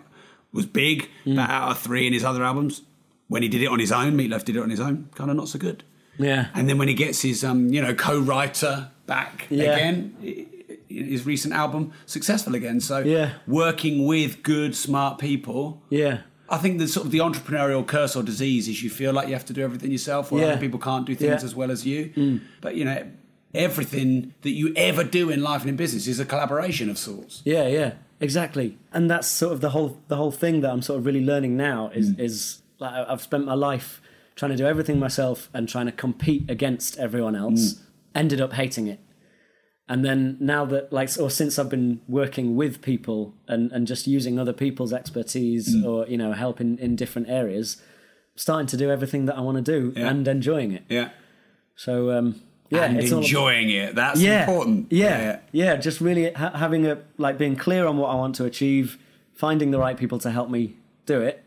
Speaker 1: Was big.
Speaker 2: Mm.
Speaker 1: Bat Out of three and his other albums. When he did it on his own, Meatloaf did it on his own. Kind of not so good.
Speaker 2: Yeah.
Speaker 1: And then when he gets his um, you know co-writer back
Speaker 2: Yeah.
Speaker 1: again, i- i- his recent album successful again. So
Speaker 2: Yeah.
Speaker 1: working with good smart people.
Speaker 2: yeah.
Speaker 1: I think the sort of the entrepreneurial curse or disease is you feel like you have to do everything yourself, or
Speaker 2: Yeah.
Speaker 1: other people can't do things
Speaker 2: Yeah. Mm.
Speaker 1: as well as you. But you know, everything that you ever do in life and in business is a collaboration of sorts.
Speaker 2: Yeah, yeah, exactly. And that's sort of the whole the whole thing that I'm sort of really learning now is is like I- I've spent my life trying to do everything myself and trying to compete against everyone else. Ended up hating it. And then now that like or since I've been working with people and and just using other people's expertise or you know help in in different areas, starting to do everything that I want to do
Speaker 1: Yeah.
Speaker 2: and enjoying it.
Speaker 1: Yeah,
Speaker 2: So um yeah,
Speaker 1: and
Speaker 2: it's all-
Speaker 1: enjoying it. That's important.
Speaker 2: yeah, yeah, Just really ha- having a like being clear on what I want to achieve, finding the right people to help me do it,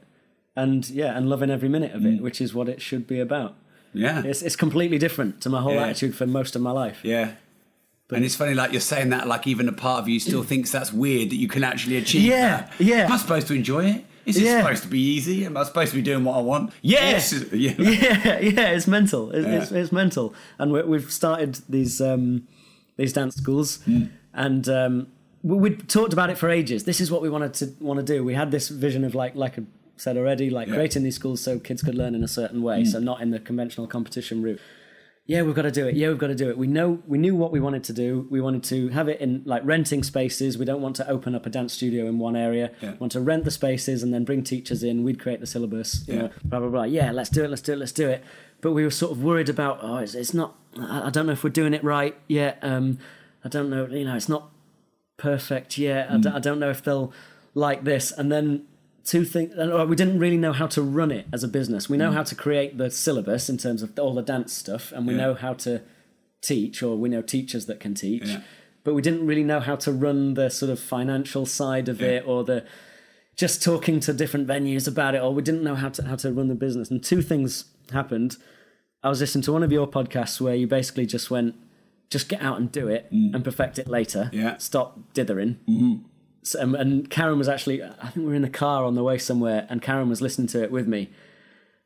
Speaker 2: and yeah, and loving every minute
Speaker 1: Mm.
Speaker 2: of it, which is what it should be about.
Speaker 1: yeah.
Speaker 2: It's it's completely different to my whole
Speaker 1: Yeah.
Speaker 2: attitude for most of my life.
Speaker 1: Yeah. and it's funny, like you're saying that, like even a part of you still thinks that's weird that you can actually achieve.
Speaker 2: Yeah,
Speaker 1: that.
Speaker 2: yeah.
Speaker 1: Am I supposed to enjoy it? Is it
Speaker 2: Yeah.
Speaker 1: supposed to be easy? Am I supposed to be doing what I want? Yes. Yeah.
Speaker 2: yeah, yeah, it's mental. It's,
Speaker 1: Yeah.
Speaker 2: it's, it's mental, and we we've started these um, these dance schools,
Speaker 1: Hmm.
Speaker 2: and um, we, we'd talked about it for ages. This is what we wanted to want to do. We had this vision of like like I said already,
Speaker 1: Yeah.
Speaker 2: like
Speaker 1: Hmm.
Speaker 2: creating these schools so kids could learn in a certain way, so not in the conventional competition route. Yeah, we've got to do it. Yeah, we've got to do it. We know we knew what we wanted to do. We wanted to have it in like renting spaces. We don't want to open up a dance studio in one area.
Speaker 1: Yeah.
Speaker 2: Want to rent the spaces and then bring teachers in. We'd create the syllabus. You
Speaker 1: Yeah.
Speaker 2: know, blah blah blah. Yeah, let's do it. Let's do it. Let's do it. But we were sort of worried about. Oh, it's, it's not. I I don't know if we're doing it right yet. Um, I don't know. You know, it's not perfect yet.
Speaker 1: Mm.
Speaker 2: I, d- I don't know if they'll like this. And then two things. We didn't really know how to run it as a business. We know
Speaker 1: Mm.
Speaker 2: how to create the syllabus in terms of all the dance stuff, and we
Speaker 1: Yeah.
Speaker 2: know how to teach, or we know teachers that can teach.
Speaker 1: Yeah.
Speaker 2: But we didn't really know how to run the sort of financial side of it, or the just talking to different venues about it, or we didn't know how to how to run the business. And two things happened. I was listening to one of your podcasts where you basically just went, just get out and do it and perfect it later.
Speaker 1: Mm. Yeah. Mm-hmm.
Speaker 2: Stop dithering. So, um, and Karen was actually, I think we were in the car on the way somewhere, and Karen was listening to it with me.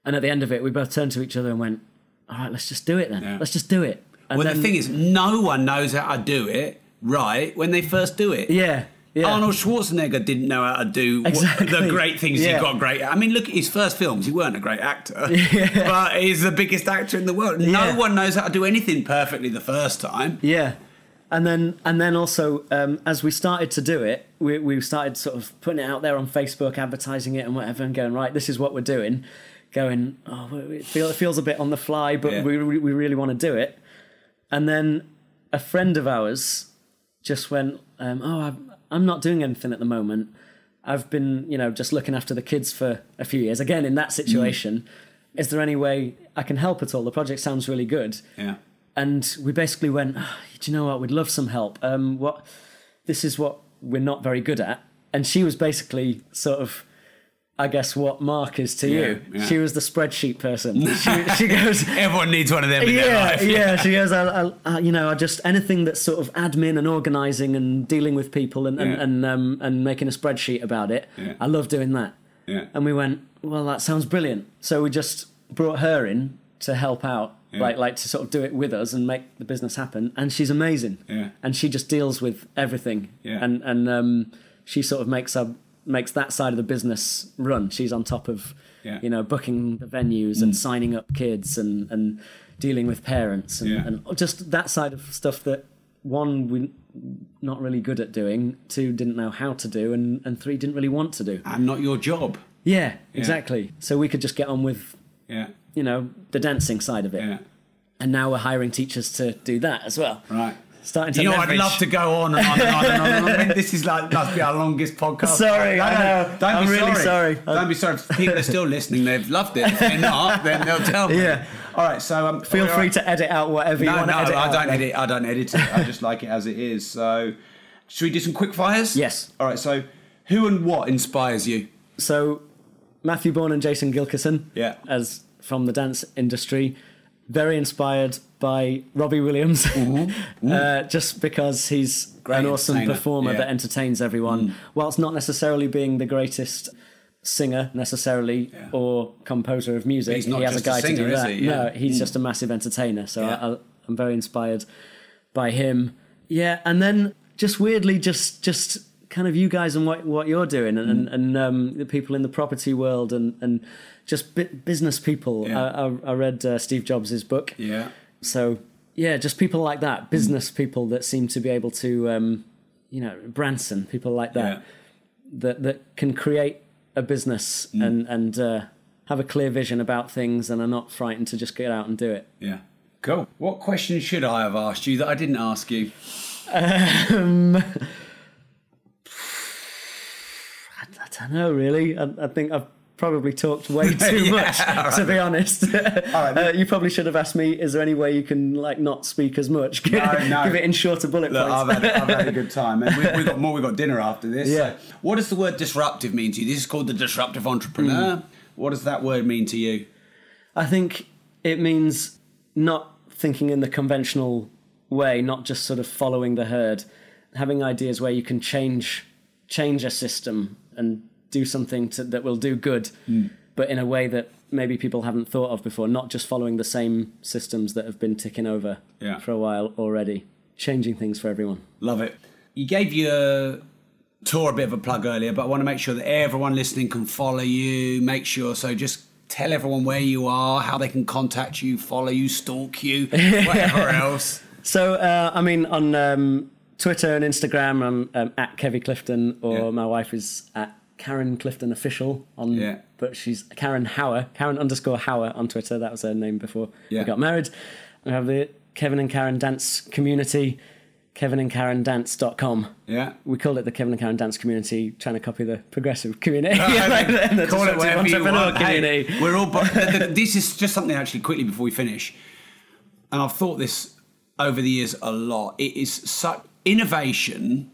Speaker 2: And at the end of it, we both turned to each other and went, all right, let's just do it then.
Speaker 1: Yeah.
Speaker 2: Let's just do it. And
Speaker 1: Well,
Speaker 2: then,
Speaker 1: the thing is, no one knows how to do it right when they first do it.
Speaker 2: yeah, yeah.
Speaker 1: Arnold Schwarzenegger didn't know how to do what-
Speaker 2: Exactly.
Speaker 1: the great things
Speaker 2: Yeah.
Speaker 1: he got great at. I mean, look at his first films. He weren't a great actor, but he's the biggest actor in the world.
Speaker 2: Yeah.
Speaker 1: No one knows how to do anything perfectly the first time.
Speaker 2: Yeah, and then and then also um, as we started to do it, we we started sort of putting it out there on Facebook, advertising it and whatever, and going right, this is what we're doing. Going, oh, we- we- it, feel, it feels a bit on the fly, but
Speaker 1: Yeah.
Speaker 2: we we we really want to do it. And then a friend of ours just went, um, oh, I'm, I'm not doing anything at the moment. I've been, you know, just looking after the kids for a few years. Again, in that situation, is there any way I can help at all? The project sounds really good
Speaker 1: Yeah.
Speaker 2: and we basically went, "Ah, do you know what? We'd love some help. Um, what? This is what we're not very good at. And she was basically sort of, I guess, what Mark is to you.
Speaker 1: yeah.
Speaker 2: She was the spreadsheet person. she, she goes,
Speaker 1: Everyone needs one of them in their
Speaker 2: yeah,
Speaker 1: life.
Speaker 2: yeah. She goes, I, I, I, you know, I just anything that's sort of admin and organising and dealing with people and and
Speaker 1: Yeah.
Speaker 2: and, um, and making a spreadsheet about it.
Speaker 1: Yeah.
Speaker 2: I love doing that.
Speaker 1: Yeah.
Speaker 2: And we went, well, that sounds brilliant. So we just brought her in to help out, like like to sort of do it with us and make the business happen. And she's amazing.
Speaker 1: Yeah.
Speaker 2: And she just deals with everything.
Speaker 1: Yeah.
Speaker 2: And and um, she sort of makes up makes that side of the business run. She's on top of
Speaker 1: Yeah. Mm.
Speaker 2: you know booking the venues and signing up kids and and dealing with parents and,
Speaker 1: Yeah.
Speaker 2: and just that side of stuff that one we not really good at doing two didn't know how to do and and three didn't really want to do
Speaker 1: I'm not your job.
Speaker 2: yeah, exactly. So we could just get on with,
Speaker 1: Yeah.
Speaker 2: you know, the dancing side of it.
Speaker 1: Yeah.
Speaker 2: And now we're hiring teachers to do that as well.
Speaker 1: Right.
Speaker 2: Starting to
Speaker 1: You know,
Speaker 2: leverage.
Speaker 1: I'd love to go on and on and on and on. And on. I mean, this is like must be our longest podcast.
Speaker 2: Sorry,
Speaker 1: No,
Speaker 2: I
Speaker 1: no,
Speaker 2: know.
Speaker 1: Don't
Speaker 2: I'm
Speaker 1: be
Speaker 2: really sorry.
Speaker 1: Don't be sorry. If people are still listening. They've loved it. If they're not, then they'll tell me.
Speaker 2: Yeah.
Speaker 1: All right, so um,
Speaker 2: Feel
Speaker 1: we're-
Speaker 2: free to edit out whatever you
Speaker 1: No,
Speaker 2: want
Speaker 1: no,
Speaker 2: to edit.
Speaker 1: I
Speaker 2: out.
Speaker 1: don't edit. I don't edit it. I just like it as it is. So, should we do some quick fires?
Speaker 2: Yes.
Speaker 1: All right. So, who and what inspires you?
Speaker 2: So, Matthew Bourne and Jason Gilkison,
Speaker 1: Yeah.
Speaker 2: as from the dance industry, very inspired by Robbie Williams, Uh, just because he's
Speaker 1: Mm-hmm. Great
Speaker 2: an awesome
Speaker 1: entertainer,
Speaker 2: performer
Speaker 1: yeah. Mm.
Speaker 2: that entertains everyone, whilst not necessarily being the greatest singer necessarily or composer of music.
Speaker 1: He's not
Speaker 2: he has
Speaker 1: just
Speaker 2: a guy
Speaker 1: a singer,
Speaker 2: to do
Speaker 1: is
Speaker 2: that.
Speaker 1: he? Yeah. Mm.
Speaker 2: No, he's just a massive entertainer. So
Speaker 1: Yeah.
Speaker 2: I, I, I'm very inspired by him. Yeah, and then just weirdly, just just kind of you guys and what what you're doing, and
Speaker 1: Mm.
Speaker 2: and, and um, the people in the property world, and and just bu- business people.
Speaker 1: Yeah.
Speaker 2: I, I, I read uh, Steve Jobs' book,
Speaker 1: Yeah. Mm.
Speaker 2: so yeah, just people like that, business people that seem to be able to, um, you know, Branson, people like that
Speaker 1: Yeah.
Speaker 2: that that can create a business
Speaker 1: Mm.
Speaker 2: and and uh, have a clear vision about things, and are not frightened to just get out and do it.
Speaker 1: Yeah. Cool. What question should I have asked you that I didn't ask you?
Speaker 2: I, I don't know, really. I, I think I've probably talked way too
Speaker 1: Yeah,
Speaker 2: much, to be honest. uh, you probably should have asked me, is there any way you can like not speak as much?
Speaker 1: no.
Speaker 2: Give it in shorter bullet
Speaker 1: Look, I've
Speaker 2: points.
Speaker 1: had, I've had a good time, and we've, we've got more. We've got dinner after this.
Speaker 2: Yeah.
Speaker 1: What does the word disruptive mean to you? This is called the disruptive entrepreneur. What does that word mean to you?
Speaker 2: I think it means not thinking in the conventional way, not just sort of following the herd, having ideas where you can change change a system and do something to, that will do good, but in a way that maybe people haven't thought of before, not just following the same systems that have been ticking over
Speaker 1: Yeah.
Speaker 2: for a while already, changing things for everyone.
Speaker 1: Love it. You gave your tour a bit of a plug earlier, but I want to make sure that everyone listening can follow you. Make sure so just. Tell everyone where you are, how they can contact you, follow you, stalk you, whatever else.
Speaker 2: So, uh, I mean, on um, Twitter and Instagram, I'm um, at Kevy Clifton, or
Speaker 1: Yeah.
Speaker 2: my wife is at Karen Clifton Official on,
Speaker 1: Yeah.
Speaker 2: but she's Karen Hauer, Karen underscore Hauer on Twitter. That was her name before
Speaker 1: Yeah.
Speaker 2: we got married. We have the Kevin and Karen Dance community, kevinandkarendance.com.
Speaker 1: Yeah.
Speaker 2: We call it the Kevin and Karen Dance community, trying to copy the progressive community.
Speaker 1: I mean,
Speaker 2: The
Speaker 1: call it
Speaker 2: disruptive
Speaker 1: whatever you
Speaker 2: entrepreneur
Speaker 1: want. Hey, we're all. But this is just something actually quickly before we finish, and I've thought this over the years a lot. It is such innovation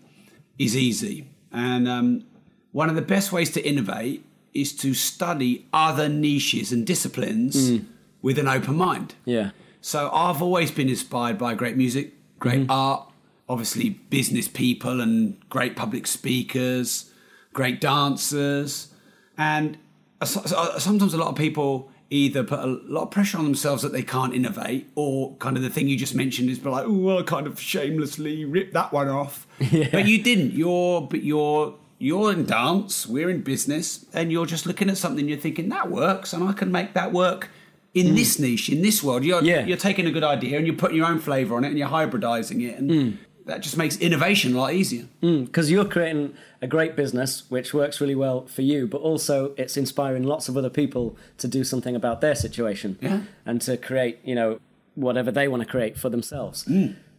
Speaker 1: is easy, and um, one of the best ways to innovate is to study other niches and disciplines with an open mind.
Speaker 2: Yeah.
Speaker 1: So I've always been inspired by great music, great art, obviously business people and great public speakers, great dancers, and so- so- sometimes a lot of people either put a lot of pressure on themselves that they can't innovate, or kind of the thing you just mentioned is be like, oh, well, I kind of shamelessly ripped that one off, but you didn't. You're but you're. You're in dance, we're in business, and you're just looking at something, you're thinking, that works, and I can make that work in this niche, in this world. You're,
Speaker 2: Yeah.
Speaker 1: you're taking a good idea and you're putting your own flavour on it and you're hybridising it. And that just makes innovation a lot easier.
Speaker 2: because you're creating a great business which works really well for you but also it's inspiring lots of other people to do something about their situation
Speaker 1: Yeah.
Speaker 2: and to create you know whatever they want to create for themselves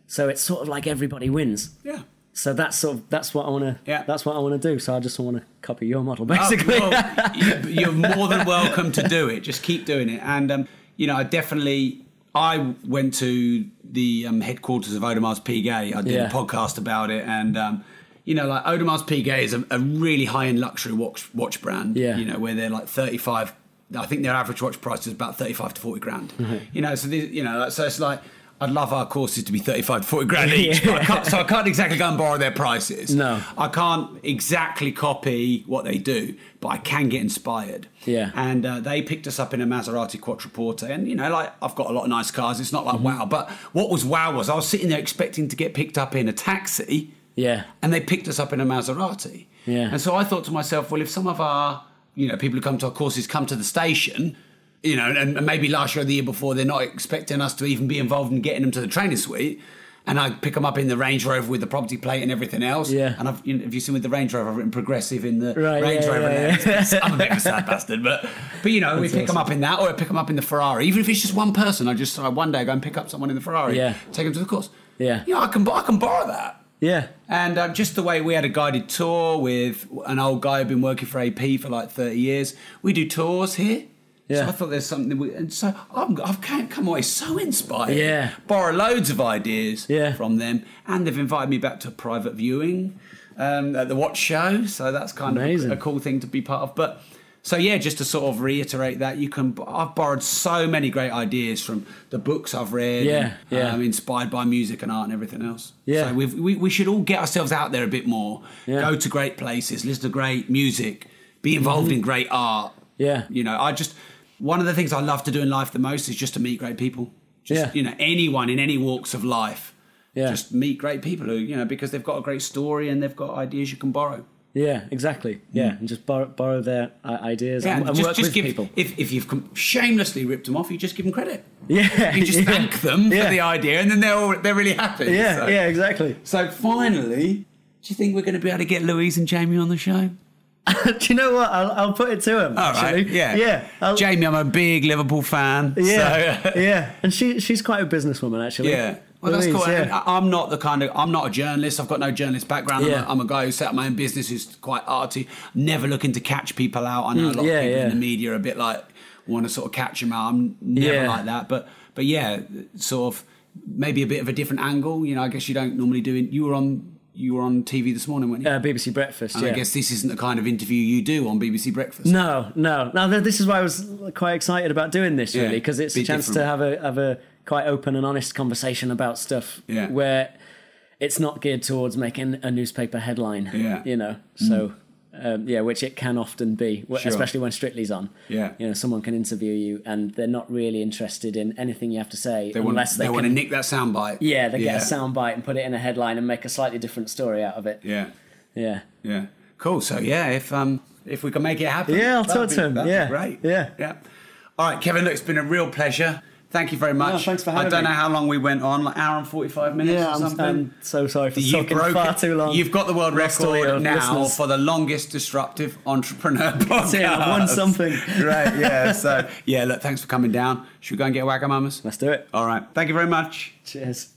Speaker 2: so it's sort of like everybody wins
Speaker 1: Mm. Yeah.
Speaker 2: so that's sort of that's what i want to
Speaker 1: Yeah.
Speaker 2: that's what i want to do so i just want to copy your model basically
Speaker 1: Oh, well, you- you're more than welcome to do it. Just keep doing it. And, um, you know, I definitely, I went to the um, headquarters of Odomar's Piguet. I did
Speaker 2: Yeah.
Speaker 1: a podcast about it. And, um, you know, like Odomar's Piguet is a, a really high-end luxury watch, watch brand,
Speaker 2: Yeah.
Speaker 1: you know, where they're like 35, I think their average watch price is about 35 to 40 grand. You know, so, these, you know, so it's like, I'd love our courses to be 35 to 40 grand each, but I can't, so I can't exactly go and borrow their prices.
Speaker 2: No.
Speaker 1: I can't exactly copy what they do, but I can get inspired.
Speaker 2: Yeah.
Speaker 1: And uh, they picked us up in a Maserati Quattroporte, and you know, like I've got a lot of nice cars. It's not like
Speaker 2: Mm-hmm.
Speaker 1: wow, but what was wow was I was sitting there expecting to get picked up in a taxi,
Speaker 2: yeah
Speaker 1: and they picked us up in a Maserati.
Speaker 2: Yeah.
Speaker 1: And so I thought to myself, well, if some of our, you know, people who come to our courses come to the station, you know, and, and maybe last year or the year before, they're not expecting us to even be involved in getting them to the training suite. And I pick them up in the Range Rover with the property plate and everything else.
Speaker 2: Yeah.
Speaker 1: And I've, you know, have you seen with the Range Rover, I've written progressive in the
Speaker 2: Right,
Speaker 1: Range
Speaker 2: yeah,
Speaker 1: Rover.
Speaker 2: yeah,
Speaker 1: and everything. I'm a bit of a sad bastard, but but you know, we pick them up in that, or I pick them up in the Ferrari. Even if it's just one person, I just I one day go and pick up someone in the Ferrari,
Speaker 2: Yeah.
Speaker 1: take them to the course.
Speaker 2: Yeah.
Speaker 1: you know, I can bo- I can borrow that.
Speaker 2: yeah
Speaker 1: And um, just the way we had a guided tour with an old guy who'd been working for AP for like 30 years. We do tours here.
Speaker 2: Yeah.
Speaker 1: So I thought there's something. We, and so I'm, I've ca- come away so inspired.
Speaker 2: Yeah.
Speaker 1: Borrow loads of ideas
Speaker 2: Yeah.
Speaker 1: from them, and they've invited me back to a private viewing um, at the Watch Show. So that's kind
Speaker 2: Amazing.
Speaker 1: of a, a cool thing to be part of. But so yeah, just to sort of reiterate that you can. I've borrowed so many great ideas from the books I've read.
Speaker 2: Yeah,
Speaker 1: and,
Speaker 2: yeah.
Speaker 1: um, inspired by music and art and everything else.
Speaker 2: Yeah.
Speaker 1: So we've, we we should all get ourselves out there a bit more.
Speaker 2: Yeah.
Speaker 1: Go to great places, listen to great music, be involved
Speaker 2: Mm-hmm.
Speaker 1: in great art.
Speaker 2: Yeah.
Speaker 1: You know, I just one of the things I love to do in life the most is just to meet great people. Just
Speaker 2: Yeah.
Speaker 1: you know, anyone in any walks of life.
Speaker 2: Yeah.
Speaker 1: Just meet great people who, you know, because they've got a great story and they've got ideas you can borrow.
Speaker 2: Yeah, exactly. Yeah,
Speaker 1: Mm.
Speaker 2: and just borrow, borrow their i- ideas and,
Speaker 1: and
Speaker 2: and work with
Speaker 1: give,
Speaker 2: people.
Speaker 1: If, if you've com- shamelessly ripped them off, you just give them credit.
Speaker 2: Yeah,
Speaker 1: You just
Speaker 2: yeah,
Speaker 1: thank them
Speaker 2: yeah.
Speaker 1: for the idea and then they're all, they're really happy.
Speaker 2: Yeah,
Speaker 1: So-
Speaker 2: yeah, exactly.
Speaker 1: So finally, do you think we're going to be able to get Louise and Jamie on the show?
Speaker 2: Do you know what? I'll, I'll put it to him.
Speaker 1: All right.
Speaker 2: actually.
Speaker 1: Yeah.
Speaker 2: yeah. I'll-
Speaker 1: Jamie, I'm a big Liverpool fan.
Speaker 2: Uh, yeah,
Speaker 1: So,
Speaker 2: yeah. And she she's quite a businesswoman actually.
Speaker 1: yeah. Well, that's
Speaker 2: Louise,
Speaker 1: cool.
Speaker 2: yeah.
Speaker 1: And I- I'm not the kind of. I'm not a journalist. I've got no journalist background.
Speaker 2: Yeah.
Speaker 1: I'm, a, I'm a guy who set up my own business, who's quite arty. Never looking to catch people out. I know a lot
Speaker 2: Mm, yeah,
Speaker 1: of people
Speaker 2: yeah.
Speaker 1: in the media are a bit like want to sort of catch them out. I'm never
Speaker 2: Yeah.
Speaker 1: like that. But but yeah, sort of maybe a bit of a different angle. You know, I guess you don't normally do it. You were on you were on TV this morning, weren't you?
Speaker 2: uh, BBC Breakfast.
Speaker 1: And
Speaker 2: yeah.
Speaker 1: I guess this isn't the kind of interview you do on BBC Breakfast.
Speaker 2: No, no. Now th- this is why I was quite excited about doing this
Speaker 1: Yeah,
Speaker 2: really because it's a
Speaker 1: bit
Speaker 2: chance to
Speaker 1: different.
Speaker 2: have a have a quite open and honest conversation about stuff
Speaker 1: Yeah.
Speaker 2: where it's not geared towards making a newspaper headline.
Speaker 1: Yeah. Mm.
Speaker 2: You know, so. Um, yeah, which it can often be, wh-
Speaker 1: Sure.
Speaker 2: especially when Strictly's on.
Speaker 1: Yeah.
Speaker 2: you know, someone can interview you, and they're not really interested in anything you have to say,
Speaker 1: They want,
Speaker 2: unless
Speaker 1: they,
Speaker 2: they,
Speaker 1: want to
Speaker 2: can.
Speaker 1: nick that soundbite.
Speaker 2: yeah, they get a soundbite and put it in a headline and make a slightly different story out of it.
Speaker 1: Yeah,
Speaker 2: Yeah,
Speaker 1: yeah. Cool. So yeah, if um if we can make it happen,
Speaker 2: Yeah, I'll
Speaker 1: that'd
Speaker 2: talk
Speaker 1: be-
Speaker 2: to him.
Speaker 1: that'd be
Speaker 2: Yeah.
Speaker 1: great.
Speaker 2: Yeah.
Speaker 1: yeah. All right, Kevin. Look, it's been a real pleasure. Thank you very much.
Speaker 2: thanks for having
Speaker 1: I don't
Speaker 2: me.
Speaker 1: know how long we went on, like hour and forty-five minutes or
Speaker 2: I'm,
Speaker 1: something.
Speaker 2: I'm so sorry for
Speaker 1: You've
Speaker 2: talking
Speaker 1: broken-
Speaker 2: far too long.
Speaker 1: You've got the world
Speaker 2: Lost all your
Speaker 1: record now
Speaker 2: listeners.
Speaker 1: for the longest disruptive entrepreneur podcast.
Speaker 2: it, I've won something.
Speaker 1: right? Yeah. So yeah. Look, thanks for coming down. Should we go and get a whack-a-mamas?
Speaker 2: Let's do it.
Speaker 1: All right. Thank you very much.
Speaker 2: Cheers.